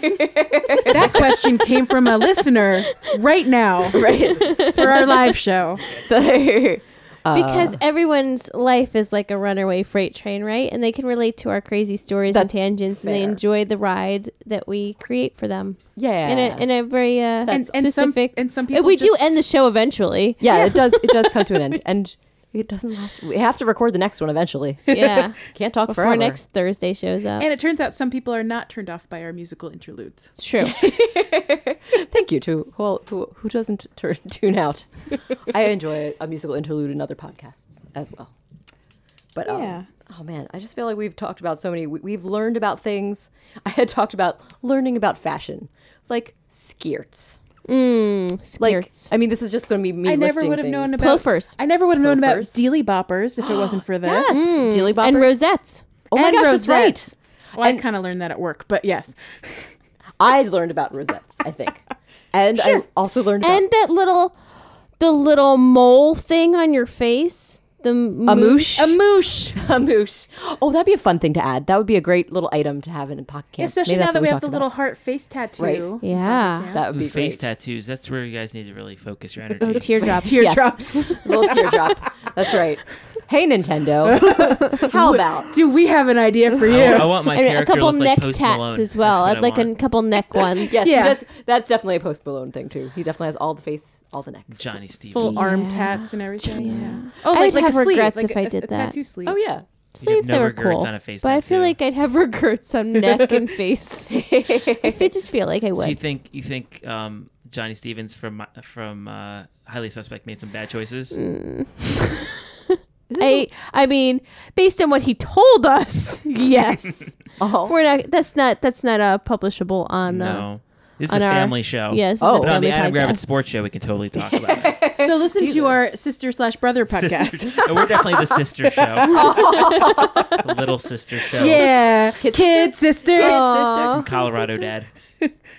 [SPEAKER 2] that question came from a listener right now, right for our live show.
[SPEAKER 6] Uh,
[SPEAKER 2] Uh.
[SPEAKER 4] because everyone's life is like a runaway freight train right and they can relate to our crazy stories and
[SPEAKER 6] That's
[SPEAKER 4] tangents and they
[SPEAKER 6] fair.
[SPEAKER 4] enjoy the ride that we create for them
[SPEAKER 6] Yeah.
[SPEAKER 4] in a in a very uh
[SPEAKER 2] And, and some
[SPEAKER 4] specific
[SPEAKER 2] and some people
[SPEAKER 4] and we
[SPEAKER 2] just,
[SPEAKER 4] do end the show eventually
[SPEAKER 6] yeah, it does it does come to an end. And it doesn't last we have to record the next one eventually.
[SPEAKER 4] yeah
[SPEAKER 6] Can't talk
[SPEAKER 4] before
[SPEAKER 6] forever.
[SPEAKER 4] next thursday shows up
[SPEAKER 2] And it turns out some people are not turned off by our musical interludes.
[SPEAKER 4] it's true
[SPEAKER 6] Thank you to who who, who doesn't turn, tune out. I enjoy a musical interlude in other podcasts as well. But um,
[SPEAKER 2] Yeah.
[SPEAKER 6] oh man, I just feel like we've talked about so many. We, we've learned about things. I had talked about learning about fashion, like skirts.
[SPEAKER 4] mm,
[SPEAKER 6] Like
[SPEAKER 4] skirts.
[SPEAKER 6] I mean, this is just going to be me.
[SPEAKER 2] I never
[SPEAKER 6] listing
[SPEAKER 2] would have known
[SPEAKER 6] things.
[SPEAKER 2] about
[SPEAKER 4] Clofers.
[SPEAKER 2] I never would have known about
[SPEAKER 6] Clofers.
[SPEAKER 2] dealy boppers if it wasn't for this. Hmm.
[SPEAKER 6] yes, dealy boppers
[SPEAKER 4] and rosettes
[SPEAKER 6] Oh my
[SPEAKER 2] and
[SPEAKER 6] gosh, that's
[SPEAKER 2] rosettes.
[SPEAKER 6] right.
[SPEAKER 2] Well, I
[SPEAKER 6] And-
[SPEAKER 2] kind of learned that at work, but yes,
[SPEAKER 6] I learned about rosettes. I think, and I also learned about
[SPEAKER 4] and that little the little mole thing on your face the
[SPEAKER 6] a moosh.
[SPEAKER 2] a moosh.
[SPEAKER 6] A moosh. Oh, that'd be a fun thing to add. That would be a great little item to have in a pocket camp.
[SPEAKER 2] Especially
[SPEAKER 6] Maybe
[SPEAKER 2] now
[SPEAKER 6] that's
[SPEAKER 2] that
[SPEAKER 6] what
[SPEAKER 2] we have the
[SPEAKER 6] talked
[SPEAKER 2] little
[SPEAKER 6] about.
[SPEAKER 2] heart face tattoo.
[SPEAKER 6] Right.
[SPEAKER 4] yeah
[SPEAKER 2] Yeah.
[SPEAKER 6] That would
[SPEAKER 7] Ooh,
[SPEAKER 6] be
[SPEAKER 7] face
[SPEAKER 6] great.
[SPEAKER 7] tattoos. That's where you guys need to really focus your energy.
[SPEAKER 4] teardrops
[SPEAKER 2] Teardrops.
[SPEAKER 6] little teardrop. That's right. Hey Nintendo, how about
[SPEAKER 2] Do we have an idea for you?
[SPEAKER 7] I want my
[SPEAKER 4] And
[SPEAKER 7] character
[SPEAKER 4] a couple
[SPEAKER 7] to look
[SPEAKER 4] neck
[SPEAKER 7] like Post
[SPEAKER 4] tats
[SPEAKER 7] Malone.
[SPEAKER 4] as well.
[SPEAKER 7] That's
[SPEAKER 4] I'd
[SPEAKER 7] what
[SPEAKER 4] like
[SPEAKER 7] I
[SPEAKER 4] a
[SPEAKER 7] want.
[SPEAKER 4] couple neck ones.
[SPEAKER 6] yes?
[SPEAKER 2] Yeah.
[SPEAKER 6] He does, that's definitely a post Malone thing too. He definitely has all the face, all the neck.
[SPEAKER 7] Johnny Stevens.
[SPEAKER 2] Full arm
[SPEAKER 4] Yeah.
[SPEAKER 2] tats and everything. Yeah.
[SPEAKER 4] Oh,
[SPEAKER 2] Like,
[SPEAKER 4] I'd
[SPEAKER 2] like
[SPEAKER 4] have
[SPEAKER 2] a sleeve,
[SPEAKER 4] regrets
[SPEAKER 2] like
[SPEAKER 4] if
[SPEAKER 2] a-
[SPEAKER 4] I
[SPEAKER 2] a-
[SPEAKER 4] did
[SPEAKER 2] a
[SPEAKER 4] that.
[SPEAKER 2] tattoo sleeve.
[SPEAKER 6] Oh yeah,
[SPEAKER 4] Sleeves
[SPEAKER 7] no
[SPEAKER 4] they were
[SPEAKER 7] regrets
[SPEAKER 4] cool,
[SPEAKER 7] on a face
[SPEAKER 4] but I feel
[SPEAKER 7] tattoo.
[SPEAKER 4] like I'd have regrets on neck and face. if I just feel like I
[SPEAKER 7] So you
[SPEAKER 4] would.
[SPEAKER 7] think you think um, Johnny Stevens from from uh, Highly Suspect made some bad choices?
[SPEAKER 4] I, I mean, based on what he told us, yes. We're not. That's not. That's not uh, publishable on. Uh,
[SPEAKER 7] No, this is a
[SPEAKER 4] on our-
[SPEAKER 7] family show.
[SPEAKER 4] Yes.
[SPEAKER 6] Oh.
[SPEAKER 7] but on the Adam Gravitz
[SPEAKER 4] Gravitz
[SPEAKER 7] Sports Show, we can totally talk about it.
[SPEAKER 2] So listen to our sister slash brother podcast.
[SPEAKER 7] Sisters. No, we're definitely the sister show. the little sister show.
[SPEAKER 2] Yeah, kid, sister.
[SPEAKER 7] From Colorado Dad.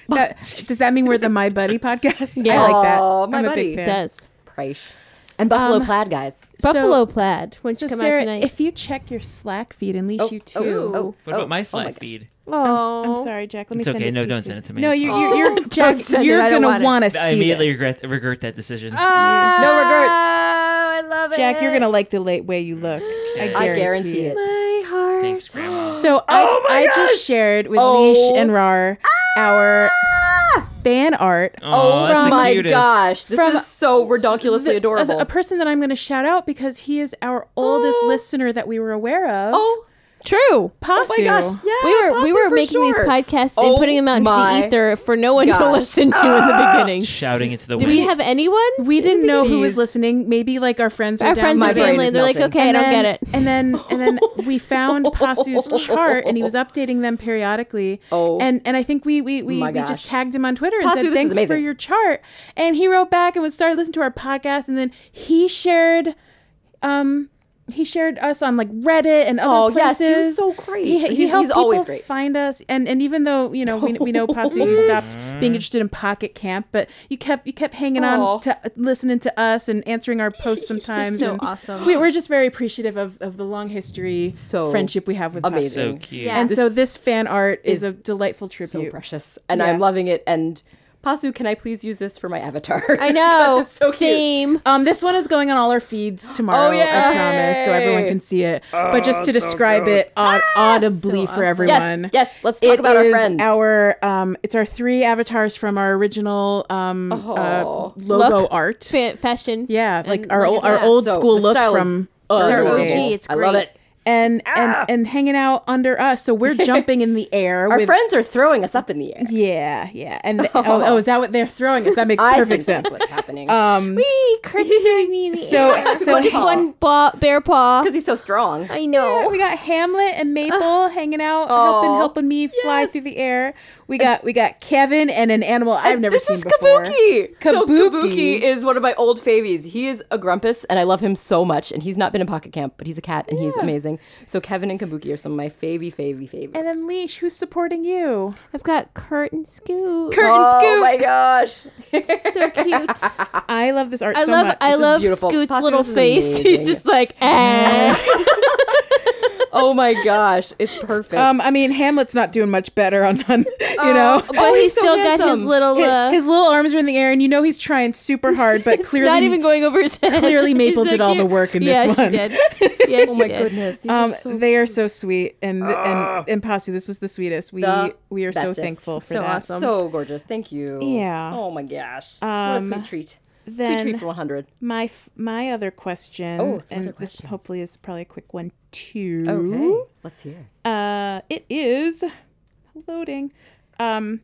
[SPEAKER 2] That- does that mean we're the My Buddy podcast?
[SPEAKER 4] Yeah.
[SPEAKER 2] I
[SPEAKER 4] Oh,
[SPEAKER 2] like that.
[SPEAKER 6] Aw, My
[SPEAKER 2] I'm a
[SPEAKER 6] Buddy.
[SPEAKER 2] big fan.
[SPEAKER 4] does.
[SPEAKER 6] price. And buffalo plaid guys.
[SPEAKER 4] Buffalo plaid. When's
[SPEAKER 2] So
[SPEAKER 4] you come
[SPEAKER 2] Sarah,
[SPEAKER 4] out tonight?
[SPEAKER 2] if you check your Slack feed, unleash you too.
[SPEAKER 6] Oh,
[SPEAKER 12] What about my Slack feed?
[SPEAKER 2] I'm,
[SPEAKER 4] oh,
[SPEAKER 2] s- I'm sorry, Jack. Let me
[SPEAKER 12] It's
[SPEAKER 2] send
[SPEAKER 12] okay.
[SPEAKER 2] it
[SPEAKER 12] No,
[SPEAKER 2] to
[SPEAKER 12] don't
[SPEAKER 2] you.
[SPEAKER 12] send it to me.
[SPEAKER 2] No,
[SPEAKER 12] It's
[SPEAKER 2] you're,
[SPEAKER 12] fine.
[SPEAKER 2] you're, you're Jack.
[SPEAKER 4] send it.
[SPEAKER 2] you're
[SPEAKER 4] I don't
[SPEAKER 2] gonna
[SPEAKER 4] want
[SPEAKER 2] want
[SPEAKER 4] it.
[SPEAKER 2] to see
[SPEAKER 12] I immediately
[SPEAKER 2] this.
[SPEAKER 12] regret regret that decision.
[SPEAKER 4] Ah,
[SPEAKER 6] No regrets.
[SPEAKER 4] I love it.
[SPEAKER 2] Jack, you're gonna like the late way you look. I
[SPEAKER 6] I guarantee it.
[SPEAKER 4] My heart.
[SPEAKER 12] Thanks, Grandma.
[SPEAKER 2] So I,
[SPEAKER 12] Oh
[SPEAKER 2] I just shared with
[SPEAKER 4] Oh.
[SPEAKER 2] Leash and Rar our
[SPEAKER 4] Ah!
[SPEAKER 2] fan art.
[SPEAKER 12] oh, that's the
[SPEAKER 6] my
[SPEAKER 12] cutest.
[SPEAKER 6] gosh, this
[SPEAKER 2] From-
[SPEAKER 6] is so redonkulously
[SPEAKER 2] The-
[SPEAKER 6] adorable.
[SPEAKER 2] A, a person that I'm going to shout out because he is our oldest listener that we were aware of.
[SPEAKER 6] oh,
[SPEAKER 2] true. Pasu.
[SPEAKER 6] oh my gosh, yeah,
[SPEAKER 4] we were we
[SPEAKER 6] Pazu
[SPEAKER 4] were
[SPEAKER 6] for
[SPEAKER 4] making these
[SPEAKER 6] sure.
[SPEAKER 4] podcasts
[SPEAKER 6] Oh
[SPEAKER 4] and putting them out into
[SPEAKER 6] my
[SPEAKER 4] the ether for no one to
[SPEAKER 6] gosh.
[SPEAKER 4] listen to in the beginning.
[SPEAKER 12] Shouting into the
[SPEAKER 4] Did
[SPEAKER 12] wind.
[SPEAKER 4] we have anyone?
[SPEAKER 2] We didn't know who was
[SPEAKER 4] These-
[SPEAKER 2] listening. Maybe like our friends were
[SPEAKER 4] Our friends
[SPEAKER 2] downloading.
[SPEAKER 4] and
[SPEAKER 6] brain
[SPEAKER 4] family.
[SPEAKER 6] is
[SPEAKER 4] They're like,
[SPEAKER 6] melting.
[SPEAKER 4] okay,
[SPEAKER 2] and
[SPEAKER 4] I
[SPEAKER 2] then,
[SPEAKER 4] don't get it.
[SPEAKER 2] And then and then we found Pasu's chart and he was updating them periodically.
[SPEAKER 6] Oh.
[SPEAKER 2] And and I think we we we,
[SPEAKER 6] My
[SPEAKER 2] we just
[SPEAKER 6] gosh.
[SPEAKER 2] tagged him on Twitter and
[SPEAKER 6] Pasu, this
[SPEAKER 2] said
[SPEAKER 6] is
[SPEAKER 2] thanks for
[SPEAKER 6] amazing."
[SPEAKER 2] your chart. And he wrote back and was started listening to our podcast and then he shared um he shared us on like Reddit and
[SPEAKER 6] Oh,
[SPEAKER 2] other
[SPEAKER 6] yes,
[SPEAKER 2] places.
[SPEAKER 6] he was so great.
[SPEAKER 2] He, he
[SPEAKER 6] He's-
[SPEAKER 2] helped
[SPEAKER 6] he's always
[SPEAKER 2] people
[SPEAKER 6] great.
[SPEAKER 2] find us. And and even though you know we, we know Pasu you stopped being interested in Pocket Camp, but you kept you kept hanging
[SPEAKER 6] Aw.
[SPEAKER 2] on to listening to us and answering our posts sometimes.
[SPEAKER 4] so
[SPEAKER 2] and
[SPEAKER 4] awesome.
[SPEAKER 2] We, we're just very appreciative of, of the long history
[SPEAKER 6] So
[SPEAKER 2] friendship we have with Pasu.
[SPEAKER 6] amazing.
[SPEAKER 12] so cute?
[SPEAKER 4] Yeah.
[SPEAKER 2] And
[SPEAKER 6] This
[SPEAKER 2] so this fan art is,
[SPEAKER 6] is
[SPEAKER 2] a delightful
[SPEAKER 6] so
[SPEAKER 2] tribute.
[SPEAKER 6] precious, and
[SPEAKER 2] Yeah.
[SPEAKER 6] I'm loving it. And Pasu, can I please use this for my avatar?
[SPEAKER 4] I know.
[SPEAKER 6] Because it's so cute.
[SPEAKER 4] Same.
[SPEAKER 2] um, this one is going on all our feeds tomorrow,
[SPEAKER 6] Oh,
[SPEAKER 2] I promise, so everyone
[SPEAKER 6] yay.
[SPEAKER 2] can see it. but just to describe it au- audibly for everyone.
[SPEAKER 6] Ah, Yes, yes. Let's talk
[SPEAKER 2] It
[SPEAKER 6] about our
[SPEAKER 2] is
[SPEAKER 6] friends.
[SPEAKER 2] Our um, it's our three avatars from our original um uh,
[SPEAKER 6] Oh.
[SPEAKER 2] logo art.
[SPEAKER 4] Fa- fashion.
[SPEAKER 2] Yeah, like our
[SPEAKER 6] Look
[SPEAKER 2] old,
[SPEAKER 6] at
[SPEAKER 2] our
[SPEAKER 6] that.
[SPEAKER 2] old
[SPEAKER 6] So,
[SPEAKER 2] school
[SPEAKER 6] the
[SPEAKER 2] look
[SPEAKER 6] style is
[SPEAKER 2] from
[SPEAKER 4] It's our
[SPEAKER 2] early
[SPEAKER 4] OG.
[SPEAKER 2] days.
[SPEAKER 4] It's
[SPEAKER 6] I
[SPEAKER 4] great.
[SPEAKER 6] love it.
[SPEAKER 2] and and and hanging out under us. So we're jumping in the air.
[SPEAKER 6] Our
[SPEAKER 2] with,
[SPEAKER 6] friends are throwing us up in the air.
[SPEAKER 2] Yeah, yeah. And the- oh. oh, is that what they're throwing us? That makes
[SPEAKER 6] I
[SPEAKER 2] perfect
[SPEAKER 6] think that's
[SPEAKER 2] sense.
[SPEAKER 6] what's happening
[SPEAKER 2] Um,
[SPEAKER 4] Wee, Kurt's throwing me in the
[SPEAKER 2] so
[SPEAKER 4] air.
[SPEAKER 2] so
[SPEAKER 4] just one paw, bear paw.
[SPEAKER 6] because he's so strong.
[SPEAKER 4] I know.
[SPEAKER 2] oh, we got Hamlet and Maple hanging out, helping helping me fly through the air. We got we got Kevin and an animal I've never
[SPEAKER 6] this
[SPEAKER 2] seen
[SPEAKER 6] is
[SPEAKER 2] before.
[SPEAKER 6] Kabuki. So
[SPEAKER 2] Kabuki.
[SPEAKER 6] Kabuki is one of my old favies. He is a grumpus, and I love him so much. And he's not been in Pocket Camp, but he's a cat, and he's amazing. So Kevin and Kabuki are some of my favy, favy, favorites.
[SPEAKER 2] And then Leash, who's supporting you?
[SPEAKER 4] I've got Kurt and Scoot.
[SPEAKER 2] Kurt
[SPEAKER 6] oh my
[SPEAKER 2] and Scoop.
[SPEAKER 6] gosh,
[SPEAKER 4] so cute.
[SPEAKER 2] I love this art
[SPEAKER 4] I
[SPEAKER 2] so
[SPEAKER 4] love
[SPEAKER 2] much.
[SPEAKER 4] I
[SPEAKER 2] This is
[SPEAKER 4] love
[SPEAKER 6] beautiful.
[SPEAKER 4] Scoot's
[SPEAKER 6] Pasu,
[SPEAKER 4] little
[SPEAKER 6] this is
[SPEAKER 4] face. He's
[SPEAKER 6] amazing.
[SPEAKER 4] just like, eh.
[SPEAKER 6] oh my gosh, it's perfect.
[SPEAKER 2] Um, I mean, Hamlet's not doing much better on, on you know.
[SPEAKER 4] "Ah." but
[SPEAKER 6] Oh,
[SPEAKER 4] he's
[SPEAKER 6] so
[SPEAKER 4] still got his
[SPEAKER 6] handsome.
[SPEAKER 4] little. Uh,
[SPEAKER 2] His, his little arms are in the air, and you know he's trying super hard, but clearly
[SPEAKER 4] not even going over his head.
[SPEAKER 2] clearly Maple
[SPEAKER 4] He's
[SPEAKER 2] did
[SPEAKER 4] like,
[SPEAKER 2] all the
[SPEAKER 4] "Yeah."
[SPEAKER 2] work in this
[SPEAKER 4] yeah,
[SPEAKER 2] one.
[SPEAKER 4] She did. Yeah, she
[SPEAKER 6] oh my
[SPEAKER 4] did.
[SPEAKER 6] goodness, these
[SPEAKER 2] um,
[SPEAKER 6] are so
[SPEAKER 2] they are so sweet, and and and Pasu, this was the sweetest. We
[SPEAKER 6] The
[SPEAKER 2] we are so
[SPEAKER 6] bestest.
[SPEAKER 2] thankful for
[SPEAKER 4] So
[SPEAKER 2] that.
[SPEAKER 4] awesome.
[SPEAKER 6] so gorgeous. Thank you.
[SPEAKER 2] Yeah.
[SPEAKER 6] Oh my gosh, what a
[SPEAKER 2] Um,
[SPEAKER 6] sweet treat.
[SPEAKER 2] then-
[SPEAKER 6] sweet treat for 100.
[SPEAKER 2] My f- my other question,
[SPEAKER 6] Oh, some
[SPEAKER 2] and
[SPEAKER 6] other
[SPEAKER 2] this
[SPEAKER 6] questions.
[SPEAKER 2] hopefully is probably a quick one too.
[SPEAKER 6] Okay, let's hear.
[SPEAKER 2] Uh, it is loading. Um,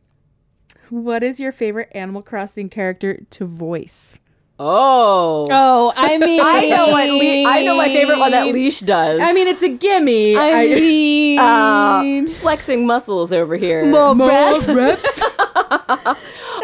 [SPEAKER 2] what is your favorite Animal Crossing character to voice?
[SPEAKER 6] Oh.
[SPEAKER 4] Oh, I mean,
[SPEAKER 6] I know what le- I know my favorite one that leash does.
[SPEAKER 2] I mean, it's a gimme.
[SPEAKER 4] I mean,
[SPEAKER 6] Uh, flexing muscles over here.
[SPEAKER 2] reps.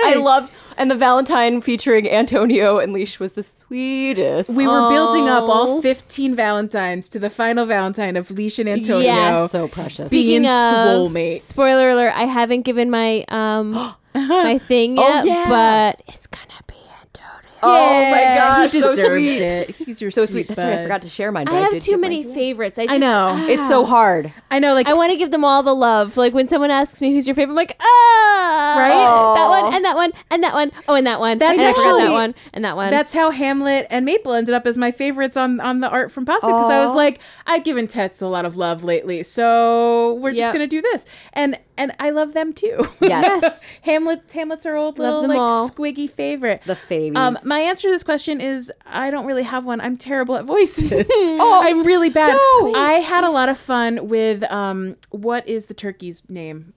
[SPEAKER 6] I love and the Valentine featuring Antonio and Leash was the sweetest.
[SPEAKER 2] We were building up all 15 Valentines to the final Valentine of Leash and Antonio.
[SPEAKER 4] Yes.
[SPEAKER 6] so precious.
[SPEAKER 2] Being
[SPEAKER 4] Speaking
[SPEAKER 2] swole
[SPEAKER 4] of
[SPEAKER 2] mates.
[SPEAKER 4] spoiler alert, I haven't given my um my thing yet,
[SPEAKER 6] yeah.
[SPEAKER 4] but it's gonna be Antonio.
[SPEAKER 6] oh my gosh,
[SPEAKER 2] he deserves
[SPEAKER 6] so sweet.
[SPEAKER 2] it. He's your
[SPEAKER 6] So
[SPEAKER 2] sweet.
[SPEAKER 6] sweet. That's right. I
[SPEAKER 2] bud.
[SPEAKER 6] forgot uh, to share mine. but
[SPEAKER 4] I have
[SPEAKER 6] did
[SPEAKER 4] too
[SPEAKER 6] get
[SPEAKER 4] many
[SPEAKER 6] mine.
[SPEAKER 4] favorites. I, just,
[SPEAKER 2] I know.
[SPEAKER 4] ah.
[SPEAKER 6] It's so hard.
[SPEAKER 2] I know, like
[SPEAKER 4] I want to give them all the love. Like when someone asks me who's your favorite, I'm like, ah,
[SPEAKER 2] Right?
[SPEAKER 4] That one and that one and that one. Oh, and that one.
[SPEAKER 2] That's
[SPEAKER 4] and I forgot
[SPEAKER 2] actually-
[SPEAKER 4] that one and that one.
[SPEAKER 2] That's how Hamlet and Maple ended up as my favorites on, on the art from Pasta because I was like, I've given Tets a lot of love lately, so we're just
[SPEAKER 4] Yep.
[SPEAKER 2] gonna do this, and and I love them too.
[SPEAKER 6] Yes.
[SPEAKER 2] Hamlet Hamlet's our old little
[SPEAKER 4] them
[SPEAKER 2] like
[SPEAKER 4] all.
[SPEAKER 2] squiggy favorite.
[SPEAKER 6] The favies.
[SPEAKER 2] Um, my answer to this question is I don't really have one. I'm terrible at voices. oh, I'm really bad. I had a lot of fun with um, what is the turkey's name?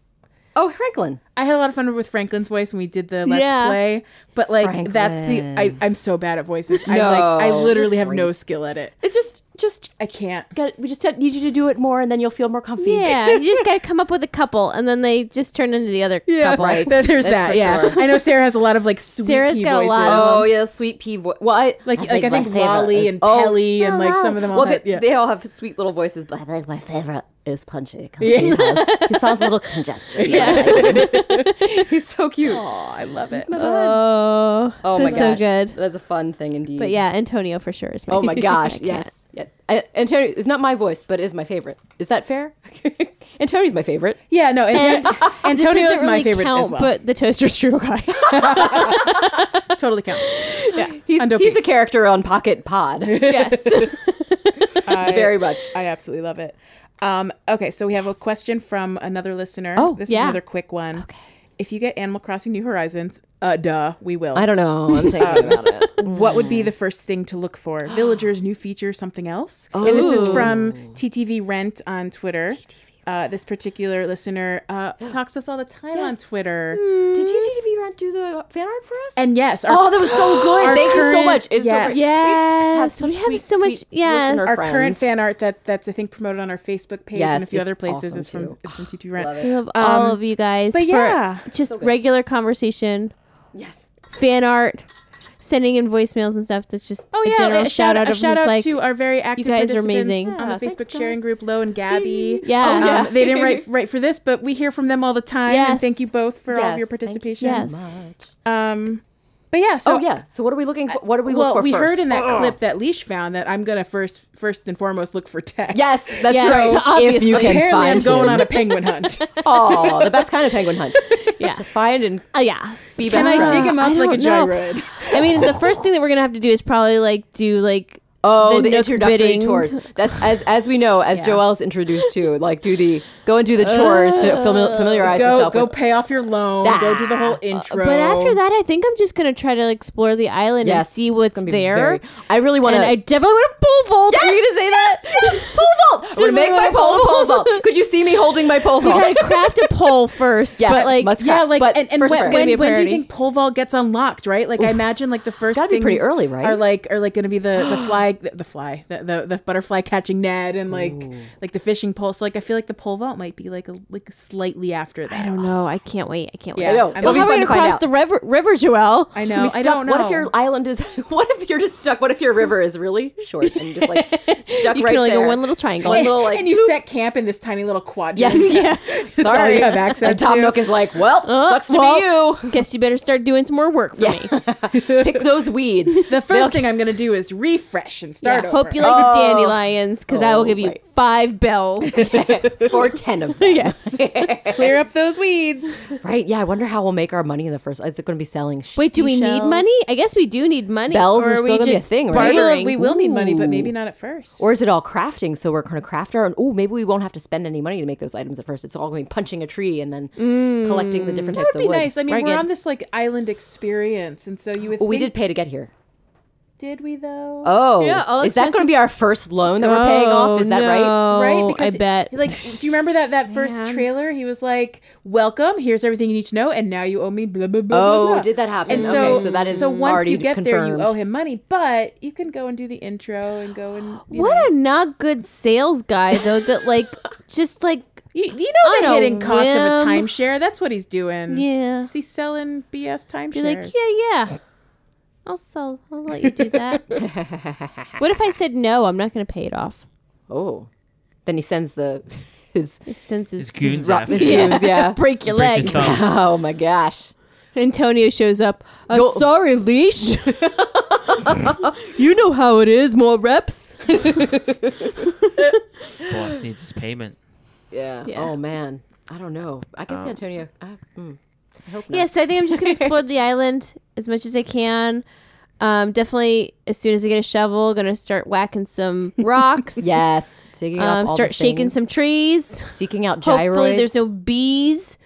[SPEAKER 6] oh, Franklin.
[SPEAKER 2] I had a lot of fun with Franklin's voice when we did the Let's
[SPEAKER 4] Yeah.
[SPEAKER 2] Play, but like that's the I,
[SPEAKER 6] Franklin.
[SPEAKER 2] I'm so bad at voices. I like I
[SPEAKER 6] No,
[SPEAKER 2] literally
[SPEAKER 6] you're
[SPEAKER 2] have no
[SPEAKER 6] great.
[SPEAKER 2] skill at it.
[SPEAKER 6] It's just just
[SPEAKER 2] I can't.
[SPEAKER 6] get. We just need you to do it more, and then you'll feel more comfy.
[SPEAKER 4] Yeah, you just gotta come up with a couple, and then they just turn into the other couple.
[SPEAKER 2] There- There's that.
[SPEAKER 6] for
[SPEAKER 2] Yeah. I know Sarah has a lot of like sweet
[SPEAKER 4] Sarah's
[SPEAKER 2] pea
[SPEAKER 4] got a
[SPEAKER 2] voices.
[SPEAKER 4] lot of-
[SPEAKER 6] Oh yeah, sweet pea. Vo- well, I
[SPEAKER 2] Like- like,
[SPEAKER 6] my
[SPEAKER 2] I think
[SPEAKER 6] favorite
[SPEAKER 2] Wally
[SPEAKER 6] is- oh,
[SPEAKER 2] and Pelly and, like, some of them all
[SPEAKER 6] Well,
[SPEAKER 2] had-
[SPEAKER 6] they-
[SPEAKER 2] yeah.
[SPEAKER 6] they all have sweet little voices, but I think my favorite is Punchy. 'cause
[SPEAKER 2] Yeah.
[SPEAKER 6] He, has, he sounds a little congested. he's so cute.
[SPEAKER 2] Oh, I love it.
[SPEAKER 4] Oh,
[SPEAKER 6] Oh
[SPEAKER 4] that's
[SPEAKER 6] my gosh,
[SPEAKER 4] so good.
[SPEAKER 6] That's a fun thing indeed.
[SPEAKER 4] But yeah, Antonio for sure is. Mm-hmm.
[SPEAKER 6] Oh my
[SPEAKER 4] My I
[SPEAKER 6] gosh,
[SPEAKER 4] can't.
[SPEAKER 6] yes. Yeah. I, Antonio is not my voice, but it is my favorite. Is that fair? Antonio's my favorite.
[SPEAKER 2] Yeah. No.
[SPEAKER 4] And-
[SPEAKER 2] Anto-
[SPEAKER 4] This
[SPEAKER 2] Antonio
[SPEAKER 4] doesn't
[SPEAKER 2] is my
[SPEAKER 4] really
[SPEAKER 2] favorite
[SPEAKER 4] count,
[SPEAKER 2] as well.
[SPEAKER 4] But the toaster strudel guy.
[SPEAKER 2] totally counts.
[SPEAKER 6] He's,
[SPEAKER 2] Undope.
[SPEAKER 6] he's a character on Pocket Pod. yes.
[SPEAKER 2] I,
[SPEAKER 6] Very much.
[SPEAKER 2] I absolutely love it. Um, okay, so we have a question from another listener.
[SPEAKER 6] Oh,
[SPEAKER 2] this
[SPEAKER 4] yeah.
[SPEAKER 2] is another quick one. Okay. If you get Animal Crossing New Horizons, uh, duh, we will.
[SPEAKER 6] I don't know. I'm thinking about it.
[SPEAKER 2] what would be the first thing to look for? Villagers, new feature, something else? And this
[SPEAKER 6] Oh.
[SPEAKER 2] is from TTV Rent on Twitter. Uh, this particular listener uh, talks to us all the time on Twitter.
[SPEAKER 6] Did TTV Rent do the fan art for us?
[SPEAKER 2] And yes, our,
[SPEAKER 6] Hmm. oh, that was so good.
[SPEAKER 2] our
[SPEAKER 6] Thank you so
[SPEAKER 2] current-
[SPEAKER 6] much. It's
[SPEAKER 2] yes.
[SPEAKER 6] so great.
[SPEAKER 4] Yes,
[SPEAKER 6] We have,
[SPEAKER 4] we have so much- yes.
[SPEAKER 6] listener
[SPEAKER 2] our
[SPEAKER 6] friends.
[SPEAKER 2] current fan art that that's I think promoted on our Facebook page
[SPEAKER 6] Yes,
[SPEAKER 2] and a few
[SPEAKER 6] it's
[SPEAKER 2] other places
[SPEAKER 6] awesome
[SPEAKER 2] is from
[SPEAKER 6] too.
[SPEAKER 2] is from TTV Rent.
[SPEAKER 4] We love all
[SPEAKER 2] Um,
[SPEAKER 4] of you guys.
[SPEAKER 2] but
[SPEAKER 4] for
[SPEAKER 2] yeah.
[SPEAKER 4] just regular conversation,
[SPEAKER 6] Yes.
[SPEAKER 4] fan art, sending in voicemails and stuff. That's just
[SPEAKER 2] Oh
[SPEAKER 4] a
[SPEAKER 2] yeah,
[SPEAKER 4] general
[SPEAKER 2] a
[SPEAKER 4] shout out
[SPEAKER 2] a
[SPEAKER 4] of
[SPEAKER 2] shout
[SPEAKER 4] just
[SPEAKER 2] out
[SPEAKER 4] like
[SPEAKER 2] to our very active
[SPEAKER 4] guys are
[SPEAKER 2] participants uh,
[SPEAKER 4] amazing.
[SPEAKER 2] on
[SPEAKER 6] Yeah,
[SPEAKER 2] the Facebook
[SPEAKER 6] thanks,
[SPEAKER 2] sharing
[SPEAKER 6] guys.
[SPEAKER 2] group Lo and Gabby.
[SPEAKER 4] Yeah. Oh,
[SPEAKER 2] Um,
[SPEAKER 4] yes.
[SPEAKER 2] they didn't write write for this, but we hear from them all the time. And
[SPEAKER 4] Yes.
[SPEAKER 2] thank you both for all of
[SPEAKER 6] Yes,
[SPEAKER 2] your
[SPEAKER 6] thank you so
[SPEAKER 2] participation.
[SPEAKER 4] yes.
[SPEAKER 2] Um, but yeah, so
[SPEAKER 6] oh yeah. So what are we looking for? What do we
[SPEAKER 2] well,
[SPEAKER 6] look for
[SPEAKER 2] we
[SPEAKER 6] first?
[SPEAKER 2] heard in that clip that Leash found that I'm gonna first first and foremost look for text.
[SPEAKER 6] Yes, that's
[SPEAKER 4] Yes.
[SPEAKER 6] right.
[SPEAKER 4] So obviously-
[SPEAKER 6] if you can
[SPEAKER 2] Apparently,
[SPEAKER 6] find
[SPEAKER 2] I'm going
[SPEAKER 6] him.
[SPEAKER 2] on a penguin hunt.
[SPEAKER 6] Oh, the best kind of penguin hunt.
[SPEAKER 4] Yes.
[SPEAKER 6] To find and
[SPEAKER 4] Uh, yeah.
[SPEAKER 6] be
[SPEAKER 2] Can
[SPEAKER 6] best
[SPEAKER 2] I
[SPEAKER 6] friends.
[SPEAKER 2] dig him
[SPEAKER 4] I
[SPEAKER 2] up like a
[SPEAKER 4] don't know.
[SPEAKER 2] joyride?
[SPEAKER 4] I mean, the first thing that we're gonna have to do is probably like do like
[SPEAKER 6] Oh,
[SPEAKER 4] the
[SPEAKER 6] the,
[SPEAKER 4] Nook's
[SPEAKER 6] introductory
[SPEAKER 4] bidding.
[SPEAKER 6] tours. That's as as we know, as
[SPEAKER 2] Yeah.
[SPEAKER 6] Joel's introduced to, like do the go and do the chores to fami- familiarize
[SPEAKER 2] Go
[SPEAKER 6] yourself.
[SPEAKER 2] go
[SPEAKER 6] with,
[SPEAKER 2] pay off your loan. Go do the whole intro.
[SPEAKER 4] But after that, I think I'm just gonna try to explore the island and
[SPEAKER 6] yes,
[SPEAKER 4] see what's
[SPEAKER 6] it's gonna be
[SPEAKER 4] there.
[SPEAKER 6] very- I really want
[SPEAKER 4] and
[SPEAKER 6] to.
[SPEAKER 4] I definitely want to pool vault.
[SPEAKER 6] Yes,
[SPEAKER 4] Are you gonna say that?
[SPEAKER 6] yes, pole vault. I'm gonna make my
[SPEAKER 4] Definitely
[SPEAKER 6] pole
[SPEAKER 4] wanna
[SPEAKER 6] pole
[SPEAKER 4] pole
[SPEAKER 6] vault. Could you see me holding my pole
[SPEAKER 4] We
[SPEAKER 6] vault?
[SPEAKER 4] gotta craft a pole first.
[SPEAKER 6] Yes,
[SPEAKER 4] but like
[SPEAKER 6] must
[SPEAKER 2] yeah,
[SPEAKER 6] crap,
[SPEAKER 2] like
[SPEAKER 6] but
[SPEAKER 2] and, and
[SPEAKER 6] first
[SPEAKER 2] when,
[SPEAKER 6] it's gonna
[SPEAKER 2] when,
[SPEAKER 4] be a
[SPEAKER 2] when do you
[SPEAKER 4] priority.
[SPEAKER 2] think pole vault gets unlocked? Right, like I imagine like the first
[SPEAKER 6] gotta be pretty
[SPEAKER 2] things
[SPEAKER 6] early, right?
[SPEAKER 2] Are like are like going to be the the fly the, the fly the, the the butterfly catching net and like like the fishing pole. So like I feel like the pole vault might be like a, like slightly after that.
[SPEAKER 4] I don't know. I can't wait. I can't wait.
[SPEAKER 2] Yeah, I know.
[SPEAKER 4] But
[SPEAKER 2] It'll be
[SPEAKER 4] how are we
[SPEAKER 6] fun to
[SPEAKER 4] gonna
[SPEAKER 6] find
[SPEAKER 4] cross
[SPEAKER 6] out.
[SPEAKER 4] the river, river, Joel?
[SPEAKER 2] I
[SPEAKER 6] Just
[SPEAKER 2] know.
[SPEAKER 6] gonna be
[SPEAKER 2] I
[SPEAKER 6] stuck.
[SPEAKER 2] don't know.
[SPEAKER 6] What if your island is? What if you're just stuck? What if your river is really short and just like stuck
[SPEAKER 4] You
[SPEAKER 6] right
[SPEAKER 4] can only
[SPEAKER 6] there?
[SPEAKER 4] go one little triangle.
[SPEAKER 6] One little like.
[SPEAKER 2] and you set camp in this tiny little quadrant.
[SPEAKER 6] yes, yeah.
[SPEAKER 2] all
[SPEAKER 6] Sorry,
[SPEAKER 2] you have access
[SPEAKER 6] And Tom
[SPEAKER 2] to.
[SPEAKER 6] Nook is like, well, sucks to be you.
[SPEAKER 4] well, Guess you better start doing some more work for me.
[SPEAKER 6] Pick those weeds.
[SPEAKER 2] The first thing I'm going to do is refresh and start
[SPEAKER 4] Yeah,
[SPEAKER 2] over.
[SPEAKER 4] hope you like the dandelions because I will give you
[SPEAKER 6] Oh. right.
[SPEAKER 4] five bells.
[SPEAKER 6] for 10 of them. Yes.
[SPEAKER 2] clear up those weeds.
[SPEAKER 6] right? Yeah, I wonder how we'll make our money in the first. Is it going to be selling sh-
[SPEAKER 4] Wait, do we need
[SPEAKER 6] seashells?
[SPEAKER 4] money? I guess we do need money.
[SPEAKER 6] Bells
[SPEAKER 4] or
[SPEAKER 6] are still
[SPEAKER 4] we
[SPEAKER 6] gonna be a
[SPEAKER 4] just
[SPEAKER 6] thing, right?
[SPEAKER 2] We will,
[SPEAKER 4] Bartering.
[SPEAKER 2] we will need money, but maybe not at first.
[SPEAKER 6] Or is it all crafting? So we're going to craft our own. Oh, maybe we won't have to spend any money to make those items at first. It's all going to be punching a tree and then
[SPEAKER 4] Mm.
[SPEAKER 6] collecting the different types
[SPEAKER 2] That'd be
[SPEAKER 6] of wood.
[SPEAKER 2] nice. I mean,
[SPEAKER 4] Right,
[SPEAKER 2] we're
[SPEAKER 4] good.
[SPEAKER 2] on this like island experience, and so you would.
[SPEAKER 6] Well, we
[SPEAKER 2] think-
[SPEAKER 6] did pay to get here.
[SPEAKER 2] Did we though?
[SPEAKER 6] Oh,
[SPEAKER 4] Yeah, all
[SPEAKER 6] is that going to be our first loan that we're paying off? Is that right?
[SPEAKER 2] right?
[SPEAKER 4] Oh, I bet.
[SPEAKER 2] Like, do you remember that that first trailer? He was like, "Welcome. Here's everything you need to know, and now you owe me." Blah blah blah.
[SPEAKER 6] Oh,
[SPEAKER 2] blah, blah."
[SPEAKER 6] did that happen?
[SPEAKER 2] And so,
[SPEAKER 6] Okay, so that is
[SPEAKER 2] so once
[SPEAKER 6] already
[SPEAKER 2] you get there, you
[SPEAKER 6] confirmed.
[SPEAKER 2] owe him money, but you can go and do the intro and go and you know,
[SPEAKER 4] what a not good sales guy though. That like just like
[SPEAKER 2] you, you know the
[SPEAKER 4] on a
[SPEAKER 2] hidden cost of a
[SPEAKER 4] whim.
[SPEAKER 2] timeshare. That's what he's doing.
[SPEAKER 4] Yeah.
[SPEAKER 2] Is he selling BS timeshares?
[SPEAKER 4] be like yeah yeah. I'll sell. I'll let you do that. what if I said no? I'm not going to pay it off.
[SPEAKER 6] Oh. Then he sends the his
[SPEAKER 4] Since it's
[SPEAKER 12] His goons
[SPEAKER 6] rock
[SPEAKER 12] after
[SPEAKER 6] his
[SPEAKER 12] you.
[SPEAKER 6] goons, yeah.
[SPEAKER 4] break your
[SPEAKER 12] Break
[SPEAKER 4] leg.
[SPEAKER 12] your thumbs.
[SPEAKER 6] Oh my gosh.
[SPEAKER 4] Antonio shows up. I'm
[SPEAKER 6] Yo-
[SPEAKER 4] sorry, leash. you know how it is. More reps.
[SPEAKER 12] Boss needs his payment.
[SPEAKER 6] Yeah.
[SPEAKER 4] Yeah.
[SPEAKER 6] Oh man. I don't know. I can
[SPEAKER 12] Uh.
[SPEAKER 6] see Antonio. I, mm, I hope not.
[SPEAKER 4] Yeah, so I think I'm just gonna explore the island as much as I can. Um, definitely, as soon as I get a shovel, gonna start whacking some rocks.
[SPEAKER 6] Yes. Digging up
[SPEAKER 4] Um,
[SPEAKER 6] all
[SPEAKER 4] start
[SPEAKER 6] the
[SPEAKER 4] shaking
[SPEAKER 6] things.
[SPEAKER 4] some trees.
[SPEAKER 6] seeking out gyroids.
[SPEAKER 4] Hopefully, there's no bees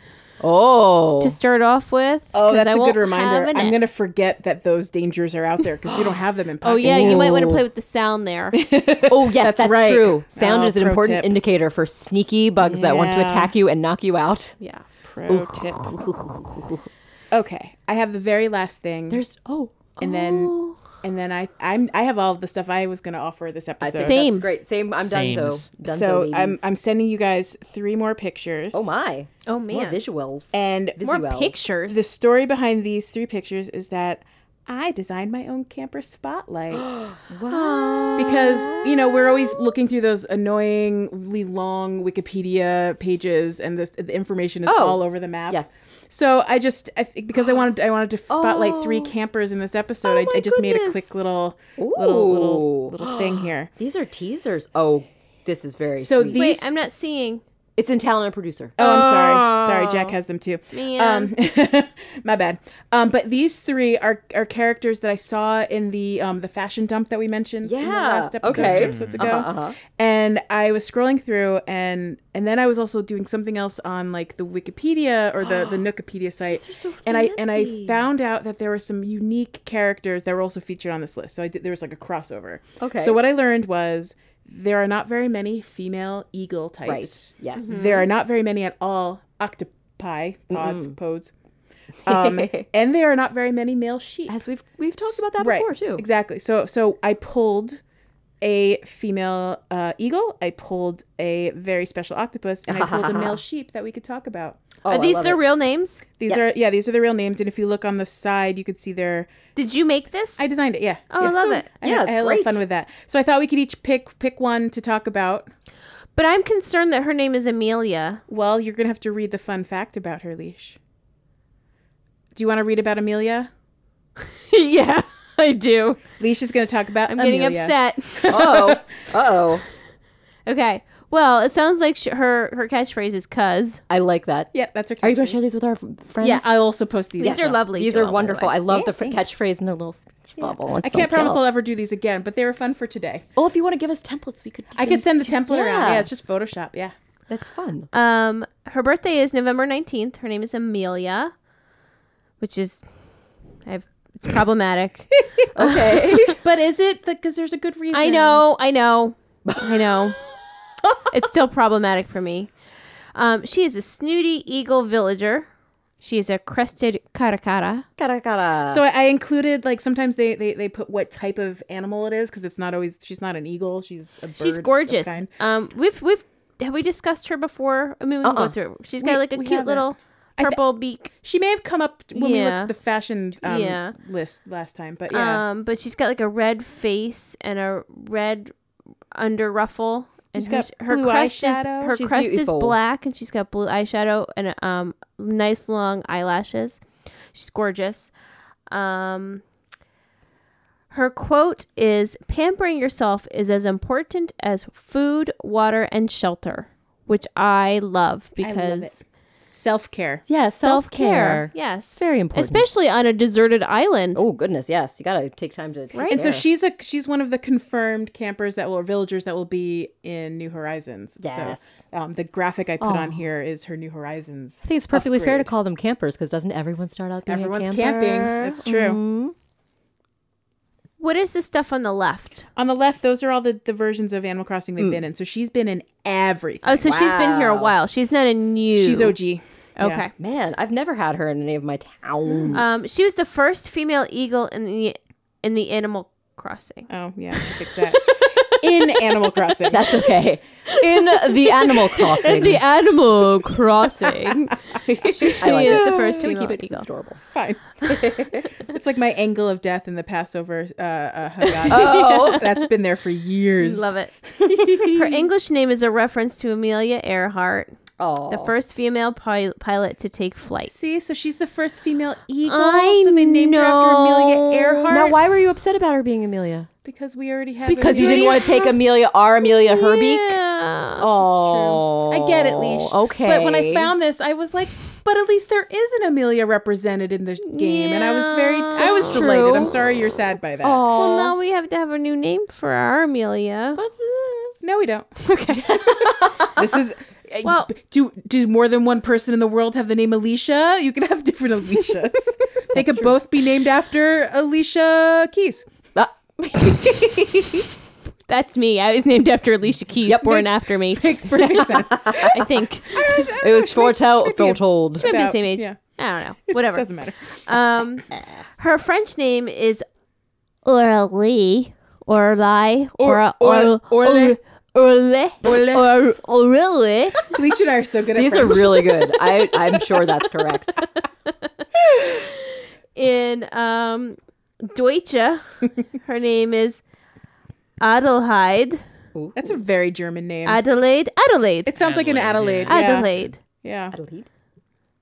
[SPEAKER 6] oh
[SPEAKER 4] to start off with.
[SPEAKER 2] Oh,
[SPEAKER 4] 'cause
[SPEAKER 2] that's
[SPEAKER 4] I
[SPEAKER 2] a
[SPEAKER 4] won't
[SPEAKER 2] good reminder.
[SPEAKER 4] have an- e-"
[SPEAKER 2] I'm gonna forget that those dangers are out there because we don't have them in. Pocket.
[SPEAKER 4] Oh yeah, you might want
[SPEAKER 6] Ooh.
[SPEAKER 4] to play with the sound there.
[SPEAKER 6] oh yes
[SPEAKER 2] That's
[SPEAKER 6] that's,
[SPEAKER 2] right.
[SPEAKER 6] true. Sound
[SPEAKER 2] Oh,
[SPEAKER 6] is an
[SPEAKER 2] pro
[SPEAKER 6] important
[SPEAKER 2] tip.
[SPEAKER 6] indicator for sneaky bugs that want to
[SPEAKER 2] Yeah.
[SPEAKER 6] attack you and knock you out.
[SPEAKER 4] yeah.
[SPEAKER 2] Pro tip. Okay, I have the very last thing,
[SPEAKER 6] There's oh
[SPEAKER 2] and then and then I I'm I have all of the stuff I was going to offer this
[SPEAKER 3] I
[SPEAKER 2] episode.
[SPEAKER 3] think
[SPEAKER 4] Same.
[SPEAKER 3] that's great. Same. I'm done.
[SPEAKER 12] Sames.
[SPEAKER 3] So done.
[SPEAKER 2] so
[SPEAKER 3] So
[SPEAKER 2] I'm I'm sending you guys three more pictures.
[SPEAKER 3] Oh my.
[SPEAKER 4] Oh
[SPEAKER 3] More
[SPEAKER 4] man,
[SPEAKER 3] visuals.
[SPEAKER 2] And
[SPEAKER 4] more
[SPEAKER 3] visuals.
[SPEAKER 4] pictures.
[SPEAKER 2] the story behind these three pictures is that I designed my own camper spotlights. Because, you know, we're always looking through those annoyingly long Wikipedia pages and this the information is
[SPEAKER 3] Oh.
[SPEAKER 2] all over the map.
[SPEAKER 3] Yes.
[SPEAKER 2] So I just I, think- because I wanted I wanted to spotlight three campers in this episode. I, I just made a quick little little little
[SPEAKER 3] Ooh.
[SPEAKER 2] little thing here.
[SPEAKER 3] These are teasers. Oh, this is very
[SPEAKER 2] So
[SPEAKER 3] sweet.
[SPEAKER 2] the-
[SPEAKER 4] Wait,
[SPEAKER 2] these-
[SPEAKER 4] I'm not seeing.
[SPEAKER 3] it's in talent and producer.
[SPEAKER 2] Oh, I'm sorry. Sorry, Jack has them too.
[SPEAKER 4] Man.
[SPEAKER 2] Um, my bad. Um, but these three are are characters that I saw in the um the fashion dump that we mentioned. in the
[SPEAKER 3] Yeah,
[SPEAKER 2] last episode,
[SPEAKER 3] okay. Uh-huh,
[SPEAKER 2] two episodes ago. And I was scrolling through, and and then I was also doing something else on like the Wikipedia or the the Nookipedia site. And I and I found out that there were some unique characters that were also featured on this list. So I did, there was like a crossover.
[SPEAKER 3] Okay.
[SPEAKER 2] So what I learned was. There are not very many female eagle types.
[SPEAKER 3] Right. Yes.
[SPEAKER 6] Mm-hmm.
[SPEAKER 2] There are not very many at all octopi, pods, pods. Um, and there are not very many male sheep.
[SPEAKER 3] As we've we've talked about that before too.
[SPEAKER 2] Exactly. So so I pulled a female uh, eagle, I pulled a very special octopus, and I pulled a male sheep that we could talk about.
[SPEAKER 3] Oh, I
[SPEAKER 4] Are these
[SPEAKER 3] love
[SPEAKER 4] their
[SPEAKER 3] it.
[SPEAKER 4] real names?
[SPEAKER 2] These
[SPEAKER 3] Yes.
[SPEAKER 2] are yeah, these are the real names, and if you look on the side, you could see their
[SPEAKER 4] Did you make this?
[SPEAKER 2] I designed it. Yeah.
[SPEAKER 4] Oh, I love it.
[SPEAKER 2] I
[SPEAKER 3] Yeah,
[SPEAKER 2] had,
[SPEAKER 3] it's
[SPEAKER 2] I had a little
[SPEAKER 3] great.
[SPEAKER 2] fun with that. So I thought we could each pick pick one to talk about.
[SPEAKER 4] But I'm concerned that her name is Amelia.
[SPEAKER 2] Well, you're gonna have to read the fun fact about her leash. Do you want to read about Amelia?
[SPEAKER 4] yeah, I do.
[SPEAKER 2] Leash is going to talk about.
[SPEAKER 4] I'm
[SPEAKER 2] Amelia.
[SPEAKER 4] getting upset.
[SPEAKER 3] Oh. Uh oh.
[SPEAKER 4] okay. Well, it sounds like sh- her her catchphrase is "cuz."
[SPEAKER 3] I like that.
[SPEAKER 2] Yeah, that's okay.
[SPEAKER 6] Are you going to share these with our f- friends?
[SPEAKER 2] Yeah, I'll also post these.
[SPEAKER 4] These are lovely.
[SPEAKER 6] These
[SPEAKER 4] Joelle,
[SPEAKER 6] are
[SPEAKER 4] by the
[SPEAKER 6] wonderful.
[SPEAKER 4] way.
[SPEAKER 6] I love the fr- catchphrase and their little speech bubble. It's
[SPEAKER 2] I
[SPEAKER 6] so
[SPEAKER 2] can't promise
[SPEAKER 6] cute.
[SPEAKER 2] I'll ever do these again, but they were fun for today.
[SPEAKER 3] Well, if you want to give us templates, we could.
[SPEAKER 2] I could send the template around.
[SPEAKER 3] Yeah.
[SPEAKER 2] Yeah, it's just Photoshop. Yeah.
[SPEAKER 3] That's fun.
[SPEAKER 4] Um, her birthday is November nineteenth. Her name is Amelia, which is, I've it's problematic.
[SPEAKER 3] Okay.
[SPEAKER 2] But is it because there's a good reason?
[SPEAKER 4] I know, I know, I know. it's still problematic for me. Um, she is a snooty eagle villager. She is a crested caracara.
[SPEAKER 3] cara cara.
[SPEAKER 2] So I, I included like sometimes they, they they put what type of animal it is because it's not always she's not an eagle she's a bird
[SPEAKER 4] She's
[SPEAKER 2] of
[SPEAKER 4] gorgeous.
[SPEAKER 2] kind.
[SPEAKER 4] Um, we've we've have we discussed her before? I mean, we can go through. She's got
[SPEAKER 2] Uh-uh. We-
[SPEAKER 4] like a
[SPEAKER 2] we
[SPEAKER 4] cute
[SPEAKER 2] haven't.
[SPEAKER 4] little
[SPEAKER 2] thi-
[SPEAKER 4] purple beak.
[SPEAKER 2] She may have come up when we looked
[SPEAKER 4] Yeah.
[SPEAKER 2] at the fashion um,
[SPEAKER 4] Yeah.
[SPEAKER 2] list last time, but yeah,
[SPEAKER 4] Um, but she's got like a red face and a red under ruffle. And
[SPEAKER 2] She's
[SPEAKER 4] her,
[SPEAKER 2] got
[SPEAKER 4] her
[SPEAKER 2] blue
[SPEAKER 4] crest
[SPEAKER 2] eyeshadow.
[SPEAKER 4] is her
[SPEAKER 3] She's
[SPEAKER 4] crest
[SPEAKER 3] beautiful.
[SPEAKER 4] is black, and she's got blue eyeshadow and um nice long eyelashes. She's gorgeous. Um, her quote is: "Pampering yourself is as important as food, water, and shelter," which I love because
[SPEAKER 2] self care.
[SPEAKER 6] Yeah,
[SPEAKER 4] self care.
[SPEAKER 6] self-care.
[SPEAKER 4] Yes,
[SPEAKER 6] very important.
[SPEAKER 4] especially on a deserted island.
[SPEAKER 3] oh goodness, yes. You gotta take time to.
[SPEAKER 4] Right.
[SPEAKER 2] And so she's a she's one of the confirmed campers that will or villagers that will be in New Horizons.
[SPEAKER 3] Yes.
[SPEAKER 2] So, um, the graphic I put
[SPEAKER 6] Oh.
[SPEAKER 2] on here is her New Horizons.
[SPEAKER 6] I think it's perfectly fair to
[SPEAKER 2] upgrade.
[SPEAKER 6] call them campers because doesn't everyone start out being a
[SPEAKER 2] Everyone's
[SPEAKER 6] camper? Mm-hmm.
[SPEAKER 2] camping. That's true.
[SPEAKER 4] What is this stuff on the left?
[SPEAKER 2] On the left, those are all the, the versions of Animal Crossing
[SPEAKER 3] Mm.
[SPEAKER 2] they've been in. So she's been in everything.
[SPEAKER 4] Oh, so she's been here a while. She's not a new.
[SPEAKER 2] She's OG. Okay.
[SPEAKER 4] Okay.
[SPEAKER 3] Man, I've never had her in any of my
[SPEAKER 6] Mm.
[SPEAKER 3] towns.
[SPEAKER 4] Um, she was the first female eagle in the in the Animal Crossing.
[SPEAKER 2] Oh yeah, she fixed that. in Animal Crossing.
[SPEAKER 3] That's okay. In the Animal Crossing.
[SPEAKER 4] Animal Crossing. she
[SPEAKER 3] I like
[SPEAKER 4] is
[SPEAKER 3] it.
[SPEAKER 4] the first
[SPEAKER 6] Can we
[SPEAKER 4] female
[SPEAKER 6] keep it? 'Cause
[SPEAKER 4] eagle.
[SPEAKER 6] It's adorable.
[SPEAKER 2] fine. it's like my angle of death in the Passover uh, uh, Haggadah.
[SPEAKER 3] Oh.
[SPEAKER 2] That's been there for years.
[SPEAKER 4] Love it. Her English name is a reference to Amelia Earhart,
[SPEAKER 3] Oh.
[SPEAKER 4] the first female pil- pilot to take flight.
[SPEAKER 2] See, so she's the first female eagle.
[SPEAKER 4] I
[SPEAKER 2] so they named her after Amelia
[SPEAKER 4] know.
[SPEAKER 2] Earhart.
[SPEAKER 6] Now, why were you upset about her being Amelia?
[SPEAKER 2] Because we already have.
[SPEAKER 6] Because you didn't want to take Amelia R. Amelia Herbeek? Oh.
[SPEAKER 2] I get it, Leash.
[SPEAKER 6] Okay.
[SPEAKER 2] But when I found this, I was like, but at least there is an Amelia represented in the game, and I was very, I was Oh.
[SPEAKER 6] That's
[SPEAKER 2] delighted. I'm
[SPEAKER 6] true.
[SPEAKER 2] sorry you're sad by that.
[SPEAKER 4] Well, now we have to have a new name for our Amelia.
[SPEAKER 2] No, we don't. Okay. this is. eh,
[SPEAKER 4] Well-
[SPEAKER 2] do do more than one person in the world have the name Alicia? You could have different Alicias. they could both be named after Alicia Keys.
[SPEAKER 6] Ah,
[SPEAKER 4] That's me. I was named after Alicia Keys,
[SPEAKER 2] Yep.
[SPEAKER 4] born
[SPEAKER 2] Makes-
[SPEAKER 4] after me.
[SPEAKER 2] Makes perfect sense.
[SPEAKER 4] I think.
[SPEAKER 6] It was foretold.
[SPEAKER 2] be a-
[SPEAKER 6] foretold.
[SPEAKER 4] Might be the
[SPEAKER 2] About-
[SPEAKER 4] same age.
[SPEAKER 2] yeah.
[SPEAKER 4] I don't know. Whatever.
[SPEAKER 2] Doesn't matter.
[SPEAKER 4] Um, her French name is or a Lee or a Lie
[SPEAKER 2] Or-
[SPEAKER 4] or a
[SPEAKER 2] or-
[SPEAKER 4] or
[SPEAKER 2] or le.
[SPEAKER 4] Orle
[SPEAKER 2] Orle.
[SPEAKER 4] or Orle.
[SPEAKER 2] Alicia and I are so good at
[SPEAKER 6] These are really good. I, I'm sure that's correct.
[SPEAKER 4] In um, Deutsche, her name is Adelheid.
[SPEAKER 2] That's a very German name.
[SPEAKER 4] Adelaide. Adelaide.
[SPEAKER 2] it sounds like an Adelaide.
[SPEAKER 7] Adelaide,
[SPEAKER 2] yeah. Yeah.
[SPEAKER 4] Adelaide.
[SPEAKER 6] Adelaide.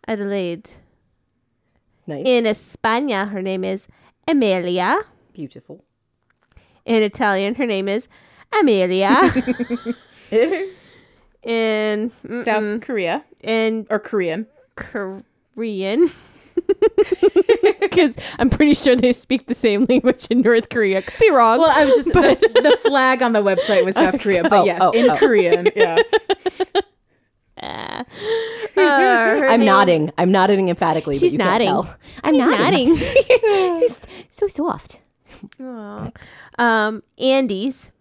[SPEAKER 4] Adelaide.
[SPEAKER 6] Nice.
[SPEAKER 4] In España, her name is Amelia.
[SPEAKER 6] Beautiful.
[SPEAKER 4] In Italian, her name is Amelia. in
[SPEAKER 2] South Korea
[SPEAKER 4] in
[SPEAKER 2] or Korean.
[SPEAKER 4] Korean. Because I'm pretty sure they speak the same language in North Korea. Could be wrong.
[SPEAKER 2] Well, I was just the, the flag on the website was South Korea, but
[SPEAKER 6] Oh,
[SPEAKER 2] yes,
[SPEAKER 6] oh,
[SPEAKER 2] in
[SPEAKER 6] oh.
[SPEAKER 2] Korean. Yeah.
[SPEAKER 4] Uh,
[SPEAKER 6] I'm nodding. I'm nodding emphatically.
[SPEAKER 4] She's
[SPEAKER 6] but you can't
[SPEAKER 4] nodding.
[SPEAKER 6] tell.
[SPEAKER 4] I'm nodding. She's so soft. Um, Andes.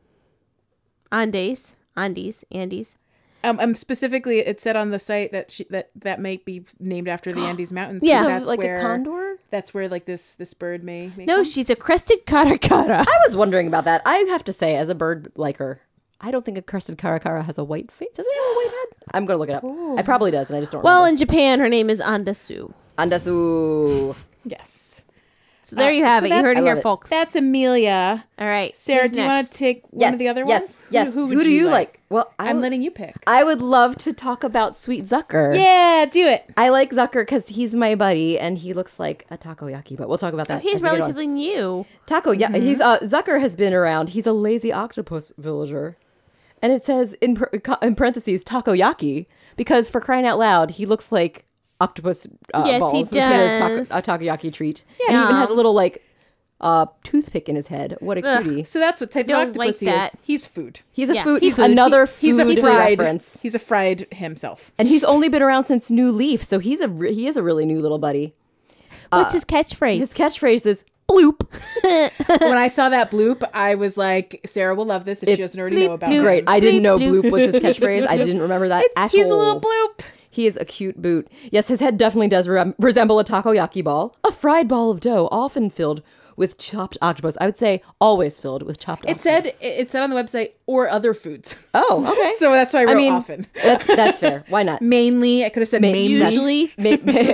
[SPEAKER 4] Andes. Andes. Andes.
[SPEAKER 2] Um, um, specifically, it said on the site that she, that that might be named after the Andes Mountains. 'cause
[SPEAKER 4] Yeah. So,
[SPEAKER 2] that's
[SPEAKER 13] like
[SPEAKER 2] where
[SPEAKER 13] a condor.
[SPEAKER 2] that's where like this this bird may. may
[SPEAKER 4] No,
[SPEAKER 2] come.
[SPEAKER 4] she's a crested caracara.
[SPEAKER 6] I was wondering about that. I have to say, as a bird liker, I don't think a crested caracara has a white face. Does it have a white head? I'm gonna look it up. It probably does, and I just don't.
[SPEAKER 4] Well,
[SPEAKER 6] Well,
[SPEAKER 4] in Japan, her name is Andasu.
[SPEAKER 6] Andasu.
[SPEAKER 2] yes,
[SPEAKER 4] Oh, So there you have
[SPEAKER 2] so
[SPEAKER 4] it. You
[SPEAKER 2] that's-
[SPEAKER 4] heard
[SPEAKER 6] I
[SPEAKER 4] it
[SPEAKER 6] love
[SPEAKER 4] here,
[SPEAKER 6] it.
[SPEAKER 4] folks.
[SPEAKER 2] that's Amelia.
[SPEAKER 4] All right.
[SPEAKER 2] Sarah,
[SPEAKER 4] who's
[SPEAKER 2] do you
[SPEAKER 4] next?
[SPEAKER 2] want to take one
[SPEAKER 6] Yes.
[SPEAKER 2] of the other
[SPEAKER 6] yes,
[SPEAKER 2] ones?
[SPEAKER 6] Yes.
[SPEAKER 2] Who,
[SPEAKER 6] Who,
[SPEAKER 2] would
[SPEAKER 6] do you like? Well, I,
[SPEAKER 2] I'm
[SPEAKER 6] would-
[SPEAKER 2] letting you pick.
[SPEAKER 6] I would love to talk about Sweet Zucker.
[SPEAKER 2] yeah, do it.
[SPEAKER 6] I like Zucker because he's my buddy and he looks like a takoyaki, but we'll talk about that.
[SPEAKER 4] Oh, He's
[SPEAKER 6] as we get on.
[SPEAKER 4] relatively Mm-hmm. new.
[SPEAKER 6] Taco, yeah, he's uh, Zucker has been around. He's a lazy octopus villager, and it says in par- co- in parentheses takoyaki because for crying out loud, he looks like octopus uh,
[SPEAKER 4] Yes, he
[SPEAKER 6] balls instead of
[SPEAKER 4] does.
[SPEAKER 6] taco- a takoyaki treat. And he even has a little like uh, toothpick in his head. What a cutie!
[SPEAKER 2] So that's what type
[SPEAKER 4] Don't
[SPEAKER 2] of octopus
[SPEAKER 4] like
[SPEAKER 2] he is.
[SPEAKER 4] that.
[SPEAKER 2] He's food.
[SPEAKER 6] He's a
[SPEAKER 4] Yeah,
[SPEAKER 6] food.
[SPEAKER 4] he's
[SPEAKER 6] He's
[SPEAKER 4] food.
[SPEAKER 6] another food
[SPEAKER 2] He's a fried.
[SPEAKER 6] reference,
[SPEAKER 2] He's a fried himself.
[SPEAKER 6] and he's only been around since New Leaf, so he's a re- he is a really new little buddy.
[SPEAKER 4] What's Uh, his catchphrase?
[SPEAKER 6] His catchphrase is bloop.
[SPEAKER 2] when I saw that bloop, I was like, Sarah will love this if she
[SPEAKER 6] It's
[SPEAKER 2] doesn't already know about
[SPEAKER 4] bloop.
[SPEAKER 2] it.
[SPEAKER 6] Great. Uh, I didn't
[SPEAKER 4] Bloop,
[SPEAKER 6] know
[SPEAKER 4] bloop.
[SPEAKER 6] bloop was his catchphrase. I didn't remember that at
[SPEAKER 2] He's a
[SPEAKER 6] all.
[SPEAKER 2] little bloop.
[SPEAKER 6] He is a cute boot. Yes, his head definitely does re- resemble a takoyaki ball, a fried ball of dough, often filled with chopped octopus. I would say always filled with chopped.
[SPEAKER 2] It said
[SPEAKER 6] octopus.
[SPEAKER 2] it- it said on the website or other foods.
[SPEAKER 6] "Oh, okay."
[SPEAKER 2] So that's why I wrote often.
[SPEAKER 6] that's that's fair. Why not?
[SPEAKER 2] Mainly, I could have said
[SPEAKER 6] Ma-
[SPEAKER 2] mainly.
[SPEAKER 6] usually, ma- ma-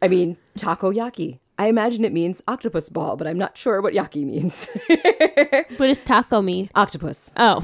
[SPEAKER 6] I mean takoyaki. I imagine it means octopus ball, but I'm not sure what yaki means.
[SPEAKER 4] what does taco mean?
[SPEAKER 6] octopus.
[SPEAKER 4] Oh,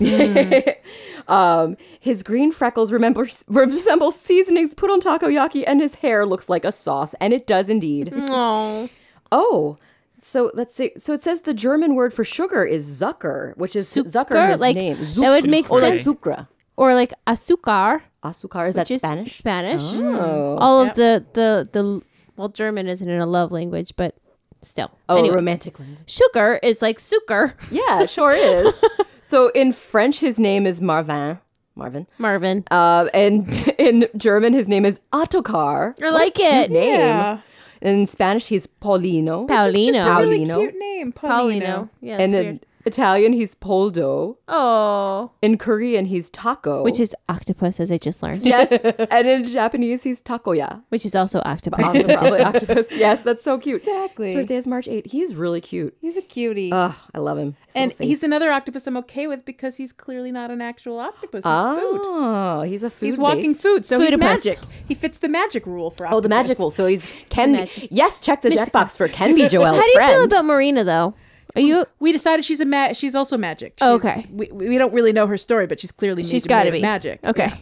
[SPEAKER 6] Um, his green freckles remember, resemble seasonings put on takoyaki, and his hair looks like a sauce, and it does indeed.
[SPEAKER 4] Mm. no.
[SPEAKER 6] Oh, so let's see. So it says the German word for sugar is Zucker, which is Zucker, his
[SPEAKER 4] like,
[SPEAKER 6] name.
[SPEAKER 4] that would make
[SPEAKER 6] or
[SPEAKER 4] sense.
[SPEAKER 6] like Sucra.
[SPEAKER 4] Or like azúcar,
[SPEAKER 6] Asucar, is
[SPEAKER 4] which
[SPEAKER 6] that
[SPEAKER 4] is
[SPEAKER 6] Spanish?
[SPEAKER 4] Spanish. Hmm.
[SPEAKER 6] Oh,
[SPEAKER 4] All of the, the, the, well, German isn't in a love language, but still.
[SPEAKER 6] oh
[SPEAKER 4] anyway,
[SPEAKER 6] romantic language.
[SPEAKER 4] sugar is like sucre,
[SPEAKER 6] Yeah, it sure is. so in French, his name is Marvin. Marvin.
[SPEAKER 4] Marvin.
[SPEAKER 6] Uh, and in German, his name is Ottokar.
[SPEAKER 4] I like it.
[SPEAKER 6] Name.
[SPEAKER 2] Yeah.
[SPEAKER 6] In Spanish, he's Paulino.
[SPEAKER 2] It's just a
[SPEAKER 4] Paulino.
[SPEAKER 2] really
[SPEAKER 6] Paulino.
[SPEAKER 2] cute name, Paulino.
[SPEAKER 4] Paulino. Yeah, it's
[SPEAKER 6] and in
[SPEAKER 4] weird.
[SPEAKER 6] Italian, he's Poldo.
[SPEAKER 4] oh,
[SPEAKER 6] In Korean, he's Taco.
[SPEAKER 4] which is octopus, as I just learned,
[SPEAKER 6] yes. and in Japanese, he's Takoya.
[SPEAKER 4] which is also octopus.
[SPEAKER 6] Awesome, probably octopus. Yes, that's so cute.
[SPEAKER 2] Exactly.
[SPEAKER 6] His birthday is March 8th. He's really cute.
[SPEAKER 2] He's a cutie.
[SPEAKER 6] Ugh, I love him. His
[SPEAKER 2] and
[SPEAKER 6] little Oh, face.
[SPEAKER 2] he's another octopus I'm okay with because he's clearly not an actual octopus. He's food.
[SPEAKER 6] Oh, he's a food.
[SPEAKER 2] He's walking
[SPEAKER 6] based.
[SPEAKER 2] food, so he's
[SPEAKER 4] Foodipus.
[SPEAKER 2] magic. He fits the magic rule for octopus.
[SPEAKER 6] Oh, the magic rule. So he's can yes, check the checkbox for can be Joel's
[SPEAKER 4] How do you
[SPEAKER 6] friend.
[SPEAKER 4] feel about Marina, though? Are you
[SPEAKER 2] We decided she's a ma- she's also magic. She's,
[SPEAKER 4] Okay.
[SPEAKER 2] We, we don't really know her story, but she's clearly
[SPEAKER 4] She's
[SPEAKER 2] got to
[SPEAKER 4] be
[SPEAKER 2] magic.
[SPEAKER 4] Okay,
[SPEAKER 2] Yeah.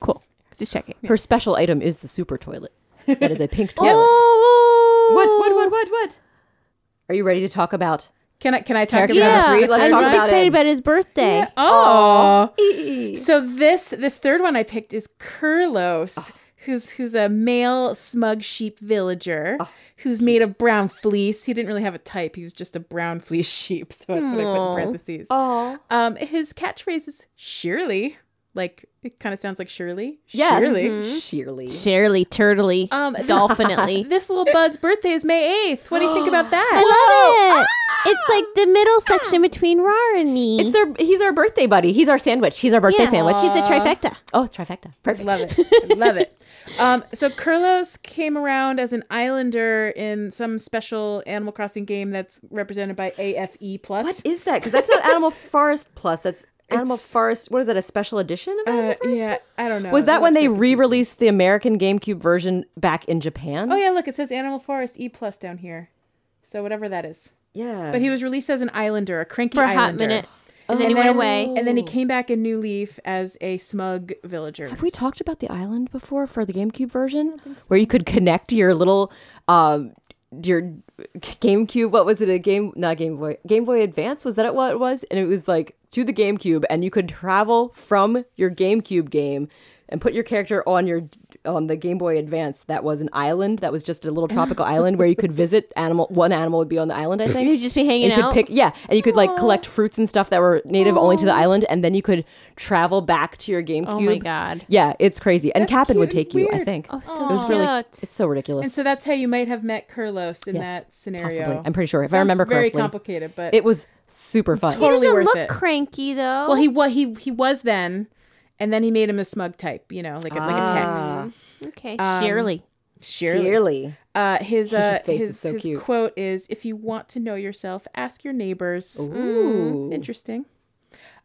[SPEAKER 4] cool. Just checking.
[SPEAKER 6] Her special item is the super toilet. That is a pink toilet.
[SPEAKER 4] Oh,
[SPEAKER 6] What? What? What? What? What? Are you ready to talk about?
[SPEAKER 2] Can I can I talk
[SPEAKER 6] Character
[SPEAKER 2] about
[SPEAKER 6] number
[SPEAKER 4] Yeah,
[SPEAKER 6] three? Let's
[SPEAKER 4] I'm
[SPEAKER 6] talk
[SPEAKER 4] just
[SPEAKER 6] about
[SPEAKER 4] excited
[SPEAKER 6] it.
[SPEAKER 4] about his birthday.
[SPEAKER 2] Oh. So this this third one I picked is Curlos,
[SPEAKER 4] Oh.
[SPEAKER 2] who's who's a male smug sheep villager
[SPEAKER 4] Oh.
[SPEAKER 2] who's made of brown fleece. He didn't really have a type. He was just a brown
[SPEAKER 4] Hmm.
[SPEAKER 2] fleece sheep. So that's what I put in parentheses. Um, his catchphrase is Shirley. Like it kind of sounds like Shirley.
[SPEAKER 6] Yes.
[SPEAKER 2] Shirley.
[SPEAKER 4] Mm-hmm.
[SPEAKER 6] Sheerly.
[SPEAKER 4] Surely, turtly,
[SPEAKER 2] Um, this-
[SPEAKER 4] dolphinately.
[SPEAKER 2] This little bud's birthday is May eighth. What do you think about that?
[SPEAKER 4] I love it. It's like the middle section between Rar and me.
[SPEAKER 6] It's our he's our birthday buddy. He's our sandwich. He's our birthday sandwich.
[SPEAKER 4] She's a trifecta.
[SPEAKER 6] oh, trifecta. Perfect.
[SPEAKER 2] Love it. Love it. Um, so Kurlos came around as an islander in some special Animal Crossing game that's represented by AFE plus.
[SPEAKER 6] What is that? Because that's not Animal Forest Plus. That's Animal Forest. What is that? A special edition of Animal
[SPEAKER 2] Uh,
[SPEAKER 6] Forest
[SPEAKER 2] yeah,
[SPEAKER 6] Plus?
[SPEAKER 2] I don't know.
[SPEAKER 6] Was
[SPEAKER 2] It
[SPEAKER 6] that when
[SPEAKER 2] looks
[SPEAKER 6] they
[SPEAKER 2] like-
[SPEAKER 6] re-released the American GameCube version back in Japan?
[SPEAKER 2] Oh yeah, look, it says Animal Forest E plus down here. So whatever that is.
[SPEAKER 6] yeah.
[SPEAKER 2] But he was released as an islander, a cranky
[SPEAKER 4] For a hot
[SPEAKER 2] islander.
[SPEAKER 4] minute. And then he went away.
[SPEAKER 2] And then he came back in New Leaf as a smug villager.
[SPEAKER 6] Have we talked about the island before for the GameCube version, where you could connect your little, um, your GameCube? What was it? A game? Not Game Boy. Game Boy Advance was that what it was? And it was like to the GameCube, and you could travel from your GameCube game and put your character on your on the Game Boy Advance. That was an island. That was just a little tropical island where you could visit animal. One animal would be on the island. I think
[SPEAKER 4] You'd just be hanging
[SPEAKER 6] and you
[SPEAKER 4] out.
[SPEAKER 6] could pick yeah and you could like collect fruits and stuff that were native only to the island and then you could travel back to your gamecube
[SPEAKER 4] Oh my god.
[SPEAKER 6] yeah it's crazy and
[SPEAKER 2] That's
[SPEAKER 6] Cap'n would
[SPEAKER 2] cute
[SPEAKER 6] take
[SPEAKER 2] and
[SPEAKER 6] you i
[SPEAKER 2] weird.
[SPEAKER 6] think
[SPEAKER 4] Oh, so
[SPEAKER 6] it was really
[SPEAKER 4] cute.
[SPEAKER 6] it's so ridiculous
[SPEAKER 2] and so that's how you might have met Kurlos in
[SPEAKER 6] Yes,
[SPEAKER 2] that scenario.
[SPEAKER 6] possibly i'm pretty sure if i
[SPEAKER 2] Sounds
[SPEAKER 6] remember
[SPEAKER 2] very
[SPEAKER 6] correctly
[SPEAKER 2] complicated, but
[SPEAKER 6] it was super fun
[SPEAKER 2] Totally
[SPEAKER 4] he doesn't
[SPEAKER 2] worth
[SPEAKER 4] look
[SPEAKER 2] it.
[SPEAKER 4] cranky though.
[SPEAKER 6] Oh.
[SPEAKER 2] well, he was he he was then, and then he made him a smug type, you know, like a, like a
[SPEAKER 6] Ah.
[SPEAKER 2] tex.
[SPEAKER 4] okay. Surely.
[SPEAKER 6] Really?
[SPEAKER 2] Uh, his uh,
[SPEAKER 6] face is
[SPEAKER 2] his,
[SPEAKER 6] so
[SPEAKER 2] his
[SPEAKER 6] cute.
[SPEAKER 2] quote is, "If you want to know yourself, ask your neighbors." Mm,
[SPEAKER 6] Ooh.
[SPEAKER 2] Interesting.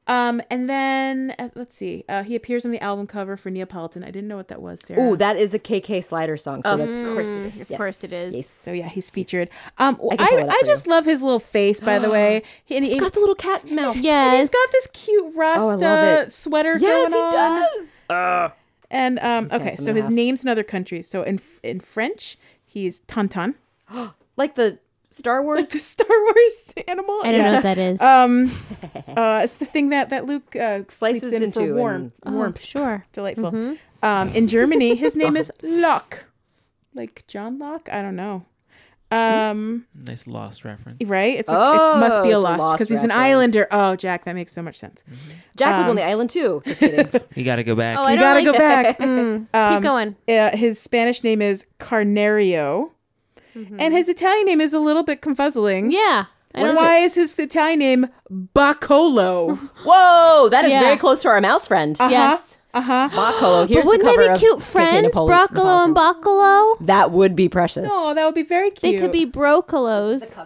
[SPEAKER 2] Um, and then uh, let's see. Uh, he appears on the album cover for Neapolitan. I didn't know what that was, Sarah.
[SPEAKER 6] Ooh, that is a KK Slider song. So
[SPEAKER 2] of
[SPEAKER 6] that's
[SPEAKER 2] course it is.
[SPEAKER 4] Of course it is.
[SPEAKER 6] Yes.
[SPEAKER 2] So yeah, he's featured. Um, I
[SPEAKER 6] can pull
[SPEAKER 2] I,
[SPEAKER 6] it up for
[SPEAKER 2] just love his little face, by the way. He, and he-
[SPEAKER 6] He's got the little cat mouth.
[SPEAKER 4] Yes.
[SPEAKER 2] he's got this cute
[SPEAKER 6] I love
[SPEAKER 2] rasta
[SPEAKER 6] it.
[SPEAKER 2] sweater
[SPEAKER 6] Yes,
[SPEAKER 2] going
[SPEAKER 6] he
[SPEAKER 2] on.
[SPEAKER 6] does.
[SPEAKER 2] And um, okay,
[SPEAKER 6] handsome
[SPEAKER 2] so
[SPEAKER 6] and
[SPEAKER 2] his
[SPEAKER 6] half.
[SPEAKER 2] name's in other countries. So in in French, he's Tantan,
[SPEAKER 6] Like the Star Wars.
[SPEAKER 2] the Star Wars animal.
[SPEAKER 4] I don't know what that is.
[SPEAKER 2] Um, uh, it's the thing that that Luke uh,
[SPEAKER 6] Slices
[SPEAKER 2] sleeps in
[SPEAKER 6] into
[SPEAKER 2] for
[SPEAKER 6] Ah. Mm-hmm.
[SPEAKER 2] warmth.
[SPEAKER 4] oh,
[SPEAKER 2] warmth,
[SPEAKER 4] sure.
[SPEAKER 2] delightful. Um, in Germany, his name is Locke, like John Locke. I don't know. Um,
[SPEAKER 7] Nice lost reference.
[SPEAKER 2] right? It's a,
[SPEAKER 6] Oh,
[SPEAKER 2] it must be a
[SPEAKER 6] it's a
[SPEAKER 2] loss
[SPEAKER 6] Lost
[SPEAKER 2] because he's an
[SPEAKER 6] reference. Mm-hmm.
[SPEAKER 2] islander. Oh, Jack, that makes so much sense.
[SPEAKER 6] Jack was on the island too. Just kidding.
[SPEAKER 7] You got to go back.
[SPEAKER 4] Oh, I
[SPEAKER 2] You
[SPEAKER 4] don't
[SPEAKER 2] gotta
[SPEAKER 4] like
[SPEAKER 2] go
[SPEAKER 4] that.
[SPEAKER 2] back.
[SPEAKER 4] Keep going.
[SPEAKER 2] Uh, his Spanish name is Carnario,
[SPEAKER 6] Mm-hmm.
[SPEAKER 2] and his Italian name is a little bit confuzzling.
[SPEAKER 4] Yeah. I don't
[SPEAKER 2] Why is his Italian name Baccolo?
[SPEAKER 6] Whoa, that is
[SPEAKER 4] Yeah.
[SPEAKER 6] very close to our mouse friend.
[SPEAKER 2] Uh-huh.
[SPEAKER 4] Yes.
[SPEAKER 2] Uh-huh.
[SPEAKER 6] Boccolo. Here's
[SPEAKER 4] But wouldn't
[SPEAKER 6] the cover
[SPEAKER 4] they be
[SPEAKER 6] of
[SPEAKER 4] cute
[SPEAKER 6] KK
[SPEAKER 4] friends?
[SPEAKER 6] Napoli-
[SPEAKER 4] Broccolo and Boccolo?
[SPEAKER 6] That would be precious.
[SPEAKER 2] Oh, that would be very cute.
[SPEAKER 4] They could be brocolos.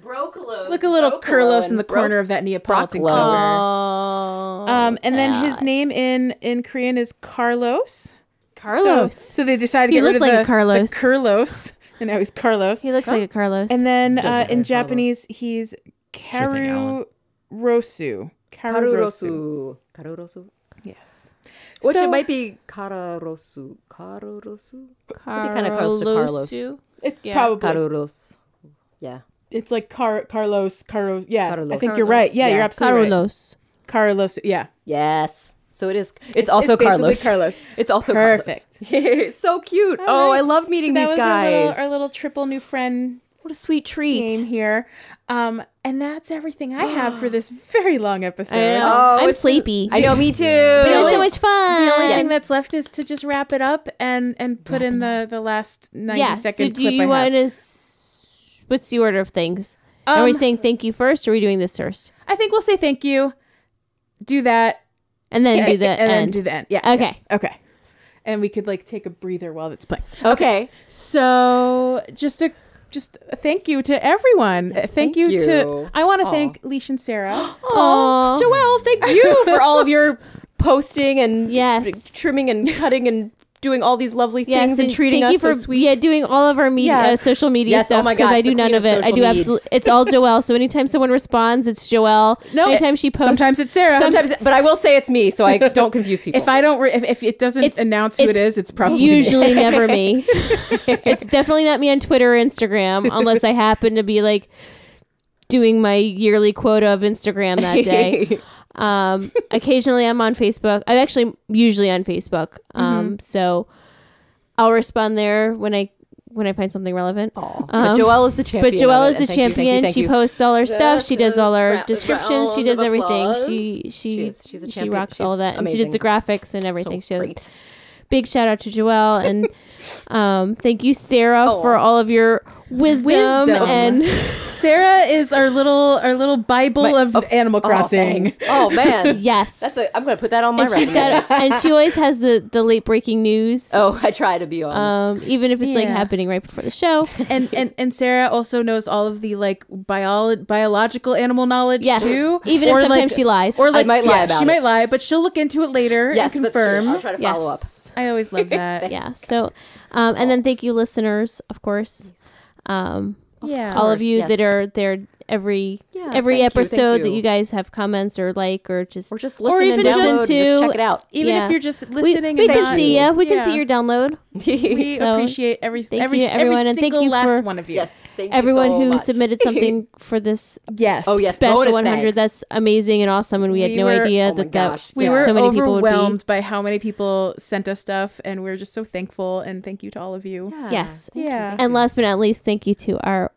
[SPEAKER 6] Broccolo.
[SPEAKER 2] Look a little Curlos in the corner of that Neapolitan
[SPEAKER 6] Broccolo.
[SPEAKER 2] cover.
[SPEAKER 4] Oh.
[SPEAKER 2] Um, and then his name in in Korean is Carlos.
[SPEAKER 4] Carlos.
[SPEAKER 2] So, so they decided to
[SPEAKER 4] He
[SPEAKER 2] get rid
[SPEAKER 4] looked
[SPEAKER 2] of
[SPEAKER 4] like a
[SPEAKER 2] the,
[SPEAKER 4] Carlos.
[SPEAKER 2] the Curlos, and now he's Carlos.
[SPEAKER 4] he looks like a Carlos.
[SPEAKER 2] And then uh, in
[SPEAKER 7] follows.
[SPEAKER 2] Japanese, he's
[SPEAKER 7] Sure thing, Alan.
[SPEAKER 2] Karu Rosu. Karu Rosu.
[SPEAKER 6] Karurosu. Karurosu.
[SPEAKER 2] Yes.
[SPEAKER 6] Which
[SPEAKER 2] So-
[SPEAKER 6] it might be Karurosu. Karurosu. Could be kind of close to Carlos.
[SPEAKER 4] Carlosu.
[SPEAKER 2] It
[SPEAKER 4] Yeah.
[SPEAKER 2] probably
[SPEAKER 6] Karuros. Yeah.
[SPEAKER 2] it's like Car- Carlos Carlos. Yeah, I
[SPEAKER 6] Carlos.
[SPEAKER 2] think you're right. Yeah, you're absolutely right.
[SPEAKER 4] Carlos.
[SPEAKER 2] Carlos. Yeah,
[SPEAKER 6] Yes. So it is. It's, also
[SPEAKER 2] it's basically
[SPEAKER 6] Carlos.
[SPEAKER 2] Carlos.
[SPEAKER 6] It's also
[SPEAKER 2] Perfect.
[SPEAKER 6] Carlos. so cute.
[SPEAKER 2] All
[SPEAKER 6] Oh,
[SPEAKER 2] right.
[SPEAKER 6] I love meeting
[SPEAKER 2] so that
[SPEAKER 6] these
[SPEAKER 2] was Our little,
[SPEAKER 6] guys.
[SPEAKER 2] our little triple new friend
[SPEAKER 6] what a sweet treat.
[SPEAKER 2] game here, um, and that's everything I have for this very long episode.
[SPEAKER 4] I know.
[SPEAKER 6] Oh,
[SPEAKER 4] I'm
[SPEAKER 6] it's-
[SPEAKER 4] sleepy.
[SPEAKER 6] I know. Me too.
[SPEAKER 4] But it was so much
[SPEAKER 6] Oh,
[SPEAKER 4] fun.
[SPEAKER 2] The only thing that's left is to just wrap it up and and put in the the last ninety
[SPEAKER 4] yeah.
[SPEAKER 2] second
[SPEAKER 4] So do
[SPEAKER 2] clip
[SPEAKER 4] you
[SPEAKER 2] I have.
[SPEAKER 4] want to? S- what's the order of things? are we
[SPEAKER 2] Um,
[SPEAKER 4] saying thank you first? Or are we doing this first?
[SPEAKER 2] I think we'll say thank you. Do that.
[SPEAKER 4] And then do
[SPEAKER 2] and-
[SPEAKER 4] the
[SPEAKER 2] and
[SPEAKER 4] end.
[SPEAKER 2] Then do the end. Yeah.
[SPEAKER 4] Okay.
[SPEAKER 2] yeah, Okay. And we could like take a breather while it's playing.
[SPEAKER 6] Okay.
[SPEAKER 2] So just a just a thank you to everyone. Uh,
[SPEAKER 6] thank
[SPEAKER 2] thank, you, to
[SPEAKER 6] you.
[SPEAKER 2] I want to
[SPEAKER 6] Aw.
[SPEAKER 2] thank Leash and Sarah.
[SPEAKER 6] Oh, Joelle, thank you for all of your posting and
[SPEAKER 4] Yes.
[SPEAKER 6] trimming and cutting and doing all these lovely things and treating
[SPEAKER 4] thank
[SPEAKER 6] us
[SPEAKER 4] you for
[SPEAKER 6] so sweet.
[SPEAKER 4] yeah doing all of our media
[SPEAKER 6] Yes.
[SPEAKER 4] uh, social media
[SPEAKER 6] Yes, oh
[SPEAKER 4] stuff
[SPEAKER 6] my
[SPEAKER 4] because
[SPEAKER 6] gosh,
[SPEAKER 4] I do
[SPEAKER 6] the
[SPEAKER 4] none
[SPEAKER 6] queen
[SPEAKER 4] of
[SPEAKER 6] of
[SPEAKER 4] it. I
[SPEAKER 6] social
[SPEAKER 4] do
[SPEAKER 6] needs.
[SPEAKER 4] absolutely it's all Joelle. So anytime someone responds, it's Joelle.
[SPEAKER 2] No,
[SPEAKER 4] anytime she posts,
[SPEAKER 2] Sometimes it's Sarah.
[SPEAKER 6] Sometimes, but I will say it's me, so I don't confuse people.
[SPEAKER 2] if I don't re- if, if it doesn't
[SPEAKER 4] It's-
[SPEAKER 2] announce who it
[SPEAKER 4] it's
[SPEAKER 2] is, it's probably me.
[SPEAKER 4] usually never me. it's definitely not me on Twitter or Instagram unless I happen to be like doing my yearly quota of Instagram that day. um, occasionally I'm on Facebook. I'm
[SPEAKER 6] Mm-hmm.
[SPEAKER 4] actually usually on Facebook. Um, so I'll respond there when I when I find something relevant.
[SPEAKER 6] Oh,
[SPEAKER 3] Aw.
[SPEAKER 4] Um,
[SPEAKER 3] but Joelle is the champion.
[SPEAKER 4] But Joelle
[SPEAKER 3] of it,
[SPEAKER 4] is
[SPEAKER 3] and
[SPEAKER 4] the
[SPEAKER 3] thank you, thank you,
[SPEAKER 4] champion.
[SPEAKER 3] thank
[SPEAKER 4] she
[SPEAKER 3] you.
[SPEAKER 4] posts all her stuff. She does all her
[SPEAKER 6] Round-
[SPEAKER 4] descriptions. She
[SPEAKER 6] round
[SPEAKER 4] does
[SPEAKER 6] of
[SPEAKER 4] everything.
[SPEAKER 6] applause.
[SPEAKER 4] She she
[SPEAKER 6] She is- she's a
[SPEAKER 4] she
[SPEAKER 6] champion.
[SPEAKER 4] rocks all
[SPEAKER 6] She's
[SPEAKER 4] that, and she does the
[SPEAKER 6] amazing.
[SPEAKER 4] graphics and everything.
[SPEAKER 6] So
[SPEAKER 4] So
[SPEAKER 6] great.
[SPEAKER 4] big shout out to Joelle and um, thank you Sarah
[SPEAKER 6] Oh.
[SPEAKER 4] for all of your wisdom,
[SPEAKER 2] Wisdom.
[SPEAKER 4] and
[SPEAKER 2] Sarah is our little our little Bible
[SPEAKER 6] My-
[SPEAKER 2] of Animal
[SPEAKER 6] Oh,
[SPEAKER 2] Crossing.
[SPEAKER 6] thanks. Oh, man.
[SPEAKER 4] yes.
[SPEAKER 6] That's a, I'm going to put that on my
[SPEAKER 4] and she's
[SPEAKER 6] resume.
[SPEAKER 4] got and she always has the the late breaking news.
[SPEAKER 6] Oh, I try to be on.
[SPEAKER 4] Um, even if it's like
[SPEAKER 2] Yeah.
[SPEAKER 4] happening right before the show.
[SPEAKER 2] and, and and Sarah also knows all of the like bio- biological animal knowledge
[SPEAKER 4] Yes.
[SPEAKER 2] too.
[SPEAKER 4] Even if
[SPEAKER 2] Or,
[SPEAKER 4] sometimes
[SPEAKER 2] like-
[SPEAKER 4] she lies.
[SPEAKER 2] Or like
[SPEAKER 6] might lie
[SPEAKER 2] yeah,
[SPEAKER 6] about
[SPEAKER 2] she
[SPEAKER 6] it.
[SPEAKER 2] might lie, but she'll look into it later
[SPEAKER 6] yes,
[SPEAKER 2] and
[SPEAKER 6] that's true.
[SPEAKER 2] confirm.
[SPEAKER 6] I'll try to follow up.
[SPEAKER 4] Yes.
[SPEAKER 2] I always love that.
[SPEAKER 4] Yeah. So, um, and then thank you listeners, of course. Um,
[SPEAKER 2] yeah.
[SPEAKER 4] all of
[SPEAKER 6] course,
[SPEAKER 4] you that
[SPEAKER 6] yes.
[SPEAKER 4] are there every
[SPEAKER 6] Yeah,
[SPEAKER 4] every
[SPEAKER 6] thank you, thank
[SPEAKER 4] episode that
[SPEAKER 6] you.
[SPEAKER 4] you guys have comments or like or just
[SPEAKER 6] Or just
[SPEAKER 2] Or
[SPEAKER 6] listen
[SPEAKER 2] even
[SPEAKER 6] and download.
[SPEAKER 4] just
[SPEAKER 6] Just, just
[SPEAKER 4] to-
[SPEAKER 6] check it out.
[SPEAKER 2] Even
[SPEAKER 4] yeah.
[SPEAKER 2] if you're just
[SPEAKER 4] we,
[SPEAKER 2] listening,
[SPEAKER 4] we
[SPEAKER 2] and
[SPEAKER 4] can
[SPEAKER 2] not-
[SPEAKER 4] see you. We can see
[SPEAKER 2] Yeah.
[SPEAKER 4] your download.
[SPEAKER 2] We
[SPEAKER 4] So,
[SPEAKER 2] appreciate every
[SPEAKER 4] thank
[SPEAKER 2] every
[SPEAKER 4] you, everyone,
[SPEAKER 2] every
[SPEAKER 4] and thank
[SPEAKER 2] single
[SPEAKER 4] you
[SPEAKER 2] last
[SPEAKER 4] for-
[SPEAKER 2] one of you.
[SPEAKER 6] Yes. Thank you
[SPEAKER 4] Everyone
[SPEAKER 6] so
[SPEAKER 4] who
[SPEAKER 6] much.
[SPEAKER 4] submitted something for this
[SPEAKER 2] Yes.
[SPEAKER 6] Oh, yes.
[SPEAKER 4] special
[SPEAKER 6] bonus
[SPEAKER 4] 100,
[SPEAKER 6] thanks.
[SPEAKER 4] that's amazing and awesome, and we, had
[SPEAKER 2] We
[SPEAKER 4] no
[SPEAKER 2] were-
[SPEAKER 4] idea
[SPEAKER 6] oh my
[SPEAKER 4] that that
[SPEAKER 6] gosh,
[SPEAKER 2] We
[SPEAKER 6] Yeah.
[SPEAKER 2] were
[SPEAKER 4] so many people would be.
[SPEAKER 2] overwhelmed by how many people sent us stuff, and we're just so thankful. And thank you to all of you.
[SPEAKER 4] Yes.
[SPEAKER 2] Yeah.
[SPEAKER 4] And last but not least, thank you to our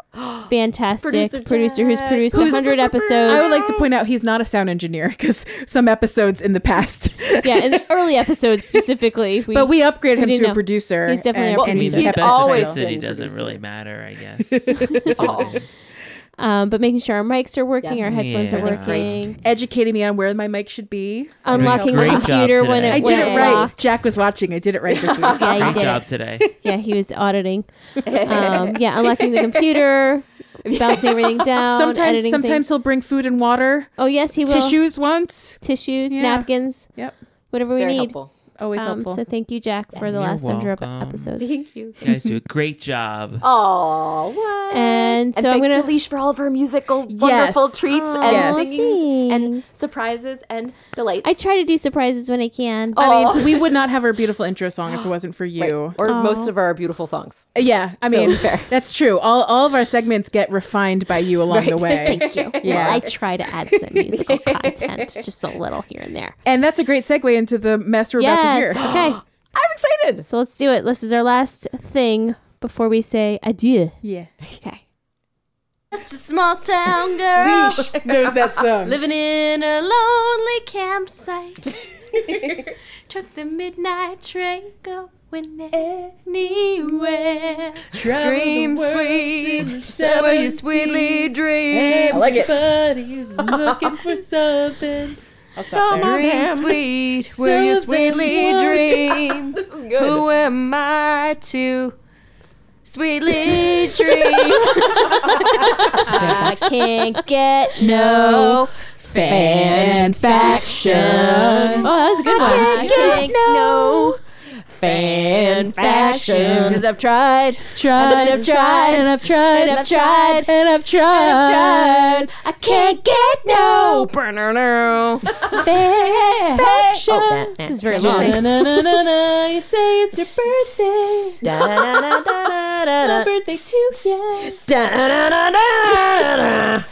[SPEAKER 4] fantastic producer,
[SPEAKER 6] Producer
[SPEAKER 4] who's
[SPEAKER 6] Jack.
[SPEAKER 4] produced
[SPEAKER 2] Who's-
[SPEAKER 4] 100 episodes.
[SPEAKER 2] I would like to point out he's not a sound engineer because some episodes in the past,
[SPEAKER 4] yeah, in the early episodes specifically. We,
[SPEAKER 2] but we upgraded him
[SPEAKER 4] didn't
[SPEAKER 2] to
[SPEAKER 4] know.
[SPEAKER 2] a producer.
[SPEAKER 4] He's definitely
[SPEAKER 2] and,
[SPEAKER 4] our
[SPEAKER 2] and he's
[SPEAKER 4] producer.
[SPEAKER 12] mean, the
[SPEAKER 6] He's
[SPEAKER 2] kept
[SPEAKER 6] been
[SPEAKER 2] his title.
[SPEAKER 6] always
[SPEAKER 12] specificity
[SPEAKER 6] been
[SPEAKER 12] doesn't
[SPEAKER 6] producer.
[SPEAKER 12] really matter, I guess. It's one thing.
[SPEAKER 4] um, but making sure our mics are working,
[SPEAKER 6] Yes.
[SPEAKER 4] our headphones are
[SPEAKER 12] Yeah. Everything's great.
[SPEAKER 4] working,
[SPEAKER 2] educating me on where my mic should be.
[SPEAKER 4] unlocking the
[SPEAKER 12] Great job
[SPEAKER 4] computer when
[SPEAKER 12] today.
[SPEAKER 4] it
[SPEAKER 2] I
[SPEAKER 4] when
[SPEAKER 2] did it right.
[SPEAKER 4] locked.
[SPEAKER 2] Jack was watching. I did it right this week.
[SPEAKER 4] Yeah, you
[SPEAKER 12] Great
[SPEAKER 4] did.
[SPEAKER 12] job today.
[SPEAKER 4] Yeah, he was auditing. Um, yeah, unlocking the computer, bouncing everything down.
[SPEAKER 2] sometimes,
[SPEAKER 4] editing
[SPEAKER 2] sometimes
[SPEAKER 4] things.
[SPEAKER 2] he'll bring food and water,
[SPEAKER 4] Oh yes, he will.
[SPEAKER 2] tissues once.
[SPEAKER 4] tissues,
[SPEAKER 2] Yeah.
[SPEAKER 4] napkins.
[SPEAKER 2] Yep.
[SPEAKER 4] Whatever we
[SPEAKER 6] Very
[SPEAKER 4] need.
[SPEAKER 6] helpful.
[SPEAKER 2] Always
[SPEAKER 4] Um,
[SPEAKER 2] helpful.
[SPEAKER 4] so thank you, Jack, for the
[SPEAKER 12] You're
[SPEAKER 4] last hundred
[SPEAKER 12] welcome.
[SPEAKER 4] episodes.
[SPEAKER 6] Thank you.
[SPEAKER 12] You guys do a great job.
[SPEAKER 6] Oh, what?
[SPEAKER 4] And so I'm
[SPEAKER 6] thanks
[SPEAKER 4] gonna
[SPEAKER 6] to Leash for all of her musical
[SPEAKER 2] Yes.
[SPEAKER 6] wonderful treats and
[SPEAKER 2] Yes.
[SPEAKER 6] singings and
[SPEAKER 4] Thanks.
[SPEAKER 6] surprises and delights.
[SPEAKER 4] I try to do surprises when I can.
[SPEAKER 2] I
[SPEAKER 6] Aw.
[SPEAKER 2] mean, we would not have our beautiful intro song if it wasn't for you.
[SPEAKER 6] or most of our beautiful songs.
[SPEAKER 2] Yeah, I mean, that's true. All, all of our segments get refined by you along the way.
[SPEAKER 4] Thank you.
[SPEAKER 2] Yeah.
[SPEAKER 4] Well, I try to add some musical content, just a little here and there.
[SPEAKER 2] And that's a great segue into the mess we're
[SPEAKER 4] yes.
[SPEAKER 2] about to hear.
[SPEAKER 4] Okay.
[SPEAKER 6] I'm excited.
[SPEAKER 4] So let's do it. This is our last thing before we say adieu.
[SPEAKER 2] Yeah.
[SPEAKER 4] Okay. Just a small town girl
[SPEAKER 2] Knows that song.
[SPEAKER 4] living in a lonely campsite. Took the midnight train going anywhere. Dream sweet, where you sweetly dream.
[SPEAKER 6] like it.
[SPEAKER 12] Everybody's looking for something.
[SPEAKER 2] I'll stop there.
[SPEAKER 4] Dream sweet, where you sweetly dream.
[SPEAKER 6] This is good.
[SPEAKER 4] Who am I to sweetly dream? I can't get no.
[SPEAKER 2] Fan
[SPEAKER 4] Oh,
[SPEAKER 2] faction.
[SPEAKER 4] that was a good one. I can't get no.
[SPEAKER 2] Fan
[SPEAKER 4] Cause I've tried,
[SPEAKER 2] Tried
[SPEAKER 4] and I've tried,
[SPEAKER 2] and I've tried
[SPEAKER 4] and I've tried,
[SPEAKER 2] and I've tried.
[SPEAKER 4] I've tried. I can't get no. Burn-a-no. Fan faction. This is very long.
[SPEAKER 2] Na-na-na-na-na, You say it's your birthday.
[SPEAKER 6] Da-da-da-da-da-da-da.
[SPEAKER 2] Birthday too. Yeah.
[SPEAKER 6] Da-da-da-da-da-da-da.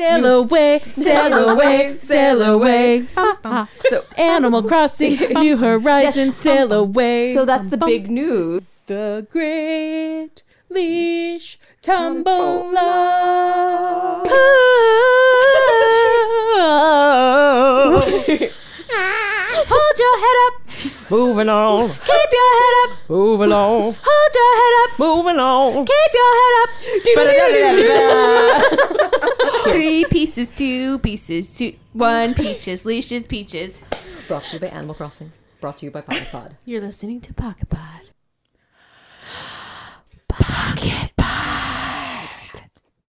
[SPEAKER 2] Sail away, sail away, sail away. Ah,
[SPEAKER 6] So-
[SPEAKER 2] Animal Crossing, New Horizons, sail away.
[SPEAKER 6] So that's the big news.
[SPEAKER 2] The great leash tombola.
[SPEAKER 4] Hold your head up.
[SPEAKER 6] Moving on,
[SPEAKER 4] Keep your head up.
[SPEAKER 6] moving on,
[SPEAKER 4] Hold your head up.
[SPEAKER 6] moving on.
[SPEAKER 4] Keep your head up. Three pieces, two pieces, two, one peaches, leashes, peaches.
[SPEAKER 6] Brought to you by Animal Crossing. Brought to you by Pocket Pod.
[SPEAKER 4] You're listening to Pocket Pod.